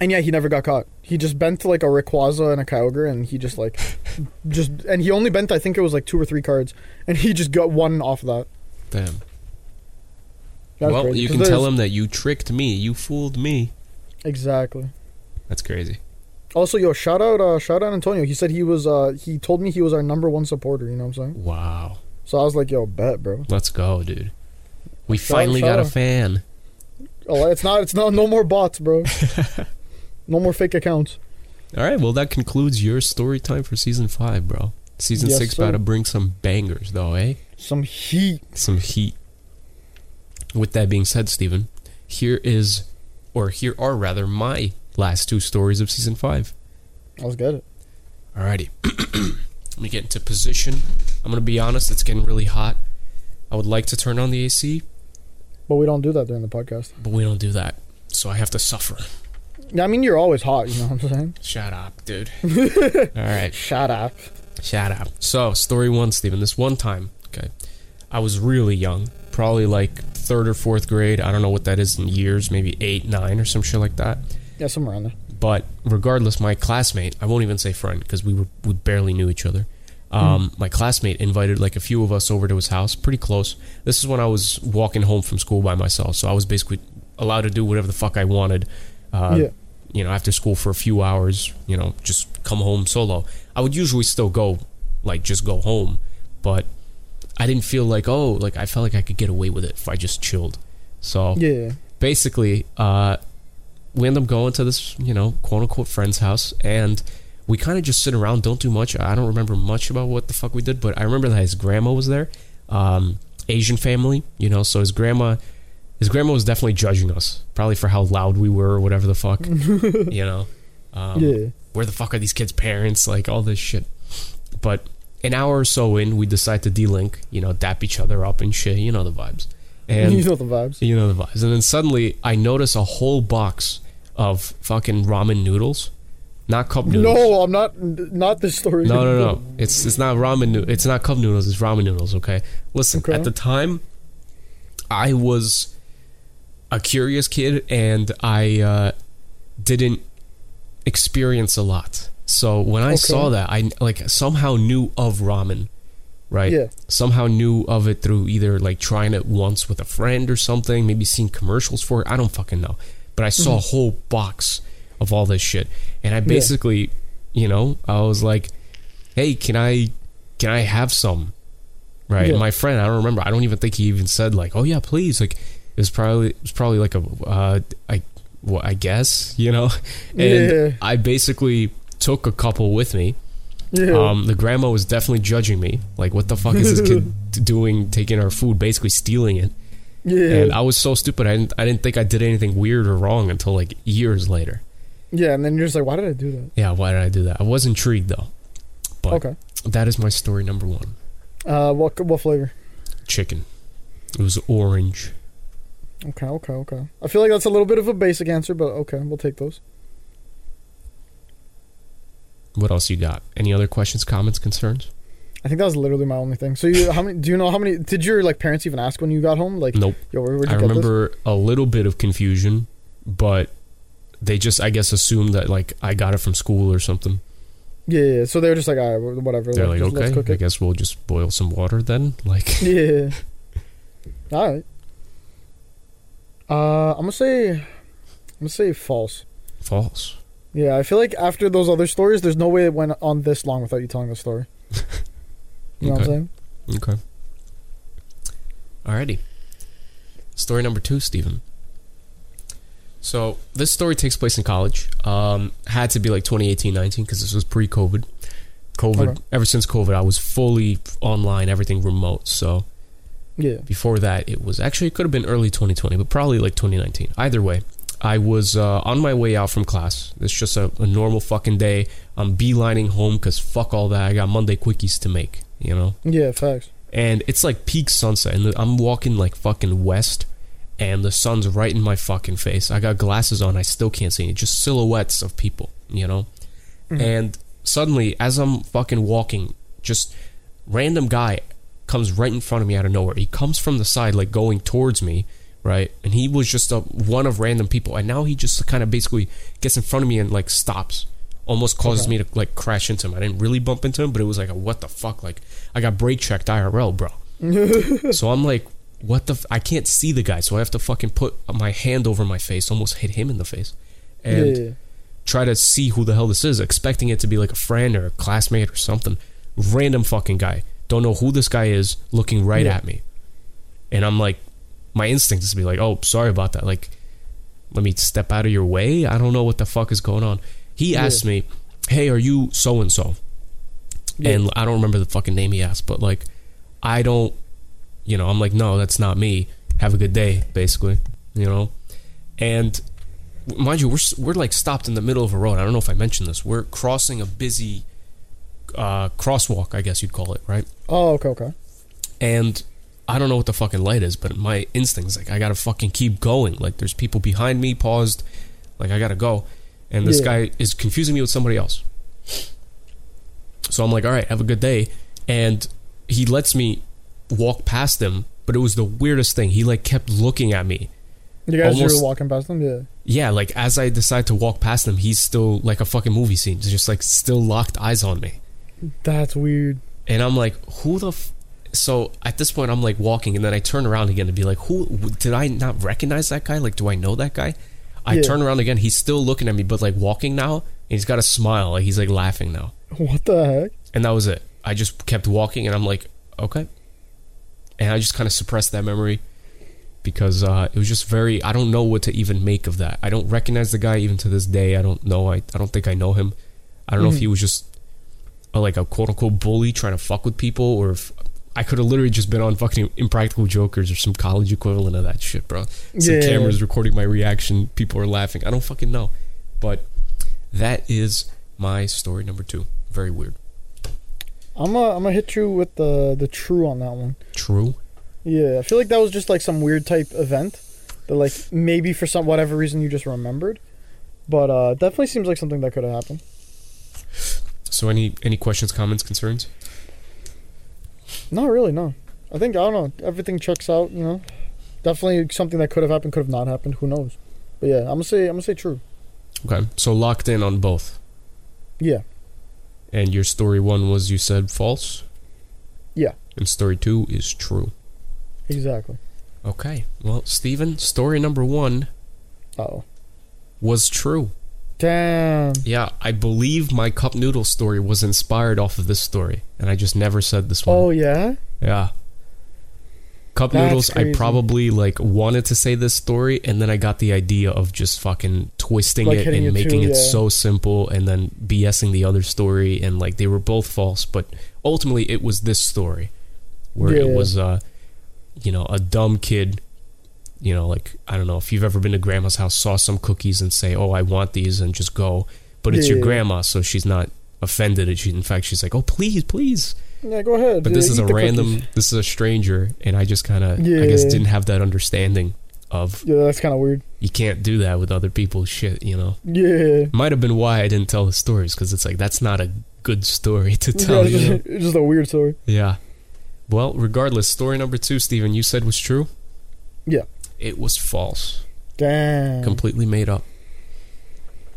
Speaker 2: and yeah, he never got caught. He just bent to like a Rayquaza and a Kyogre, and he just like, just and he only bent. I think it was like two or three cards, and he just got one off of that.
Speaker 1: Damn.
Speaker 2: That was
Speaker 1: well,
Speaker 2: crazy,
Speaker 1: you
Speaker 2: 'cause
Speaker 1: can tell
Speaker 2: there's-
Speaker 1: him that you tricked me. You fooled me.
Speaker 2: exactly.
Speaker 1: That's crazy.
Speaker 2: Also, yo, shout out, uh, shout out Antonio. He said he was, uh, he told me he was our number one supporter. You know what I'm saying?
Speaker 1: Wow.
Speaker 2: So I was like, yo, bet, bro.
Speaker 1: Let's go, dude. We
Speaker 2: Shout out,
Speaker 1: finally
Speaker 2: shout
Speaker 1: got a
Speaker 2: out.
Speaker 1: fan.
Speaker 2: Oh, it's not, it's not, no more bots, bro. no more fake accounts.
Speaker 1: All right. Well, that concludes your story time for season five, bro. Season
Speaker 2: Yes,
Speaker 1: six
Speaker 2: sir.
Speaker 1: about to bring some bangers, though, eh?
Speaker 2: Some heat.
Speaker 1: Some heat. With that being said, Steven, here is, or here are rather, my last two stories of season five.
Speaker 2: Let's get it.
Speaker 1: Alrighty. Let me get into position. I'm gonna be honest, it's getting really hot. I would like to turn on the AC,
Speaker 2: But we don't do that during the podcast.
Speaker 1: but we don't do that. So I have to suffer.
Speaker 2: Yeah, I mean, you're always hot. You know what I'm saying?
Speaker 1: Shut up, dude. Alright.
Speaker 2: Shut up.
Speaker 1: Shut up. So, story one, Steven. This one time, okay, I was really young, probably like third or fourth grade. I don't know what that is in years, maybe eight, nine, or some shit like that.
Speaker 2: Yeah, somewhere in there.
Speaker 1: But regardless, my classmate, I won't even say friend because we were we barely knew each other. Um, My classmate invited like a few of us over to his house, pretty close. This is when I was walking home from school by myself, so I was basically allowed to do whatever the fuck I wanted. Uh,
Speaker 2: yeah.
Speaker 1: You know, after school for a few hours, you know, just come home solo. I would usually still go, like, just go home, but I didn't feel like, oh, like, I felt like I could get away with it if I just chilled. So,
Speaker 2: Yeah.
Speaker 1: basically, uh, we end up going to this, you know, quote unquote friend's house, and we kind of just sit around, don't do much. I don't remember much about what the fuck we did, but I remember that his grandma was there, um, Asian family, you know, so his grandma, his grandma was definitely judging us, probably for how loud we were or whatever the fuck, you know. Um,
Speaker 2: yeah.
Speaker 1: where the fuck are these kids' parents? Like all this shit. But an hour or so in, we decide to delink, you know, dap each other up and shit. You know the vibes. And
Speaker 2: you know the vibes.
Speaker 1: you know the vibes. And then suddenly I notice a whole box of fucking ramen noodles. Not cup noodles.
Speaker 2: No, I'm not. Not this story.
Speaker 1: No, no, no. It's it's not ramen. noo- It's not cup noodles. It's ramen noodles. Okay. Listen.
Speaker 2: Okay.
Speaker 1: At the time, I was a curious kid, and I uh, didn't experience a lot. So when I
Speaker 2: Okay.
Speaker 1: saw that, I like somehow knew of ramen right?
Speaker 2: Yeah.
Speaker 1: Somehow knew of it through either like trying it once with a friend or something, maybe seen commercials for it. I don't fucking know. But I saw a
Speaker 2: Mm-hmm.
Speaker 1: whole box of all this shit. And I basically, you know, I was like, hey, can I can I have some? Right.
Speaker 2: Yeah.
Speaker 1: My friend, I don't remember. I don't even think he even said like, oh yeah, please. Like it was probably it was probably like a uh I well, I guess, you know? And
Speaker 2: Yeah.
Speaker 1: I basically took a couple with me.
Speaker 2: Yeah.
Speaker 1: Um, the grandma was definitely judging me. Like, what the fuck is this kid t- doing, taking our food, basically stealing it?
Speaker 2: yeah.
Speaker 1: And I was so stupid. I didn't, I didn't think I did anything weird or wrong until like years later.
Speaker 2: yeah. And then you're just like, why did I do that?
Speaker 1: Yeah, why did I do that? I was intrigued though. But
Speaker 2: Okay.
Speaker 1: that is my story number one.
Speaker 2: Uh, what what flavor?
Speaker 1: Chicken. It was orange.
Speaker 2: Okay, okay, okay. I feel like that's a little bit of a basic answer, but okay, we'll take those.
Speaker 1: What else you got? Any other questions, comments, concerns?
Speaker 2: I think that was literally my only thing. So you, how many? Do you know how many? Did your like parents even ask when you got home? Like,
Speaker 1: Nope.
Speaker 2: yo, where would you
Speaker 1: I
Speaker 2: get this?
Speaker 1: remember a little bit of confusion, but they just, I guess, assumed that like I got it from school or something.
Speaker 2: Yeah, yeah, yeah. So they were just like, all right, wh- whatever.
Speaker 1: They're
Speaker 2: like,
Speaker 1: like,
Speaker 2: just, let's cook
Speaker 1: okay, I
Speaker 2: it.
Speaker 1: guess we'll just boil some water then. Like,
Speaker 2: Yeah. all right. Uh, I'm gonna say, I'm gonna say false.
Speaker 1: false.
Speaker 2: Yeah, I feel like after those other stories, there's no way it went on this long without you telling the story. You know what I'm
Speaker 1: Okay. Okay.
Speaker 2: saying?
Speaker 1: Alrighty. Story number two, Stephen. So this story takes place in college. Um, had to be like 2018, 19 because this was pre-COVID. COVID.
Speaker 2: Okay.
Speaker 1: Ever since COVID, I was fully online, everything remote. So
Speaker 2: Yeah.
Speaker 1: before that, it was actually it could have been early 2020, but probably like 2019. Either way, I was uh, on my way out from class. It's just a, a normal fucking day. I'm beelining home because fuck all that. I got Monday quickies to make. You know
Speaker 2: Yeah. Facts.
Speaker 1: and it's like peak sunset and i'm walking like fucking west and the sun's right in my fucking face i got glasses on i still can't see any just silhouettes of people you know and suddenly as i'm fucking walking just random guy comes right in front of me out of nowhere he comes from the side like going towards me right and he was just a, one of random people and now he just kind of basically gets in front of me and like stops almost causes me to like crash into him i didn't really bump into him but it was like a what the fuck like i got brake checked irl bro so I'm like, what the? F-? I can't see the guy, so I have to fucking put my hand over my face, almost hit him in the face, and
Speaker 2: yeah.
Speaker 1: try to see who the hell this is, expecting it to be like a friend or a classmate or something. Random fucking guy. Don't know who this guy is, looking right
Speaker 2: Yeah.
Speaker 1: at me. And I'm like, my instinct is to be like, oh, sorry about that. Like, let me step out of your way. I don't know what the fuck is going on. He
Speaker 2: Yeah.
Speaker 1: asked me, hey, are you so and so?
Speaker 2: Yeah.
Speaker 1: And I don't remember the fucking name he asked, but like, I don't, you know, I'm like, no, that's not me. Have a good day, basically, you know? And mind you, we're we're like stopped in the middle of a road. I don't know if I mentioned this. We're crossing a busy uh, crosswalk, I guess you'd call it, right?
Speaker 2: Oh. Okay. Okay.
Speaker 1: And I don't know what the fucking light is, but my instincts like I gotta fucking keep going. Like there's people behind me, paused. Like I gotta go, and this
Speaker 2: Yeah.
Speaker 1: guy is confusing me with somebody else. So I'm like, all right, have a good day, and he lets me walk past him. But it was the weirdest thing. He like kept looking at me,
Speaker 2: You guys
Speaker 1: Almost-
Speaker 2: were walking past them. Yeah.
Speaker 1: yeah, like as I decide to walk past him, he's still like a fucking movie scene, just like still locked eyes on me.
Speaker 2: That's weird.
Speaker 1: And I'm like, who the f-? So at this point, I'm like walking, and then I turn around again to be like, who did I not recognize that guy? Like, do I know that guy? I
Speaker 2: Yeah.
Speaker 1: turn around again. He's still looking at me, but like walking now, and he's got a smile. Like he's like laughing now.
Speaker 2: What the heck?
Speaker 1: And that was it. I just kept walking, and I'm like, okay. And I just kind of suppressed that memory because uh, it was just very. I don't know what to even make of that. I don't recognize the guy even to this day. I don't know. I, I don't think I know him. I don't know if he was just a, like a quote unquote bully trying to fuck with people, or if I could have literally just been on fucking Impractical Jokers or some college equivalent of that shit, bro. Some
Speaker 2: Yeah.
Speaker 1: cameras recording my reaction. People are laughing. I don't fucking know. But that is my story number two. Very weird.
Speaker 2: I'm gonna I'm gonna hit you with the the true on that one.
Speaker 1: True.
Speaker 2: Yeah, I feel like that was just like some weird type event that like maybe for some whatever reason you just remembered, but uh definitely seems like something that could have happened.
Speaker 1: So any any questions, comments, concerns?
Speaker 2: Not really, no. I think I don't know. Everything checks out, you know. Definitely something that could have happened, could have not happened. Who knows? But yeah, I'm gonna say I'm gonna say true.
Speaker 1: Okay. So locked in on both.
Speaker 2: Yeah.
Speaker 1: And your story one was you said false.
Speaker 2: Yeah.
Speaker 1: And story two is true.
Speaker 2: Exactly.
Speaker 1: Okay. Well, Steven, story number one
Speaker 2: Oh.
Speaker 1: was true.
Speaker 2: Damn.
Speaker 1: Yeah, I believe my cup noodle story was inspired off of this story, and I just never said this one.
Speaker 2: Oh yeah.
Speaker 1: Yeah. Cup
Speaker 2: That's
Speaker 1: noodles, I
Speaker 2: crazy.
Speaker 1: probably like wanted to say this story, and then I got the idea of just fucking twisting
Speaker 2: Like
Speaker 1: it
Speaker 2: hitting
Speaker 1: and
Speaker 2: it
Speaker 1: making
Speaker 2: too,
Speaker 1: it
Speaker 2: yeah.
Speaker 1: so simple, and then BSing the other story, and like they were both false, but ultimately it was this story where it
Speaker 2: Yeah.
Speaker 1: was, uh, you know, a dumb kid. You know, like I don't know if you've ever been to grandma's house, saw some cookies, and say, "Oh, I want these," and just go. But it's your
Speaker 2: Yeah.
Speaker 1: grandma, so she's not offended. And she, in fact, she's like, "Oh, please, please."
Speaker 2: Yeah. Go ahead.
Speaker 1: But
Speaker 2: yeah,
Speaker 1: this is
Speaker 2: eat
Speaker 1: a
Speaker 2: the
Speaker 1: random.
Speaker 2: cookies.
Speaker 1: This is a stranger, and I just kind of, I guess,
Speaker 2: Yeah.
Speaker 1: didn't have that understanding of
Speaker 2: Yeah, that's kind of weird.
Speaker 1: you can't do that with other people's shit. You know,
Speaker 2: Yeah.
Speaker 1: might have been why I didn't tell the stories because it's like that's not a good story to tell.
Speaker 2: yeah,
Speaker 1: you know?
Speaker 2: it's just, it's just a weird story.
Speaker 1: yeah. Well, regardless, story number two, Steven, you said was true.
Speaker 2: Yeah.
Speaker 1: It was false.
Speaker 2: Damn.
Speaker 1: Completely made up.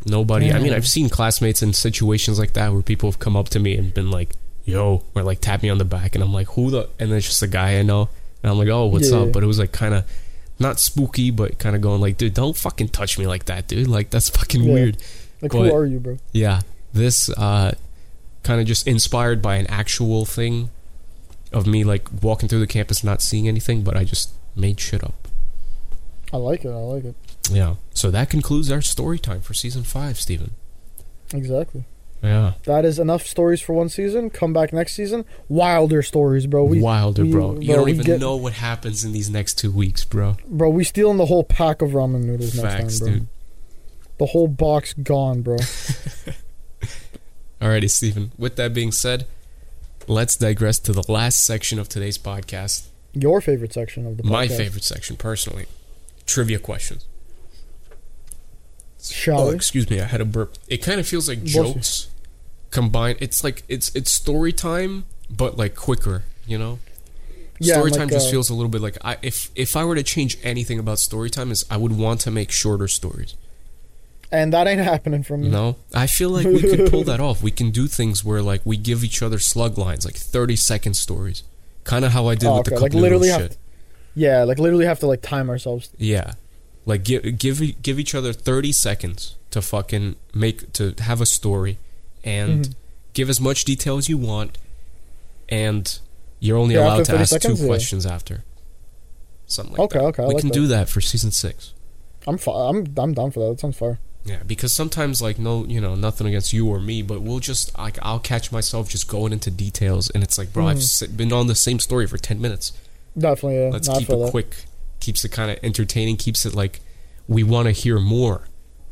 Speaker 1: Nobody. I mean,
Speaker 2: Damn.
Speaker 1: I've seen classmates in situations like that where people have come up to me and been like, "Yo," or like tap me on the back, and I'm like, "Who the?" And then it's just a guy I know, and I'm like, "Oh, what's
Speaker 2: Yeah.
Speaker 1: up?" But it was like kind of not spooky, but kind of going like, "Dude, don't fucking touch me like that, dude. Like that's fucking
Speaker 2: Yeah.
Speaker 1: weird."
Speaker 2: like
Speaker 1: but-
Speaker 2: who are you, bro?
Speaker 1: Yeah, this uh, kind of just inspired by an actual thing of me like walking through the campus, not seeing anything, but I just made shit up.
Speaker 2: I like it. I like it.
Speaker 1: Yeah. So that concludes our story time for season five, Steven.
Speaker 2: Exactly.
Speaker 1: Yeah.
Speaker 2: That is enough stories for one season. Come back next season. Wilder stories, bro. We
Speaker 1: Wilder,
Speaker 2: we-
Speaker 1: bro. You
Speaker 2: bro,
Speaker 1: don't
Speaker 2: we
Speaker 1: even
Speaker 2: get-
Speaker 1: know what happens in these next two weeks, bro.
Speaker 2: bro, we stealing the whole pack of ramen noodles
Speaker 1: Facts,
Speaker 2: next time, bro.
Speaker 1: dude.
Speaker 2: The whole box gone, bro.
Speaker 1: Alrighty, Steven. With that being said, let's digress to the last section of today's podcast.
Speaker 2: Your favorite section of the podcast.
Speaker 1: My favorite section, personally. Trivia questions.
Speaker 2: Shall
Speaker 1: oh,
Speaker 2: we?
Speaker 1: excuse me, I had a burp. It kind of feels like
Speaker 2: Bless you.
Speaker 1: jokes combined. It's like it's it's story time, but like quicker, you know?
Speaker 2: Yeah,
Speaker 1: story
Speaker 2: like,
Speaker 1: time just
Speaker 2: uh,
Speaker 1: feels a little bit like I if if I were to change anything about story time is I would want to make shorter stories.
Speaker 2: And that ain't happening from me.
Speaker 1: No, I feel like we could pull that off. We can do things where like we give each other slug lines, like thirty second stories, kind of how I did
Speaker 2: Oh,
Speaker 1: with the
Speaker 2: okay,
Speaker 1: cup
Speaker 2: like,
Speaker 1: noodle
Speaker 2: literally have
Speaker 1: shit.
Speaker 2: Yeah, like literally have to like time ourselves.
Speaker 1: yeah, like give give e- give each other thirty seconds to fucking make to have a story, and
Speaker 2: Mhm.
Speaker 1: give as much detail as you want, and you're only
Speaker 2: Yeah, after
Speaker 1: allowed to
Speaker 2: 30
Speaker 1: ask
Speaker 2: seconds,
Speaker 1: two
Speaker 2: yeah.
Speaker 1: questions after. Something like
Speaker 2: okay,
Speaker 1: that.
Speaker 2: okay, I
Speaker 1: we
Speaker 2: like
Speaker 1: can
Speaker 2: that.
Speaker 1: do that for season six.
Speaker 2: I'm fi- I'm I'm down for that. That sounds fair.
Speaker 1: Yeah, because sometimes like no, you know, nothing against you or me, but we'll just like I'll catch myself just going into details, and it's like, bro, I've
Speaker 2: Mhm.
Speaker 1: si- been on the same story for ten minutes.
Speaker 2: Definitely. Yeah,
Speaker 1: Let's
Speaker 2: nah, I
Speaker 1: keep
Speaker 2: feel
Speaker 1: it
Speaker 2: that.
Speaker 1: quick, keeps it kind of entertaining, keeps it like we want to hear more,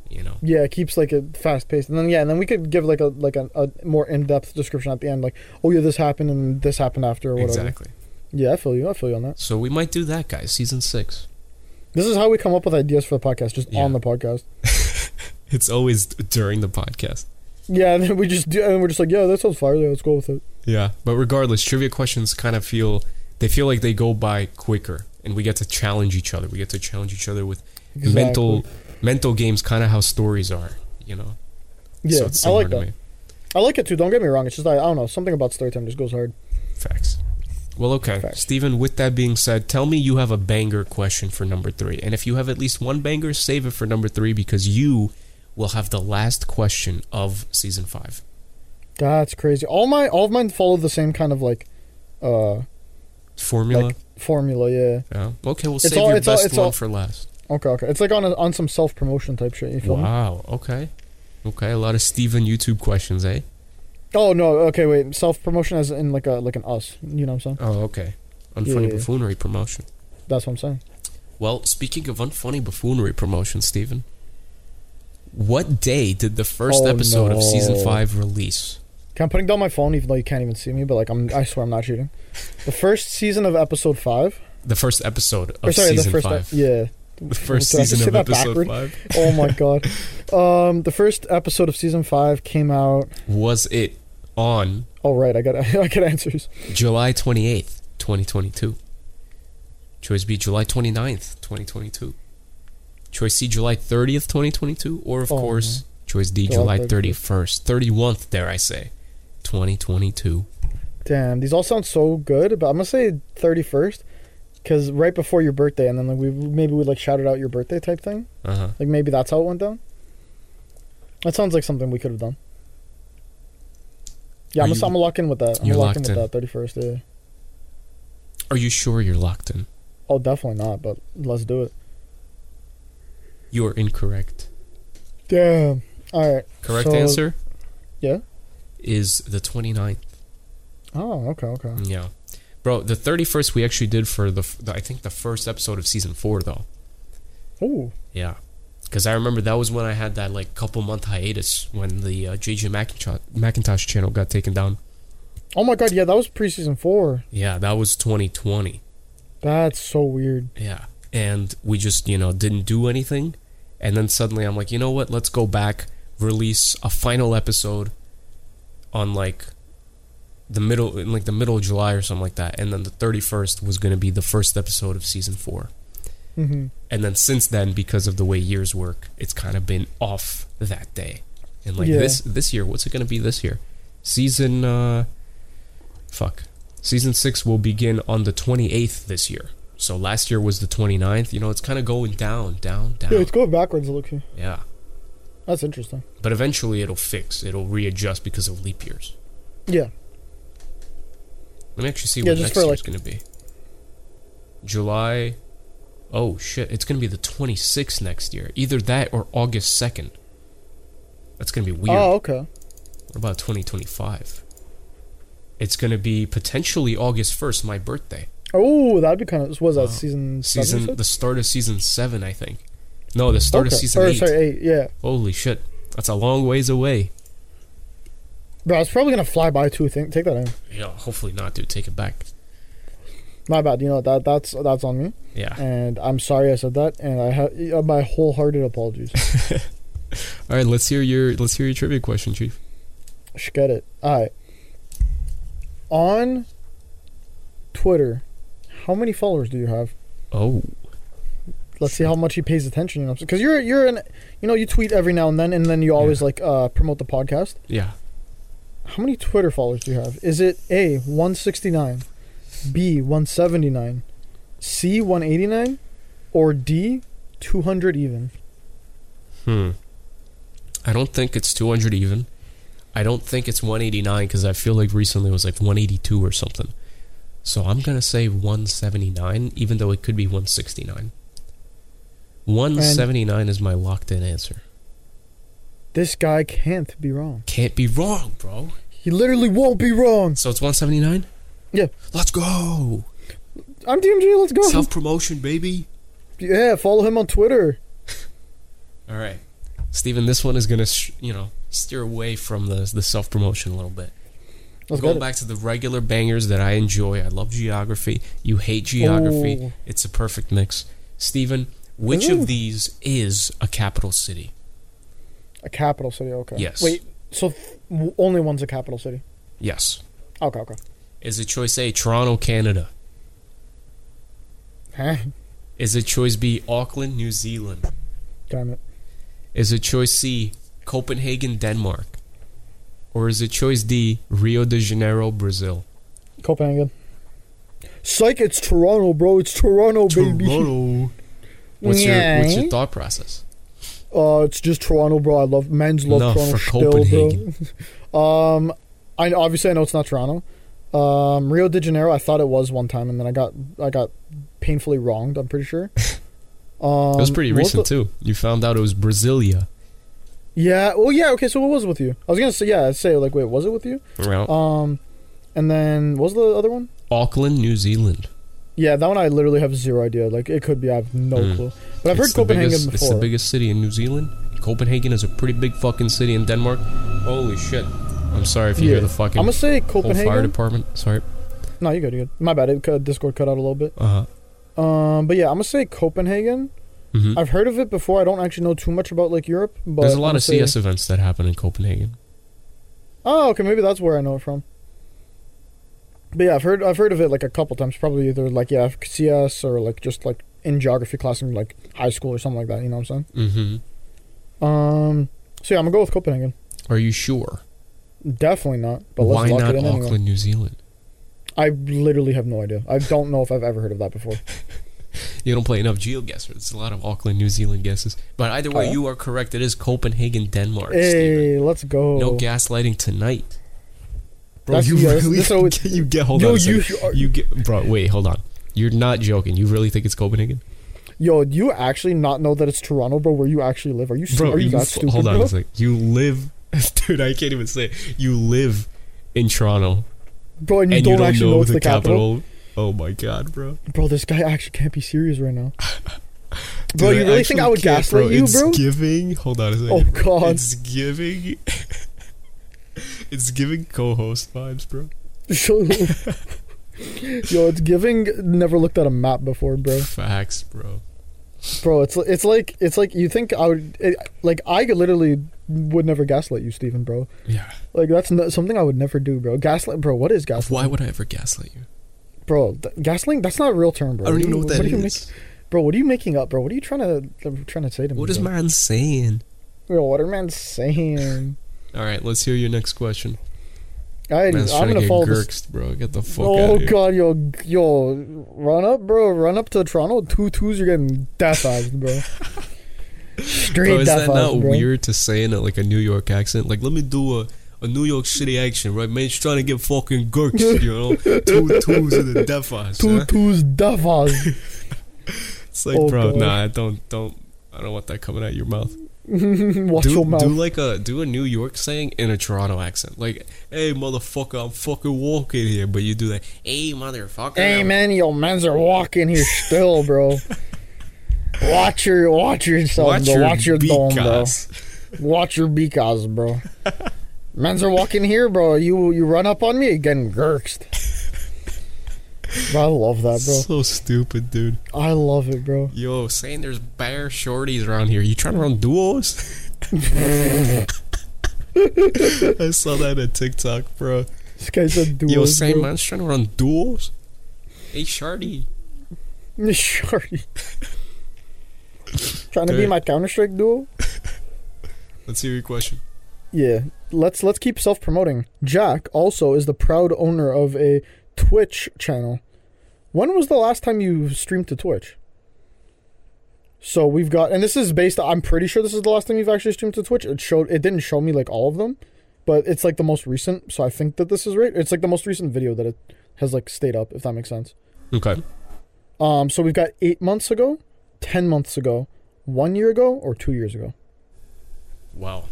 Speaker 1: you know.
Speaker 2: Yeah, it keeps like it fast paced, and then yeah, and then we could give like a like a, a more in depth description at the end, like oh yeah, this happened and this happened after or whatever.
Speaker 1: Exactly.
Speaker 2: Yeah, I feel you. I feel you on that.
Speaker 1: So we might do that, guys. Season six.
Speaker 2: This is how we come up with ideas for the podcast, just
Speaker 1: Yeah.
Speaker 2: on the podcast.
Speaker 1: It's always d- during the podcast.
Speaker 2: Yeah, and then we just do, and we're just like, yeah, that sounds fire. Yeah, let's go with it.
Speaker 1: Yeah, but regardless, trivia questions kind of feel they feel like they go by quicker, and we get to challenge each other. We get to challenge each other with mental mental games, kind of how stories are, you know.
Speaker 2: Yeah,
Speaker 1: so it's
Speaker 2: I
Speaker 1: similar
Speaker 2: like
Speaker 1: to
Speaker 2: that.
Speaker 1: me.
Speaker 2: I like it too. Don't get me wrong. It's just I, I don't know something about story time just goes hard.
Speaker 1: Facts. Well, okay,
Speaker 2: Facts.
Speaker 1: Steven, with that being said, tell me you have a banger question for number three. And if you have at least one banger, save it for number three because you will have the last question of season five.
Speaker 2: That's crazy. All my all of mine follow the same kind of like, uh,
Speaker 1: Formula?
Speaker 2: Like- formula. Yeah.
Speaker 1: yeah. Okay, we'll
Speaker 2: It's
Speaker 1: save
Speaker 2: all-
Speaker 1: your
Speaker 2: it's all-
Speaker 1: best
Speaker 2: it's
Speaker 1: one
Speaker 2: all-
Speaker 1: for last.
Speaker 2: Okay. Okay. It's like on a, on some self promotion type shit. You feel me?
Speaker 1: Wow, okay. Okay, a lot of Steven YouTube questions, eh?
Speaker 2: Oh no. Okay. Wait. Self promotion as in like a like an us. You know what I'm saying?
Speaker 1: Oh, okay.
Speaker 2: Yeah,
Speaker 1: Unfunny
Speaker 2: yeah, yeah.
Speaker 1: buffoonery promotion.
Speaker 2: That's what I'm saying.
Speaker 1: Well, speaking of unfunny buffoonery promotion, Steven, what day did the first
Speaker 2: Oh,
Speaker 1: episode of season
Speaker 2: no.
Speaker 1: five release?
Speaker 2: Okay, I'm putting down my phone even though you can't even see me, but like I'm I swear I'm not cheating. The first season of episode five.
Speaker 1: the first episode of
Speaker 2: Or sorry,
Speaker 1: season
Speaker 2: the first e-
Speaker 1: five.
Speaker 2: yeah.
Speaker 1: The first
Speaker 2: Did I just
Speaker 1: season
Speaker 2: say
Speaker 1: of
Speaker 2: that
Speaker 1: episode
Speaker 2: backward?
Speaker 1: five.
Speaker 2: Oh my god. Um the first episode of season five came out
Speaker 1: Was it on
Speaker 2: Oh right, I got I got answers.
Speaker 1: July 28th, 2022? Choice B, July 29th, 2022. Choice C, July 30th, 2022. Or, of
Speaker 2: Oh,
Speaker 1: course, choice D, July
Speaker 2: July
Speaker 1: 31st, 31st, dare I say, 2022.
Speaker 2: Damn, these all sound so good, but I'm gonna say 31st, because right before your birthday, and then like we maybe we like shouted out your birthday type thing.
Speaker 1: Uh huh.
Speaker 2: Like maybe that's how it went down. That sounds like something we could have done. Yeah,
Speaker 1: Are
Speaker 2: I'm gonna,
Speaker 1: you-
Speaker 2: I'm gonna lock in with that. I'm
Speaker 1: you're
Speaker 2: gonna lock in
Speaker 1: locked
Speaker 2: with
Speaker 1: in.
Speaker 2: that 31st. Yeah.
Speaker 1: Are you sure you're locked in?
Speaker 2: Oh, definitely not. But let's do it.
Speaker 1: You are incorrect.
Speaker 2: Damn. All right.
Speaker 1: Correct
Speaker 2: So-
Speaker 1: answer?
Speaker 2: Yeah.
Speaker 1: Is the 29th.
Speaker 2: Oh, okay, okay.
Speaker 1: Yeah. Bro, the 31st we actually did for the, f- the I think the first episode of season 4 though.
Speaker 2: Ooh.
Speaker 1: Yeah. Cuz I remember that was when I had that like couple month hiatus when the uh, JJ Macintosh, Macintosh channel got taken down.
Speaker 2: Oh my God. Yeah, that was preseason four.
Speaker 1: Yeah, that was 2020.
Speaker 2: That's so weird.
Speaker 1: Yeah. And we just, you know, didn't do anything. And then suddenly I'm like, you know what? Let's go back, release a final episode on like the middle in like the middle of July or something like that. And then the 31st was going to be the first episode of season 4.
Speaker 2: hmm
Speaker 1: And then since then because of the way years work, it's kind of been off that day. And like
Speaker 2: Yeah.
Speaker 1: this this year, what's it going to be this year? Season uh fuck. Season 6 will begin on the 28th this year. So last year was the 29th. You know, it's kind of going down, down, down.
Speaker 2: Yeah, it's going backwards. Look, here.
Speaker 1: Yeah.
Speaker 2: that's interesting.
Speaker 1: But eventually it'll fix. It'll readjust because of leap years.
Speaker 2: Yeah.
Speaker 1: Let me actually see
Speaker 2: Yeah,
Speaker 1: what
Speaker 2: just
Speaker 1: next
Speaker 2: for,
Speaker 1: year's going to be. July. Oh, shit. It's going to be the 26th next year. Either that or August 2nd. That's going to be weird.
Speaker 2: Oh, okay.
Speaker 1: What about 2025? It's going to be potentially August 1st, my birthday.
Speaker 2: Oh, that'd be kind of. Was that
Speaker 1: Wow.
Speaker 2: season seven, you
Speaker 1: Season
Speaker 2: said?
Speaker 1: the start of season 7, I think. No, the start of
Speaker 2: Okay.
Speaker 1: season
Speaker 2: or,
Speaker 1: 8.
Speaker 2: Sorry, eight. Yeah,
Speaker 1: Holy shit. That's a long ways away.
Speaker 2: bro, it's probably gonna fly by too. Think, take that in.
Speaker 1: Yeah, hopefully not, dude. Take it back.
Speaker 2: My bad. You know that that's that's on me,
Speaker 1: Yeah.
Speaker 2: and I'm sorry I said that, and I have my wholehearted apologies.
Speaker 1: All right, let's hear your let's hear your trivia question, Chief.
Speaker 2: Should get it. All right. On Twitter, how many followers do you have?
Speaker 1: Oh,
Speaker 2: Let's see how much he pays attention. You know, because you're you're an you know you tweet every now and then, and then you always like uh, promote the podcast.
Speaker 1: yeah.
Speaker 2: How many Twitter followers do you have? Is it A one sixty nine, B one seventy nine, C one eighty nine, or D two hundred even?
Speaker 1: Hmm. I don't think it's 200 even. I don't think it's 189 because I feel like recently it was like 182 or something. So I'm gonna say 179, even though it could be 169. 179 is my locked-in answer.
Speaker 2: This guy can't be wrong.
Speaker 1: Can't be wrong, bro.
Speaker 2: He literally won't be wrong.
Speaker 1: So it's 179.
Speaker 2: Yeah.
Speaker 1: Let's go.
Speaker 2: I'm DMG. Let's go.
Speaker 1: Self promotion, baby.
Speaker 2: yeah, follow him on Twitter.
Speaker 1: All right, Steven, this one is gonna sh- you know steer away from the the self promotion a little bit.
Speaker 2: Let's
Speaker 1: Going
Speaker 2: get it.
Speaker 1: back to the regular bangers that I enjoy. I love geography. You hate geography.
Speaker 2: Ooh.
Speaker 1: It's a perfect mix. Steven, which
Speaker 2: Ooh.
Speaker 1: of these is a capital city?
Speaker 2: A capital city, okay.
Speaker 1: Yes.
Speaker 2: Wait, so th- w- only one's a capital city.
Speaker 1: Yes.
Speaker 2: Okay, okay.
Speaker 1: Is it choice A, Toronto, Canada?
Speaker 2: Huh?
Speaker 1: Is it choice B, Auckland, New Zealand?
Speaker 2: Damn it.
Speaker 1: Is it choice C, Copenhagen, Denmark? Or is it choice D, Rio de Janeiro, Brazil?
Speaker 2: Copenhagen. Psych, it's Toronto, bro. It's Toronto, Oh, baby.
Speaker 1: Toronto. What's your what's your
Speaker 2: Yeah.
Speaker 1: thought process?
Speaker 2: Uh, it's just Toronto, bro. I love men's love
Speaker 1: No, for
Speaker 2: Toronto still,
Speaker 1: Copenhagen.
Speaker 2: bro. um, I obviously I know it's not Toronto. Um, Rio de Janeiro. I thought it was one time, and then I got I got painfully wronged. I'm pretty sure. Um,
Speaker 1: it was pretty
Speaker 2: what
Speaker 1: recent
Speaker 2: the-
Speaker 1: too. You found out it was Brasilia.
Speaker 2: yeah. Oh yeah. Okay. So what was it with you? I was gonna say yeah. I'd say like wait, was it with you?
Speaker 1: Well,
Speaker 2: Um, and then what was the other one?
Speaker 1: Auckland, New Zealand.
Speaker 2: Yeah, that one I literally have zero idea. Like it could be, I have no
Speaker 1: Mm.
Speaker 2: clue. But I've heard
Speaker 1: the
Speaker 2: Copenhagen
Speaker 1: biggest, It's the
Speaker 2: before.
Speaker 1: biggest city in New Zealand. Copenhagen is a pretty big fucking city in Denmark. Holy shit! I'm sorry if you
Speaker 2: Yeah.
Speaker 1: hear the fucking
Speaker 2: I'm gonna say
Speaker 1: whole fire
Speaker 2: Copenhagen.
Speaker 1: department. Sorry.
Speaker 2: No, you good, you good. My bad. It cut, Discord cut out a little bit.
Speaker 1: Uh huh.
Speaker 2: Um, but yeah, I'm gonna say Copenhagen.
Speaker 1: hmm
Speaker 2: I've heard of it before. I don't actually know too much about like Europe, Uh, but
Speaker 1: There's a
Speaker 2: I'm
Speaker 1: lot
Speaker 2: gonna
Speaker 1: of
Speaker 2: say-
Speaker 1: CS events that happen in Copenhagen.
Speaker 2: Oh, okay, maybe that's where I know it from. But yeah, I've heard I've heard of it like a couple times. Probably either like yeah, CS or like just like in geography class in like high school or something like that. You know what I'm saying?
Speaker 1: hmm
Speaker 2: Um, so yeah, I'm gonna go with Copenhagen.
Speaker 1: Are you sure?
Speaker 2: Definitely not. But let's
Speaker 1: Why
Speaker 2: lock
Speaker 1: not
Speaker 2: it in
Speaker 1: Auckland,
Speaker 2: anyway.
Speaker 1: New Zealand?
Speaker 2: I literally have no idea. I don't know if I've ever heard of that before.
Speaker 1: You don't play enough geoguessers. It's a lot of Auckland, New Zealand guesses. But either way,
Speaker 2: Oh.
Speaker 1: you are correct. It is Copenhagen, Denmark. Steven.
Speaker 2: Hey, let's go.
Speaker 1: No gaslighting tonight. Bro,
Speaker 2: That's-
Speaker 1: you
Speaker 2: yeah,
Speaker 1: really
Speaker 2: that's how it-
Speaker 1: you get hold
Speaker 2: Yo,
Speaker 1: on. a
Speaker 2: you,
Speaker 1: second. You get bro. Wait, hold on. You're not joking. You really think it's Copenhagen,
Speaker 2: yo, do you actually not know that it's Toronto, bro? Where you actually live? Are you stu-
Speaker 1: bro?
Speaker 2: are you,
Speaker 1: you
Speaker 2: that
Speaker 1: f-
Speaker 2: stupid?
Speaker 1: hold on
Speaker 2: bro?
Speaker 1: a second. You live, dude. I can't even say. It. You live in Toronto,
Speaker 2: bro, and you
Speaker 1: and
Speaker 2: don't
Speaker 1: you don't
Speaker 2: actually
Speaker 1: know,
Speaker 2: know it's
Speaker 1: the,
Speaker 2: the, capital?
Speaker 1: capital. Oh my god, bro.
Speaker 2: bro. This guy actually can't be serious right now. Bro,
Speaker 1: Dude,
Speaker 2: you really think I
Speaker 1: actually
Speaker 2: would
Speaker 1: can't,
Speaker 2: gaslight you,
Speaker 1: it's
Speaker 2: bro?
Speaker 1: giving. Hold on a second.
Speaker 2: Oh
Speaker 1: bro.
Speaker 2: god,
Speaker 1: It's giving. it's giving co-host vibes, bro.
Speaker 2: yo, it's giving. Never looked at a map before, bro.
Speaker 1: Facts, bro.
Speaker 2: Bro, it's it's like it's like you think I would it, like I could literally would never gaslight you, Stephen, bro.
Speaker 1: Yeah.
Speaker 2: Like that's no, something I would never do, bro. Gaslight, bro. What is gaslight,
Speaker 1: Why would I ever gaslight you?
Speaker 2: bro? Th- gaslighting? That's not a real term, bro.
Speaker 1: I don't even know what
Speaker 2: What are
Speaker 1: that
Speaker 2: you- what are you
Speaker 1: is.
Speaker 2: make- bro, what are you making up, bro? What are you trying to uh, trying to say to me?
Speaker 1: What is
Speaker 2: bro?
Speaker 1: man saying?
Speaker 2: Bro, what are man saying?
Speaker 1: All right, let's hear your next question.
Speaker 2: I,
Speaker 1: Man's trying
Speaker 2: I'm
Speaker 1: to
Speaker 2: gonna
Speaker 1: get
Speaker 2: follow this.
Speaker 1: gurked, bro. Get the fuck out
Speaker 2: Oh
Speaker 1: of here.
Speaker 2: god, yo, g- yo, run up, bro, run up to Toronto. Two twos, you're getting death eyes, bro. Straight
Speaker 1: Bro, is
Speaker 2: death
Speaker 1: that
Speaker 2: eyes,
Speaker 1: not
Speaker 2: bro.
Speaker 1: weird to say in a, like a New York accent? Like, let me do a, a New York City action, right? Man's trying to get fucking gurked, you know? Two twos in the death eyes.
Speaker 2: Two
Speaker 1: huh?
Speaker 2: twos, death eyes.
Speaker 1: It's like,
Speaker 2: Oh,
Speaker 1: bro,
Speaker 2: God.
Speaker 1: nah, don't, don't. I don't want that coming out of your mouth.
Speaker 2: Watch
Speaker 1: do,
Speaker 2: your mouth.
Speaker 1: do like a do a New York saying in a Toronto accent. Like, hey motherfucker, I'm fucking walking here, but you do that. Hey motherfucker.
Speaker 2: Hey
Speaker 1: I'm
Speaker 2: man, yo, men's are walking here still, bro. Watch your watch yourself,
Speaker 1: Watch
Speaker 2: bro.
Speaker 1: your,
Speaker 2: watch your dome, bro.
Speaker 1: beacons.
Speaker 2: Watch your beacons, bro. men's are walking here, bro. You you run up on me you're getting gurked. Bro, I love that,
Speaker 1: So stupid, dude.
Speaker 2: bro. I love it, bro.
Speaker 1: Yo, saying there's bare shorties around here. You trying to run duos? I saw that on TikTok, bro.
Speaker 2: This guy's a duo.
Speaker 1: Yo, same man's trying to run duos. Hey, shorty.
Speaker 2: Shorty. Trying to be
Speaker 1: Dude.
Speaker 2: my Counter Strike duo?
Speaker 1: Let's hear your question.
Speaker 2: Yeah. Let's let's keep self promoting. Jack also is the proud owner of a Twitch channel. When was the last time you streamed to Twitch? So we've got and this is based I'm pretty sure this is the last time you've actually streamed to Twitch. It showed it didn't show me like all of them, but it's like the most recent, so I think that this is right. It's like the most recent video that it has like stayed up, if that makes sense.
Speaker 1: Okay.
Speaker 2: Um, so we've got eight months ago, ten months ago, one year ago, or two years ago.
Speaker 1: Wow.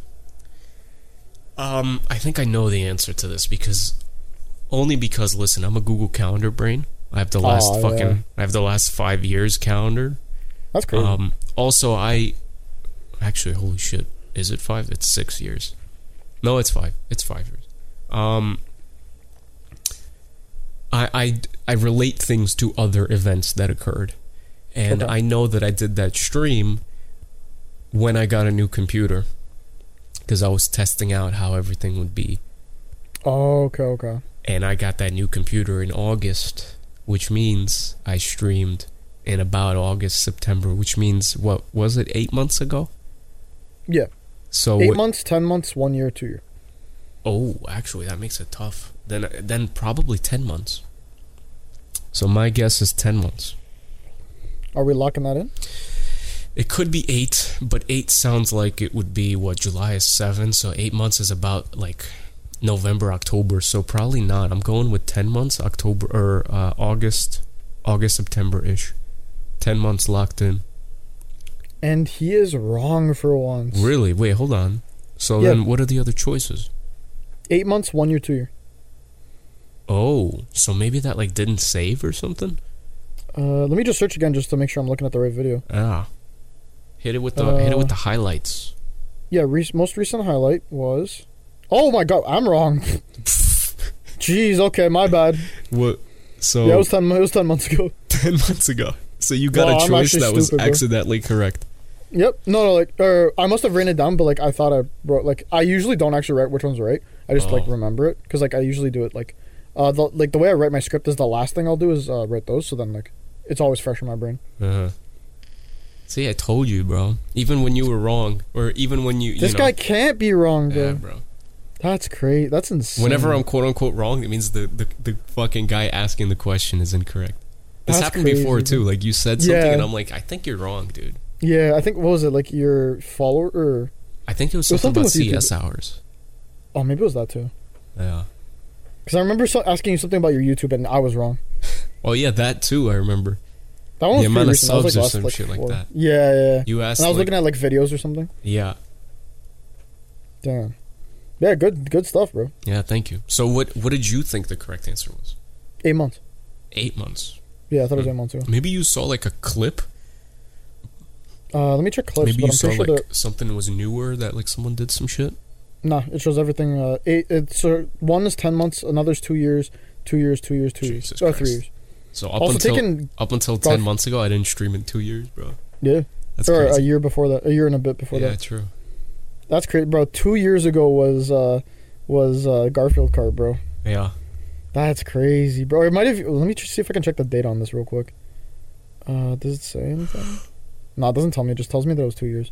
Speaker 1: Um, I think I know the answer to this because only because listen, I'm a Google Calendar brain. I have the last
Speaker 2: Aw,
Speaker 1: fucking
Speaker 2: yeah.
Speaker 1: I have the last five years calendar.
Speaker 2: That's crazy.
Speaker 1: Um also I actually holy shit. Is it five? It's six years. No, it's five. It's five years. Um I I I relate things to other events that occurred. And
Speaker 2: Okay.
Speaker 1: I know that I did that stream when I got a new computer because I was testing out how everything would be.
Speaker 2: oh, okay, okay.
Speaker 1: And I got that new computer in August, which means I streamed in about August, September, which means what was it, eight months ago?
Speaker 2: Yeah.
Speaker 1: So
Speaker 2: Eight
Speaker 1: what-
Speaker 2: months, ten months, one year, two year.
Speaker 1: oh, actually, that makes it tough. Then, then probably ten months. So my guess is ten months.
Speaker 2: Are we locking that in?
Speaker 1: It could be eight, but eight sounds like it would be what July is seven, so eight months is about like November, October. So probably not. I'm going with ten months, October or uh, August, August, September ish. Ten months locked in.
Speaker 2: And he is wrong for once.
Speaker 1: Really? Wait, hold on. So
Speaker 2: Yeah.
Speaker 1: then, what are the other choices?
Speaker 2: Eight months, one year, two year.
Speaker 1: Oh, so maybe that like didn't save or something.
Speaker 2: Uh, let me just search again just to make sure I'm looking at the right video.
Speaker 1: Ah, hit it with the hit it with the
Speaker 2: Uh.
Speaker 1: highlights.
Speaker 2: Yeah, re- most recent highlight was. Oh my god, I'm wrong. Jeez, okay, my bad.
Speaker 1: What? So
Speaker 2: Yeah, it was ten. It was ten months ago.
Speaker 1: ten months ago. So you got
Speaker 2: Well,
Speaker 1: a
Speaker 2: I'm
Speaker 1: choice
Speaker 2: actually
Speaker 1: that was
Speaker 2: stupid, bro.
Speaker 1: accidentally correct.
Speaker 2: Yep. No, no, like, or I must have written it down, but like, I thought I wrote like I usually don't actually write which one's right. I just like
Speaker 1: Oh.
Speaker 2: remember it because like I usually do it like, uh, the, like the way I write my script is the last thing I'll do is uh, write those. So then like, it's always fresh in my brain.
Speaker 1: Uh-huh. See, I told you, bro. Even when you were wrong, or even when you, you
Speaker 2: This
Speaker 1: know-
Speaker 2: guy can't be wrong, bro.
Speaker 1: yeah, bro.
Speaker 2: That's crazy. That's insane.
Speaker 1: Whenever I'm quote unquote wrong, it means the, the, the fucking guy asking the question is incorrect. This
Speaker 2: That's
Speaker 1: happened
Speaker 2: crazy,
Speaker 1: before
Speaker 2: dude.
Speaker 1: too. Like you said something,
Speaker 2: Yeah.
Speaker 1: and I'm like, I think you're wrong, dude.
Speaker 2: Yeah, I think what was it like your follower or
Speaker 1: I think it was
Speaker 2: It was
Speaker 1: something,
Speaker 2: something
Speaker 1: about
Speaker 2: with YouTube.
Speaker 1: CS hours.
Speaker 2: oh maybe it was that too.
Speaker 1: Yeah.
Speaker 2: Because I remember so- asking you something about your YouTube and I was wrong.
Speaker 1: Well, yeah, that too. I remember
Speaker 2: That one
Speaker 1: The
Speaker 2: was pretty
Speaker 1: amount of
Speaker 2: recent. That was
Speaker 1: subs or
Speaker 2: like last,
Speaker 1: some
Speaker 2: like,
Speaker 1: shit like
Speaker 2: four.
Speaker 1: that.
Speaker 2: Yeah, yeah. yeah.
Speaker 1: you asked.
Speaker 2: And I was
Speaker 1: like-
Speaker 2: looking at like videos or something.
Speaker 1: yeah,
Speaker 2: Damn. Yeah, good, good stuff, bro.
Speaker 1: yeah. Thank you. So what what did you think the correct answer was?
Speaker 2: Eight months.
Speaker 1: Eight months.
Speaker 2: Yeah, I
Speaker 1: Hmm.
Speaker 2: thought it was eight months too.
Speaker 1: Maybe you saw like a clip.
Speaker 2: Uh, let me check clips.
Speaker 1: Maybe
Speaker 2: but
Speaker 1: you
Speaker 2: I'm
Speaker 1: saw
Speaker 2: pretty sure
Speaker 1: like
Speaker 2: that
Speaker 1: something was newer that like someone did some shit.
Speaker 2: Nah, it shows everything. Uh, eight. It's uh, one is ten months, another's two years, two years, two years, two
Speaker 1: Jesus
Speaker 2: years, or three
Speaker 1: Christ.
Speaker 2: years.
Speaker 1: So up
Speaker 2: also
Speaker 1: until
Speaker 2: taken,
Speaker 1: up until ten
Speaker 2: Golf.
Speaker 1: months ago, I didn't stream in two years, bro.
Speaker 2: yeah,
Speaker 1: That's
Speaker 2: or a
Speaker 1: crazy.
Speaker 2: year before that, a year and a bit before
Speaker 1: yeah,
Speaker 2: that.
Speaker 1: true.
Speaker 2: That's crazy, bro. Two years ago was uh, was uh, Garfield card, bro.
Speaker 1: Yeah.
Speaker 2: That's crazy, bro. It might have. Let me tr- see if I can check the date on this real quick. Uh, does it say anything? no, it doesn't tell me. It just tells me that it was two years.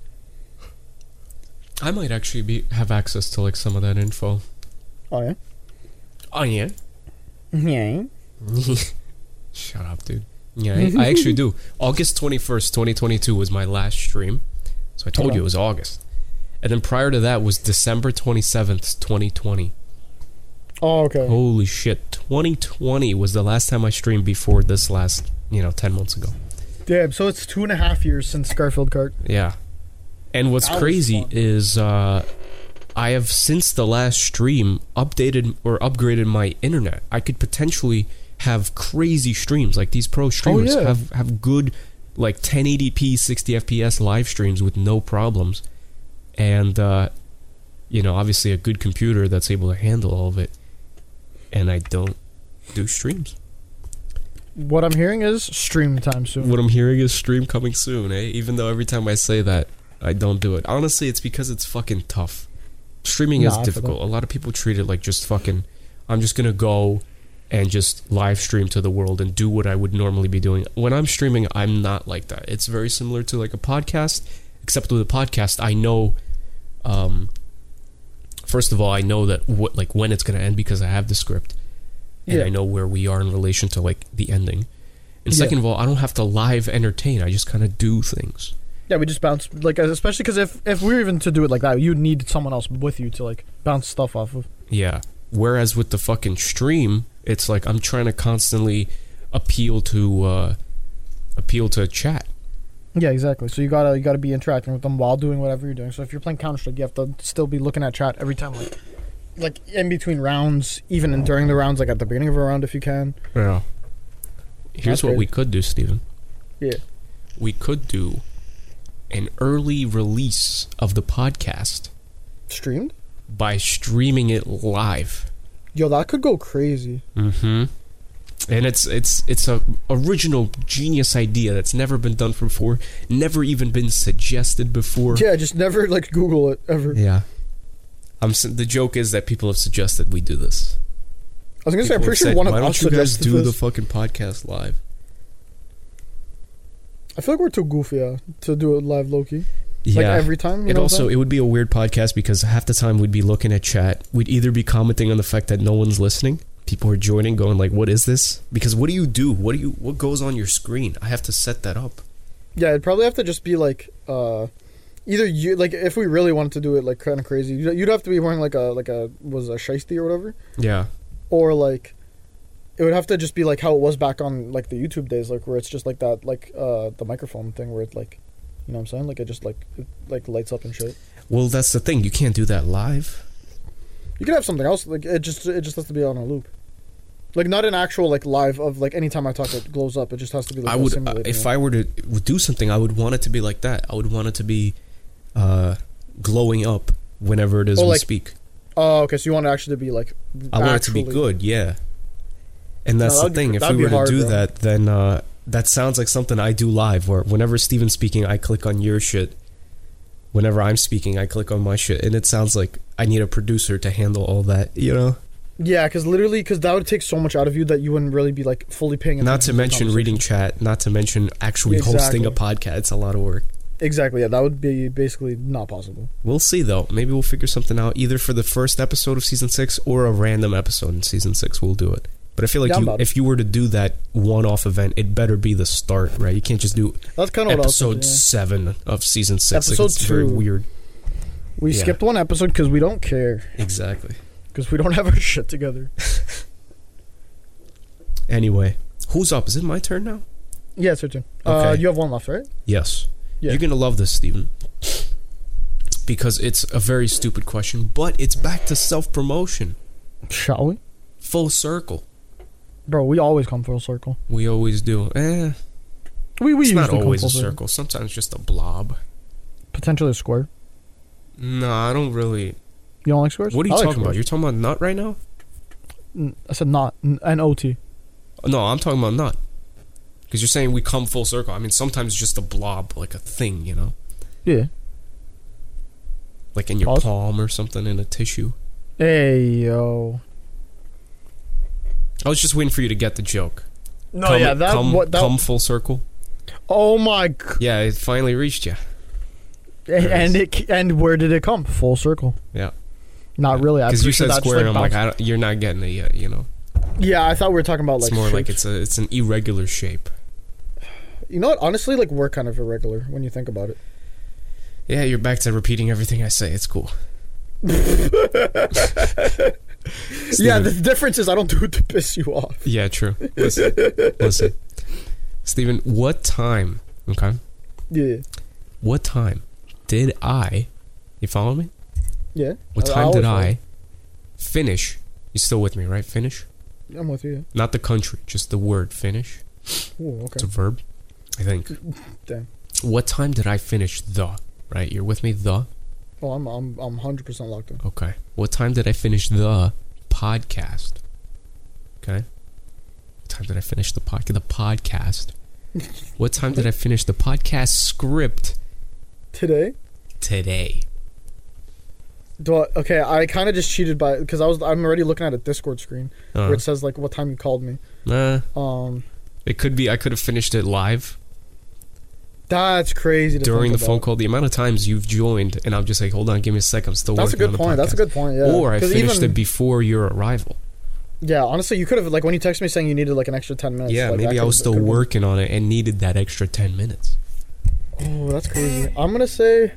Speaker 1: I might actually be have access to like some of that info.
Speaker 2: Oh yeah.
Speaker 1: Oh yeah.
Speaker 2: Yeah.
Speaker 1: Shut up, dude. Yeah, I, I actually do. August twenty first, twenty twenty two was my last stream. So I told
Speaker 2: Okay.
Speaker 1: you it was August. And then prior to that was December twenty seventh, twenty twenty.
Speaker 2: Oh okay.
Speaker 1: Holy shit. Twenty twenty was the last time I streamed before this last you know, ten months ago.
Speaker 2: Damn. So it's two and a half years since Garfield card.
Speaker 1: Yeah. And what's
Speaker 2: That was
Speaker 1: crazy
Speaker 2: fun.
Speaker 1: is uh, I have since the last stream updated or upgraded my internet. I could potentially have crazy streams like these pro streamers
Speaker 2: Oh, yeah.
Speaker 1: have have good like 1080p 60 fps live streams with no problems and uh, you know obviously a good computer that's able to handle all of it and i don't do streams
Speaker 2: What I'm hearing is stream time soon.
Speaker 1: what I'm hearing is stream coming soon, eh? Even though every time I say that, I don't do it. Honestly, it's because it's fucking tough. Streaming
Speaker 2: Nah, I
Speaker 1: is
Speaker 2: feel
Speaker 1: difficult. A lot of people treat it like just fucking, I'm just gonna go and just live stream to the world and do what I would normally be doing. When I'm streaming, I'm not like that. It's very similar to like a podcast, except with a podcast, I know, um, first of all, I know that what like when it's gonna end because I have the script, and
Speaker 2: Yeah.
Speaker 1: I know where we are in relation to like the ending. And
Speaker 2: Yeah.
Speaker 1: second of all, I don't have to live entertain. I just kind of do things.
Speaker 2: Yeah, we just bounce like especially because if if we were even to do it like that, you'd need someone else with you to like bounce stuff off of.
Speaker 1: Yeah. Whereas with the fucking stream, it's like I'm trying to constantly appeal to uh appeal to chat.
Speaker 2: Yeah, exactly. So you gotta you gotta be interacting with them while doing whatever you're doing. So if you're playing Counter Strike, you have to still be looking at chat every time, like like in between rounds, even in, during the rounds, like at the beginning of a round if you can.
Speaker 1: Yeah. Here's
Speaker 2: That's
Speaker 1: what
Speaker 2: good.
Speaker 1: we could do, Steven.
Speaker 2: Yeah.
Speaker 1: We could do an early release of the podcast
Speaker 2: Streamed?
Speaker 1: by streaming it live.
Speaker 2: Yo, that could go crazy.
Speaker 1: Mm-hmm. And it's it's it's a original genius idea that's never been done before, never even been suggested before.
Speaker 2: Yeah, just never like Google it ever.
Speaker 1: Yeah. I'm s- the joke is that people have suggested we do this.
Speaker 2: I was gonna say, I'm
Speaker 1: People
Speaker 2: pretty
Speaker 1: have
Speaker 2: sure
Speaker 1: said,
Speaker 2: one of
Speaker 1: Why
Speaker 2: us
Speaker 1: don't you guys
Speaker 2: suggested
Speaker 1: do the
Speaker 2: this.
Speaker 1: fucking podcast live?
Speaker 2: I feel like we're too goofy uh, to do it live, Loki.
Speaker 1: Yeah.
Speaker 2: Like every time. You
Speaker 1: it
Speaker 2: know
Speaker 1: also it would be a weird podcast because half the time we'd be looking at chat. We'd either be commenting on the fact that no one's listening, people are joining, going like, "What is this?" Because what do you do? What do you what goes on your screen? I have to set that up.
Speaker 2: Yeah, it'd probably have to just be like, uh, either you like if we really wanted to do it like kind of crazy, you'd you'd have to be wearing like a like a was a shiesty or whatever,
Speaker 1: Yeah.
Speaker 2: or like it would have to just be like how it was back on like the YouTube days, like where it's just like that like uh the microphone thing where it like, you know what I'm saying, like it just like it, like lights up and shit.
Speaker 1: Well, that's the thing. You can't do that live.
Speaker 2: You could have something else like it just it just has to be on a loop. Like not an actual like live of like anytime I talk it glows up. It just has to be like
Speaker 1: I
Speaker 2: a
Speaker 1: would, uh,
Speaker 2: simulating
Speaker 1: if
Speaker 2: it.
Speaker 1: I were to do something, I would want it to be like that. I would want it to be uh, glowing up whenever it is
Speaker 2: Or
Speaker 1: we
Speaker 2: like-
Speaker 1: speak.
Speaker 2: Oh, okay. So you want it actually to be like
Speaker 1: I want it to be
Speaker 2: actually-
Speaker 1: good, yeah. And that's the
Speaker 2: No, that'd be-
Speaker 1: thing. if
Speaker 2: that'd
Speaker 1: we
Speaker 2: be
Speaker 1: were
Speaker 2: hard,
Speaker 1: to do
Speaker 2: bro.
Speaker 1: that, then uh, that sounds like something I do live. Where whenever Steven's speaking, I click on your shit. Whenever I'm speaking, I click on my shit, and it sounds like I need a producer to handle all that. You know.
Speaker 2: Yeah, because literally, because that would take so much out of you that you wouldn't really be like fully paying attention.
Speaker 1: Not to
Speaker 2: the
Speaker 1: mention
Speaker 2: conversation.
Speaker 1: reading chat. Not to mention actually hosting a podcast. It's a lot of work.
Speaker 2: Exactly. Yeah, that would be basically not possible.
Speaker 1: We'll see though. Maybe we'll figure something out either for the first episode of season six or a random episode in season six. We'll do it. But I feel like
Speaker 2: Yeah, I'm
Speaker 1: you,
Speaker 2: about it.
Speaker 1: if you were to do that one-off event, it better be the start, right? You can't just do
Speaker 2: That's kind of what I was
Speaker 1: episode
Speaker 2: thinking, yeah.
Speaker 1: seven of season six. Like,
Speaker 2: Episode
Speaker 1: it's very
Speaker 2: two.
Speaker 1: weird.
Speaker 2: We
Speaker 1: yeah.
Speaker 2: skipped one episode because we don't care
Speaker 1: Exactly.
Speaker 2: because we don't have our shit together.
Speaker 1: Anyway, who's up? Is it my turn now?
Speaker 2: Yeah, it's your turn. Uh,
Speaker 1: Okay.
Speaker 2: you have one left, right?
Speaker 1: Yes.
Speaker 2: Yeah.
Speaker 1: You're going to love this, Steven. Because it's a very stupid question, but it's back to self promotion.
Speaker 2: Shall we,
Speaker 1: Full circle.
Speaker 2: bro? We always come full circle.
Speaker 1: We always do. Eh,
Speaker 2: We we
Speaker 1: it's
Speaker 2: usually
Speaker 1: not always
Speaker 2: come
Speaker 1: a
Speaker 2: full
Speaker 1: circle. Sometimes just a blob.
Speaker 2: Potentially a square.
Speaker 1: No, I don't really.
Speaker 2: You don't like squares?
Speaker 1: What are you
Speaker 2: I like
Speaker 1: talking about?
Speaker 2: squares.
Speaker 1: You're talking about nut right now?
Speaker 2: N- I said not n- an OT.
Speaker 1: No, I'm talking about nut. Because you're saying we come full circle. I mean, sometimes just a blob, like a thing, you know?
Speaker 2: Yeah.
Speaker 1: Like in your
Speaker 2: Pause.
Speaker 1: palm or something in a tissue.
Speaker 2: Hey yo.
Speaker 1: I was just waiting for you to get the joke.
Speaker 2: No,
Speaker 1: come,
Speaker 2: yeah, that
Speaker 1: come,
Speaker 2: what that.
Speaker 1: come full circle.
Speaker 2: Oh my. g-
Speaker 1: Yeah, it finally reached you. There it
Speaker 2: And it c- and where did it come? Full circle.
Speaker 1: Yeah.
Speaker 2: Not really.
Speaker 1: Because you said square,
Speaker 2: square.
Speaker 1: and I'm like, I don't, you're not getting it yet. You know,
Speaker 2: yeah, I thought we were talking about
Speaker 1: it's
Speaker 2: like.
Speaker 1: more like
Speaker 2: shapes.
Speaker 1: it's a it's an irregular shape.
Speaker 2: You know what? Honestly, like we're kind of irregular when you think about it.
Speaker 1: Yeah, you're back to repeating everything I say. It's cool.
Speaker 2: Yeah,
Speaker 1: Steven-
Speaker 2: the difference is I don't do it to piss you off.
Speaker 1: yeah, true. Listen, listen, Stephen. What time? Okay,
Speaker 2: Yeah.
Speaker 1: what time did I? You follow me?
Speaker 2: Yeah.
Speaker 1: What
Speaker 2: I- I
Speaker 1: time did
Speaker 2: always
Speaker 1: I finish? You still with me, right? Finish,
Speaker 2: I'm with you.
Speaker 1: not the country, just the word finish.
Speaker 2: yeah. Ooh, okay.
Speaker 1: It's a verb, I think.
Speaker 2: Damn.
Speaker 1: What time did I finish the? Right, you're with me. The
Speaker 2: Well, Oh, I'm I'm I'm 100% locked in.
Speaker 1: okay. What time did I finish the podcast? Okay. What time did I finish the podcast? The podcast. what time did I finish the podcast script
Speaker 2: Today?
Speaker 1: today?
Speaker 2: Do I, okay, I kind of just cheated by because I was I'm already looking at a Discord screen where
Speaker 1: Uh,
Speaker 2: it says like what time you called me.
Speaker 1: uh,
Speaker 2: Um,
Speaker 1: it could be I could have finished it live
Speaker 2: that's crazy. To
Speaker 1: during the
Speaker 2: think
Speaker 1: phone
Speaker 2: about.
Speaker 1: call. The amount of times you've joined, and I'm just like, hold on, give me a sec. I'm still
Speaker 2: That's a
Speaker 1: working
Speaker 2: good
Speaker 1: on
Speaker 2: point.
Speaker 1: the
Speaker 2: That's a good point. Yeah.
Speaker 1: Or I
Speaker 2: 'Cause
Speaker 1: finished
Speaker 2: even-
Speaker 1: it before your arrival.
Speaker 2: Yeah, honestly, you could have like when you texted me saying you needed like an extra 10 minutes.
Speaker 1: Yeah,
Speaker 2: like,
Speaker 1: maybe I
Speaker 2: could've-
Speaker 1: was still
Speaker 2: could've been-
Speaker 1: working on it and needed that extra 10 minutes.
Speaker 2: Oh, that's crazy. I'm gonna say,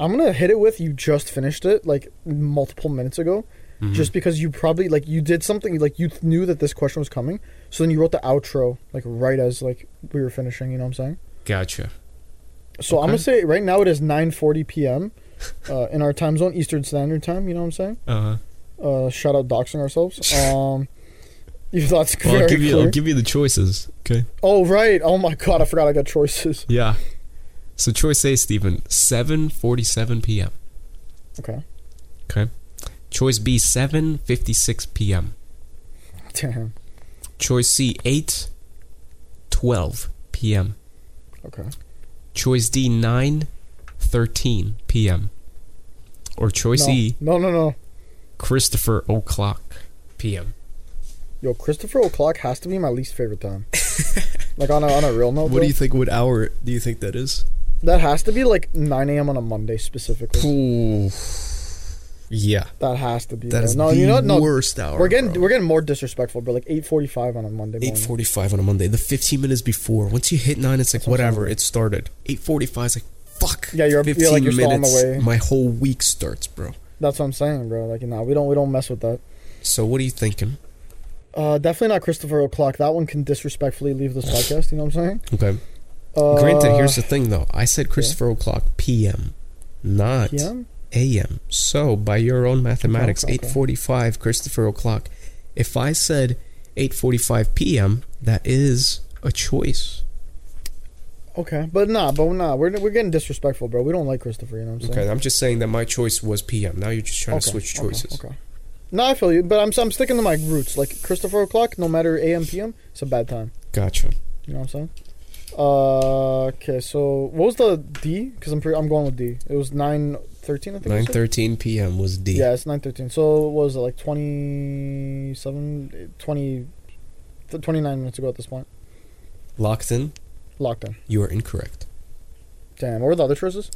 Speaker 2: I'm gonna hit it with you just finished it like multiple minutes ago.
Speaker 1: Mm-hmm.
Speaker 2: just because you probably like you did something like you knew that this question was coming so then you wrote the outro like right as like we were finishing you know what i'm saying
Speaker 1: gotcha.
Speaker 2: so i'm
Speaker 1: Okay.
Speaker 2: gonna say right now it is 9.40 p.m uh, in our time zone eastern standard time you know what i'm saying
Speaker 1: Uh,
Speaker 2: uh, shout out doxing ourselves um you that's
Speaker 1: well, I'll
Speaker 2: very
Speaker 1: give you.
Speaker 2: clear.
Speaker 1: I'll give you the choices. Okay.
Speaker 2: oh right oh my god i forgot i got choices
Speaker 1: Yeah. So choice A, Stephen, 7:47 p.m.
Speaker 2: okay
Speaker 1: Choice B, 7:56 p.m.
Speaker 2: damn
Speaker 1: Choice C, 8:12 p.m.
Speaker 2: okay
Speaker 1: Choice D, 9:13 p.m. Or choice
Speaker 2: no.
Speaker 1: E,
Speaker 2: no no no
Speaker 1: Christopher O'clock p.m.
Speaker 2: yo christopher o'clock has to be my least favorite time like on a, on a real note though,
Speaker 1: think? What hour do you think that is?
Speaker 2: that has to be like 9 a.m on a monday specifically
Speaker 1: Ooh. Yeah.
Speaker 2: That has to be.
Speaker 1: That
Speaker 2: bro.
Speaker 1: is
Speaker 2: no,
Speaker 1: the
Speaker 2: you know what? No,
Speaker 1: worst hour.
Speaker 2: we're getting
Speaker 1: bro.
Speaker 2: we're getting more disrespectful, bro. Like eight forty five on a Monday morning.
Speaker 1: Eight forty-five on a Monday. The fifteen minutes before. Once you hit nine, it's like
Speaker 2: That's what I'm
Speaker 1: whatever.
Speaker 2: saying.
Speaker 1: It started. Eight forty-five is like fuck.
Speaker 2: Yeah, you're- you're like, you're still on the way.
Speaker 1: My whole week starts, bro.
Speaker 2: That's what I'm saying, bro. Like, nah, we don't we don't mess with that.
Speaker 1: So what are you thinking?
Speaker 2: Uh, definitely not Christopher O'clock. That one can disrespectfully leave this podcast. You know what I'm saying?
Speaker 1: Okay.
Speaker 2: Uh,
Speaker 1: Granted, here's the thing though. I said Christopher o'clock p.m., not
Speaker 2: PM?
Speaker 1: a.m. So by your own mathematics,
Speaker 2: Oh, Okay,
Speaker 1: eight
Speaker 2: okay.
Speaker 1: forty-five Christopher o'clock. If I said eight forty-five p.m., that is a choice.
Speaker 2: Okay, but nah, but nah, we're we're getting disrespectful, bro. We don't like Christopher. You know what I'm saying?
Speaker 1: Okay, I'm just saying that my choice was p.m. Now you're just trying to switch
Speaker 2: Mm-hmm. okay,
Speaker 1: choices.
Speaker 2: Okay. No, I feel you, but I'm I'm sticking to my roots. Like Christopher O'clock, no matter AM PM, it's a bad time.
Speaker 1: Gotcha.
Speaker 2: You know what I'm saying? Uh, okay, so what was the D? Because I'm pre- I'm going with D. It was nine thirteen, I think.
Speaker 1: Nine
Speaker 2: you said?
Speaker 1: thirteen p.m. was D.
Speaker 2: Yeah, it's nine thirteen. So what was it like 27, 20, th- 29 minutes ago at this point?
Speaker 1: Locked in.
Speaker 2: Locked in.
Speaker 1: You are incorrect.
Speaker 2: Damn. What were the other choices?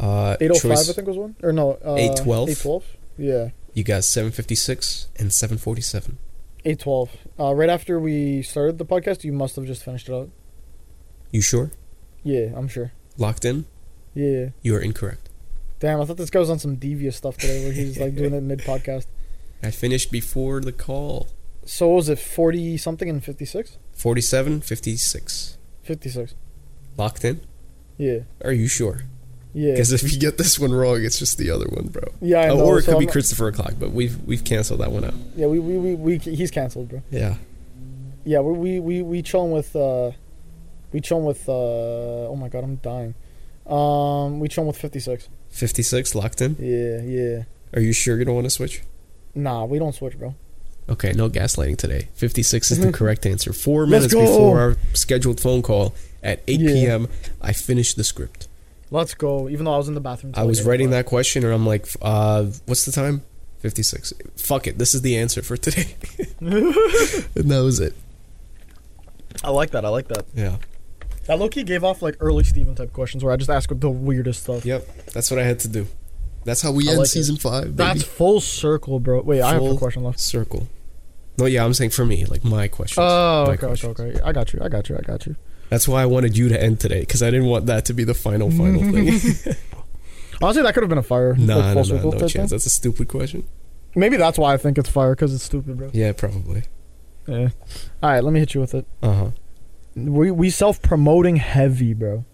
Speaker 1: Uh,
Speaker 2: Eight oh five,
Speaker 1: choice-
Speaker 2: I think was one. Or no. Uh,
Speaker 1: 812?
Speaker 2: Eight twelve. Yeah.
Speaker 1: You got 756 and 747.
Speaker 2: Eight twelve. Uh, right after we started the podcast, you must have just finished it out.
Speaker 1: You sure?
Speaker 2: Yeah, I'm sure.
Speaker 1: Locked in?
Speaker 2: Yeah.
Speaker 1: You are incorrect.
Speaker 2: Damn, I thought this guy was on some devious stuff today where he's like doing it mid podcast.
Speaker 1: I finished before the call.
Speaker 2: So what was it forty something and fifty six?
Speaker 1: 47, 56.
Speaker 2: Fifty six.
Speaker 1: Locked in?
Speaker 2: Yeah.
Speaker 1: Are you sure?
Speaker 2: Yeah.
Speaker 1: Because if you get this one wrong, it's just the other one, bro.
Speaker 2: Yeah. I
Speaker 1: Oh,
Speaker 2: know,
Speaker 1: or it
Speaker 2: so
Speaker 1: could
Speaker 2: I'm
Speaker 1: be
Speaker 2: not-
Speaker 1: Christopher O'Clock, but we've we've canceled that one out.
Speaker 2: Yeah, we, we, we, we he's canceled, bro.
Speaker 1: Yeah.
Speaker 2: Yeah, we we we, we chilling with uh, we chilling with uh. Oh my god, I'm dying. Um, we chilling with fifty six.
Speaker 1: 56, locked in?
Speaker 2: Yeah, yeah.
Speaker 1: Are you sure you don't want to switch?
Speaker 2: Nah, we don't switch, bro.
Speaker 1: Okay, no gaslighting today. 56 is the correct answer. Four
Speaker 2: Mm-hmm. Let's
Speaker 1: minutes
Speaker 2: go.
Speaker 1: before our scheduled phone call at 8
Speaker 2: Yeah.
Speaker 1: p.m., I finished the script.
Speaker 2: Let's go. Even though I was in the bathroom.
Speaker 1: I was writing that question, and I'm like, f- uh, what's the time? 56. Fuck it. This is the answer for today. and that was it.
Speaker 2: I like that. I like that.
Speaker 1: Yeah.
Speaker 2: That low key gave off like early Steven type questions where I just ask the weirdest stuff.
Speaker 1: Yep. That's what I had to do. That's how we
Speaker 2: I
Speaker 1: end
Speaker 2: like it.
Speaker 1: season five. Baby.
Speaker 2: That's full circle, bro. Wait, I have a
Speaker 1: Full
Speaker 2: question left.
Speaker 1: circle. No, yeah, I'm saying for me, like my questions.
Speaker 2: Oh,
Speaker 1: My
Speaker 2: okay, okay,
Speaker 1: questions.
Speaker 2: okay. I got you. I got you. I got you.
Speaker 1: That's why I wanted you to end today because I didn't want that to be the final final thing.
Speaker 2: Honestly, that could have been a fire.
Speaker 1: nah,
Speaker 2: like,
Speaker 1: no,
Speaker 2: full
Speaker 1: no,
Speaker 2: circle
Speaker 1: no
Speaker 2: type
Speaker 1: chance.
Speaker 2: thing.
Speaker 1: That's a stupid question.
Speaker 2: Maybe that's why I think it's fire because it's stupid, bro.
Speaker 1: Yeah, probably.
Speaker 2: Yeah. All right, let me hit you with it.
Speaker 1: Uh huh.
Speaker 2: We we self promoting heavy, bro.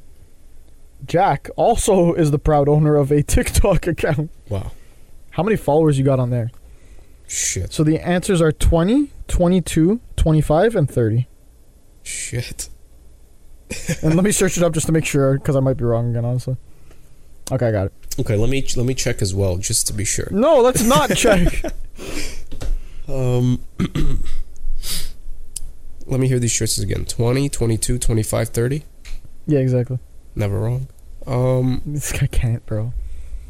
Speaker 2: Jack also is the proud owner of a TikTok account.
Speaker 1: Wow.
Speaker 2: How many followers you got on there?
Speaker 1: Shit.
Speaker 2: So the answers are 20, 22, 25, and 30.
Speaker 1: Shit.
Speaker 2: And let me search it up just to make sure because I might be wrong again, honestly. Okay, I got it.
Speaker 1: Okay, let me let me check as well, just to be sure.
Speaker 2: No, let's not check.
Speaker 1: Um, let me hear these choices again. 20, 22, 25, 30.
Speaker 2: yeah, exactly.
Speaker 1: Never wrong. Um,
Speaker 2: This guy can't, bro.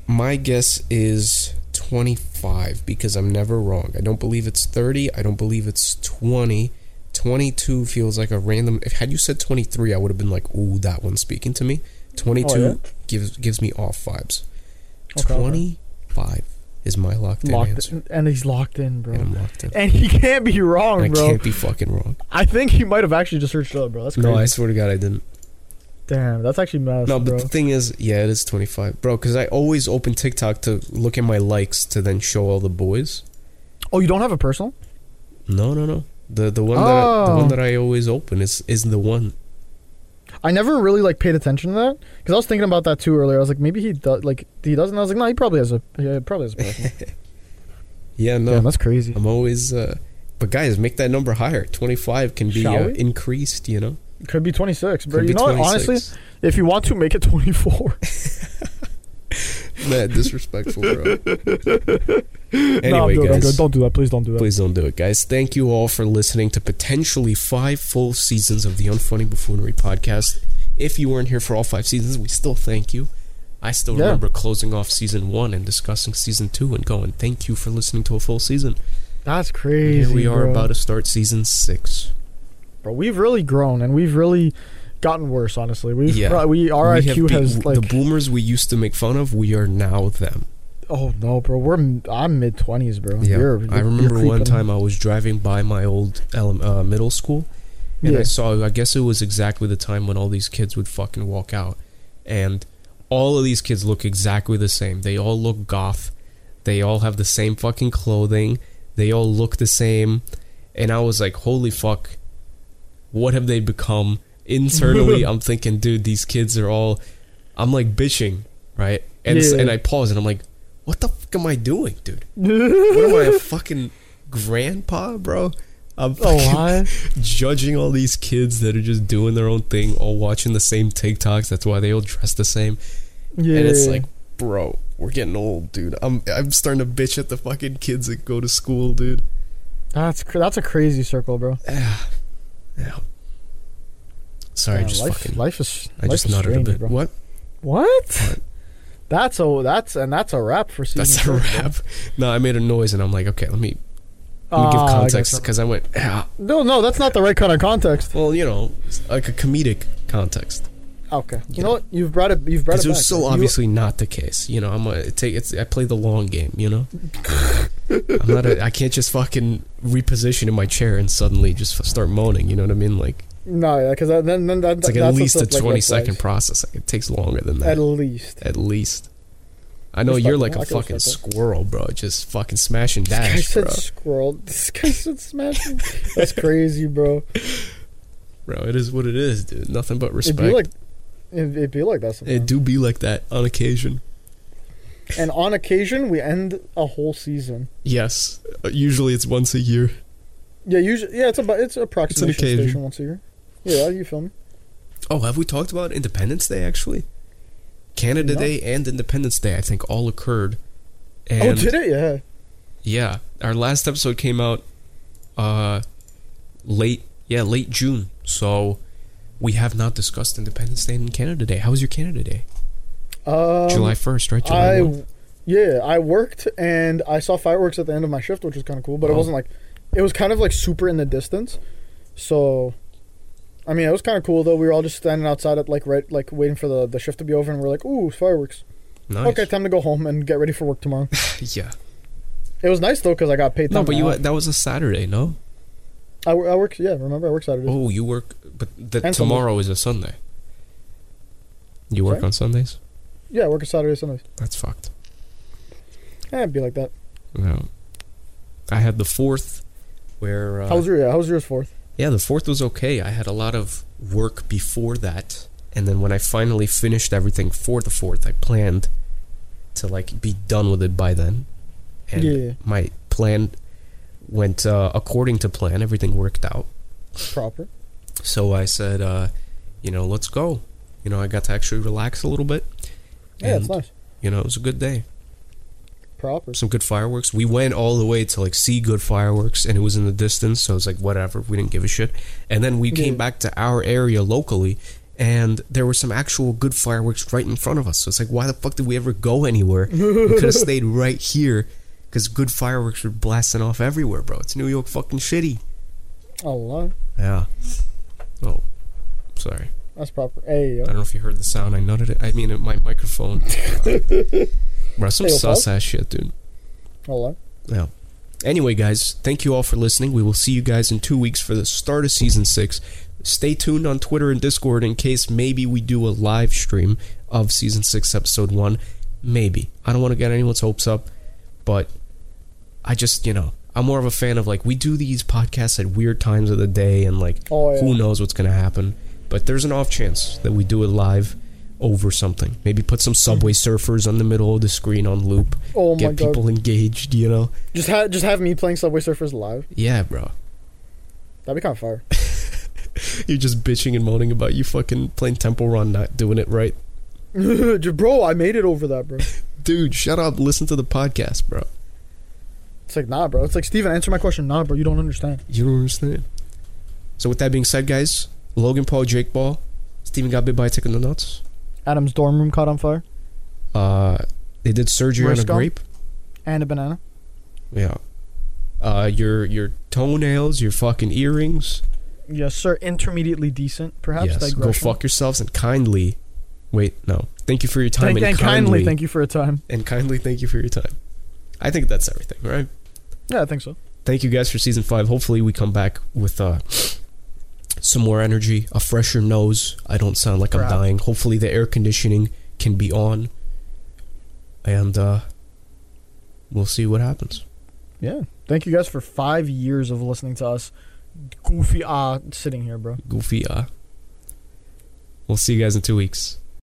Speaker 1: my guess is 25 because I'm never wrong. I don't believe it's 30. I don't believe it's 20. 22 feels like a random. If had you said 23, I would have been like, "Ooh, that one's speaking to me." 22
Speaker 2: Oh, yeah?
Speaker 1: gives gives me off vibes.
Speaker 2: Okay, okay.
Speaker 1: 25 is my locked in
Speaker 2: Locked
Speaker 1: answer.
Speaker 2: in, and he's locked in,
Speaker 1: And
Speaker 2: bro.
Speaker 1: I'm locked in.
Speaker 2: And he can't be wrong,
Speaker 1: And I
Speaker 2: bro.
Speaker 1: can't be fucking wrong.
Speaker 2: I think he might have actually just searched it up, bro. That's crazy.
Speaker 1: No, I swear to God, I didn't.
Speaker 2: Damn, that's actually messed,
Speaker 1: No, but
Speaker 2: bro.
Speaker 1: the thing is, yeah, it is 25, bro. Because I always open TikTok to look at my likes to then show all the boys.
Speaker 2: oh, you don't have a personal?
Speaker 1: No, no, no. The the one that I, the one
Speaker 2: Oh.
Speaker 1: that I always open is is the one.
Speaker 2: I never really like paid attention to that because I was thinking about that too earlier. I was like, maybe he does, like he doesn't. I was like, no, he probably has a, yeah, he probably has a personal.
Speaker 1: Yeah, no.
Speaker 2: Damn, that's crazy.
Speaker 1: I'm always. Uh, but guys, make that number higher. 25 can be
Speaker 2: Shall
Speaker 1: uh,
Speaker 2: we?
Speaker 1: increased. You know,
Speaker 2: Could be twenty six, bro.
Speaker 1: Could
Speaker 2: you
Speaker 1: be
Speaker 2: know what? Honestly,
Speaker 1: 26.
Speaker 2: if you want to make it twenty four,
Speaker 1: Man, disrespectful, bro. anyway,
Speaker 2: no, I'm good, I'm
Speaker 1: guys.
Speaker 2: good. Don't do that, please. Don't do that.
Speaker 1: Please don't do it, guys. Thank you all for listening to potentially five full seasons of the Unfunny Buffoonery podcast. If you weren't here for all five seasons, we still thank you. I still
Speaker 2: Yeah.
Speaker 1: remember closing off season one and discussing season two and going, thank you for listening to a full season.
Speaker 2: That's
Speaker 1: And
Speaker 2: crazy.
Speaker 1: here we are
Speaker 2: bro.
Speaker 1: about to start season six.
Speaker 2: Bro, we've really grown and we've really gotten worse. Honestly, we've
Speaker 1: Yeah.
Speaker 2: pro- we our
Speaker 1: We have
Speaker 2: IQ
Speaker 1: be-
Speaker 2: has
Speaker 1: the
Speaker 2: like
Speaker 1: boomers we used to make fun of, we are now them.
Speaker 2: oh no, bro. We're m- I'm mid twenties, bro. You're,
Speaker 1: I
Speaker 2: you're
Speaker 1: remember one
Speaker 2: creeping.
Speaker 1: time I was driving by my old ele- uh, middle school, and I
Speaker 2: Yeah.
Speaker 1: saw. I guess it was exactly the time when all these kids would fucking walk out, and all of these kids look exactly the same. They all look goth. They all have the same fucking clothing. They all look the same, and I was like, "Holy fuck, what have they become?" Internally, I'm thinking, "Dude, these kids are all." I'm like bitching, right? And s
Speaker 2: Yeah.
Speaker 1: and I pause and I'm like, "What the fuck am I doing, dude?" What am I, a fucking grandpa, bro? I'm
Speaker 2: Oh,
Speaker 1: fucking
Speaker 2: why?
Speaker 1: judging all these kids that are just doing their own thing, all watching the same TikToks. That's why they all dress the same.
Speaker 2: Yeah.
Speaker 1: And it's like, bro, we're getting old, dude. I'm I'm starting to bitch at the fucking kids that go to school, dude.
Speaker 2: that's cr- that's a crazy circle, bro.
Speaker 1: Yeah. Sorry, I
Speaker 2: Damn,
Speaker 1: just
Speaker 2: life,
Speaker 1: fucking.
Speaker 2: life is
Speaker 1: I
Speaker 2: life
Speaker 1: just
Speaker 2: is
Speaker 1: nodded a
Speaker 2: strange,
Speaker 1: bit.
Speaker 2: bro.
Speaker 1: What?
Speaker 2: What? That's a that's and that's a wrap for season.
Speaker 1: That's
Speaker 2: two,
Speaker 1: a
Speaker 2: bro.
Speaker 1: wrap. No, I made a noise, and I'm like, okay, let me, let me
Speaker 2: Ah,
Speaker 1: give
Speaker 2: I
Speaker 1: context
Speaker 2: guess-
Speaker 1: because I went, ah.
Speaker 2: No, no, that's not the right kind of context.
Speaker 1: well, you know, like a comedic context.
Speaker 2: Okay. You know what? You've brought it. You've brought
Speaker 1: Because
Speaker 2: it
Speaker 1: it
Speaker 2: back.
Speaker 1: was still
Speaker 2: You-
Speaker 1: obviously not the case. You know, I'm a take. It's I play the long game. You know, I'm not. A, I can't just fucking reposition in my chair and suddenly just f- start moaning. You know what I mean? Like
Speaker 2: no, yeah, because then then that,
Speaker 1: it's like at
Speaker 2: that's
Speaker 1: least a
Speaker 2: what's up, like,
Speaker 1: twenty
Speaker 2: red
Speaker 1: second
Speaker 2: flags.
Speaker 1: process. Like, it takes longer than that. At,
Speaker 2: At least.
Speaker 1: least. I know
Speaker 2: Respect
Speaker 1: you're
Speaker 2: that.
Speaker 1: like a
Speaker 2: I can respect
Speaker 1: fucking
Speaker 2: that.
Speaker 1: squirrel, bro. Just fucking smashing
Speaker 2: This guy
Speaker 1: dash,
Speaker 2: said
Speaker 1: bro.
Speaker 2: squirrel. This guy said smashing. That's crazy, bro.
Speaker 1: Bro, it is what it is, dude. Nothing but
Speaker 2: It'd
Speaker 1: respect.
Speaker 2: be like, it'd, it'd be like that
Speaker 1: it
Speaker 2: sometimes.
Speaker 1: do be like that on occasion.
Speaker 2: And on occasion, we end a whole season.
Speaker 1: Yes, Uh, usually it's once a year.
Speaker 2: Yeah, usually, yeah, it's about it's approximation
Speaker 1: occasion.
Speaker 2: station once a year. Yeah, you feel me?
Speaker 1: Oh, have we talked about Independence Day actually? Canada
Speaker 2: No.
Speaker 1: Day and Independence Day, I think, all occurred. And
Speaker 2: oh, did it? Yeah.
Speaker 1: yeah, our last episode came out uh late, yeah, late June. So we have not discussed Independence Day and Canada Day. How was your Canada Day?
Speaker 2: Um,
Speaker 1: July first, right? July
Speaker 2: I,
Speaker 1: 1?
Speaker 2: yeah, I worked and I saw fireworks at the end of my shift, which was kind of cool. But it
Speaker 1: Oh.
Speaker 2: wasn't like, it was kind of like super in the distance. So, I mean, it was kind of cool though. We were all just standing outside at like right, like waiting for the the shift to be over, and we're like, ooh, fireworks.
Speaker 1: Nice.
Speaker 2: Okay, time to go home and get ready for work tomorrow.
Speaker 1: yeah.
Speaker 2: it was nice though because I got paid.
Speaker 1: No,
Speaker 2: time
Speaker 1: but you
Speaker 2: off.
Speaker 1: that was a Saturday, no?
Speaker 2: I, wo- I work. Yeah, remember I work Saturdays.
Speaker 1: Oh, you work, but the,
Speaker 2: And Sunday.
Speaker 1: tomorrow is a Sunday. You work
Speaker 2: Sorry?
Speaker 1: on Sundays?
Speaker 2: Yeah, I work Saturday, Sundays.
Speaker 1: That's fucked.
Speaker 2: Eh, it'd be like that.
Speaker 1: No. I had the fourth, where uh,
Speaker 2: how was your? Yeah, how was yours fourth?
Speaker 1: yeah, the fourth was okay. I had a lot of work before that, and then when I finally finished everything for the fourth, I planned to like be done with it by then, and
Speaker 2: Yeah.
Speaker 1: my plan went uh, according to plan. Everything worked out.
Speaker 2: Proper.
Speaker 1: So I said, uh, you know, let's go. You know, I got to actually relax a little bit.
Speaker 2: Yeah, it's
Speaker 1: And,
Speaker 2: nice.
Speaker 1: You know, it was a good day.
Speaker 2: Proper.
Speaker 1: some good fireworks. We went all the way to like see good fireworks, and it was in the distance, so it was like whatever. We didn't give a shit. And then we came
Speaker 2: Yeah.
Speaker 1: back to our area locally, and there were some actual good fireworks right in front of us. So it's like, why the fuck did we ever go anywhere? we could have stayed right here because good fireworks were blasting off everywhere, bro. It's New York fucking shitty.
Speaker 2: A lot.
Speaker 1: Yeah. Oh, sorry.
Speaker 2: That's proper.
Speaker 1: I
Speaker 2: Hey, yo.
Speaker 1: don't know if you heard the sound. I nutted it. I mean, my microphone. bro, some
Speaker 2: Hey, what's
Speaker 1: sus ass shit, dude.
Speaker 2: a lot.
Speaker 1: Anyway, guys, thank you all for listening. We will see you guys in two weeks for the start of season six. Stay tuned on Twitter and Discord in case maybe we do a live stream of season six, episode one. Maybe. I don't want to get anyone's hopes up, but I just, you know, I'm more of a fan of like, we do these podcasts at weird times of the day and like,
Speaker 2: Oh yeah.
Speaker 1: who knows what's going to happen. But there's an off chance that we do it live over something. Maybe put some Subway Surfers on the middle of the screen on loop,
Speaker 2: oh my
Speaker 1: get
Speaker 2: god.
Speaker 1: people engaged, you know?
Speaker 2: Just have just have me playing Subway Surfers live.
Speaker 1: Yeah, bro.
Speaker 2: That'd be kind of fire.
Speaker 1: You're just bitching and moaning about you fucking playing Temple Run, not doing it right.
Speaker 2: Dude, bro, I made it over that, bro.
Speaker 1: Dude, shut up. Listen to the podcast, bro.
Speaker 2: It's like nah, bro. It's like Steven, answer my question. Nah, bro, you don't understand.
Speaker 1: You don't understand. So, with that being said, guys, Logan Paul, Jake Paul, Steven got bit by a tick in the nuts.
Speaker 2: Adam's dorm room caught on fire,
Speaker 1: Uh, they did surgery on a
Speaker 2: Briscoe?
Speaker 1: grape.
Speaker 2: and a banana.
Speaker 1: Yeah. Uh, your your toenails, your fucking earrings.
Speaker 2: Yes, sir. Intermediately decent, perhaps.
Speaker 1: yes. Go fuck yourselves and kindly. Wait, no. Thank you for your time
Speaker 2: Thank,
Speaker 1: and,
Speaker 2: and
Speaker 1: kindly,
Speaker 2: kindly, thank you for a time.
Speaker 1: and kindly. Thank you for your time. I think that's everything, right?
Speaker 2: Yeah, I think so.
Speaker 1: thank you guys for season five. Hopefully, we come back with uh, some more energy, a fresher nose. I don't sound like I'm
Speaker 2: Perhaps.
Speaker 1: dying. Hopefully, the air conditioning can be on, and uh, we'll see what happens.
Speaker 2: Yeah. Thank you guys for five years of listening to us. Goofy ah sitting here, bro.
Speaker 1: Goofy, uh, we'll see you guys in two weeks.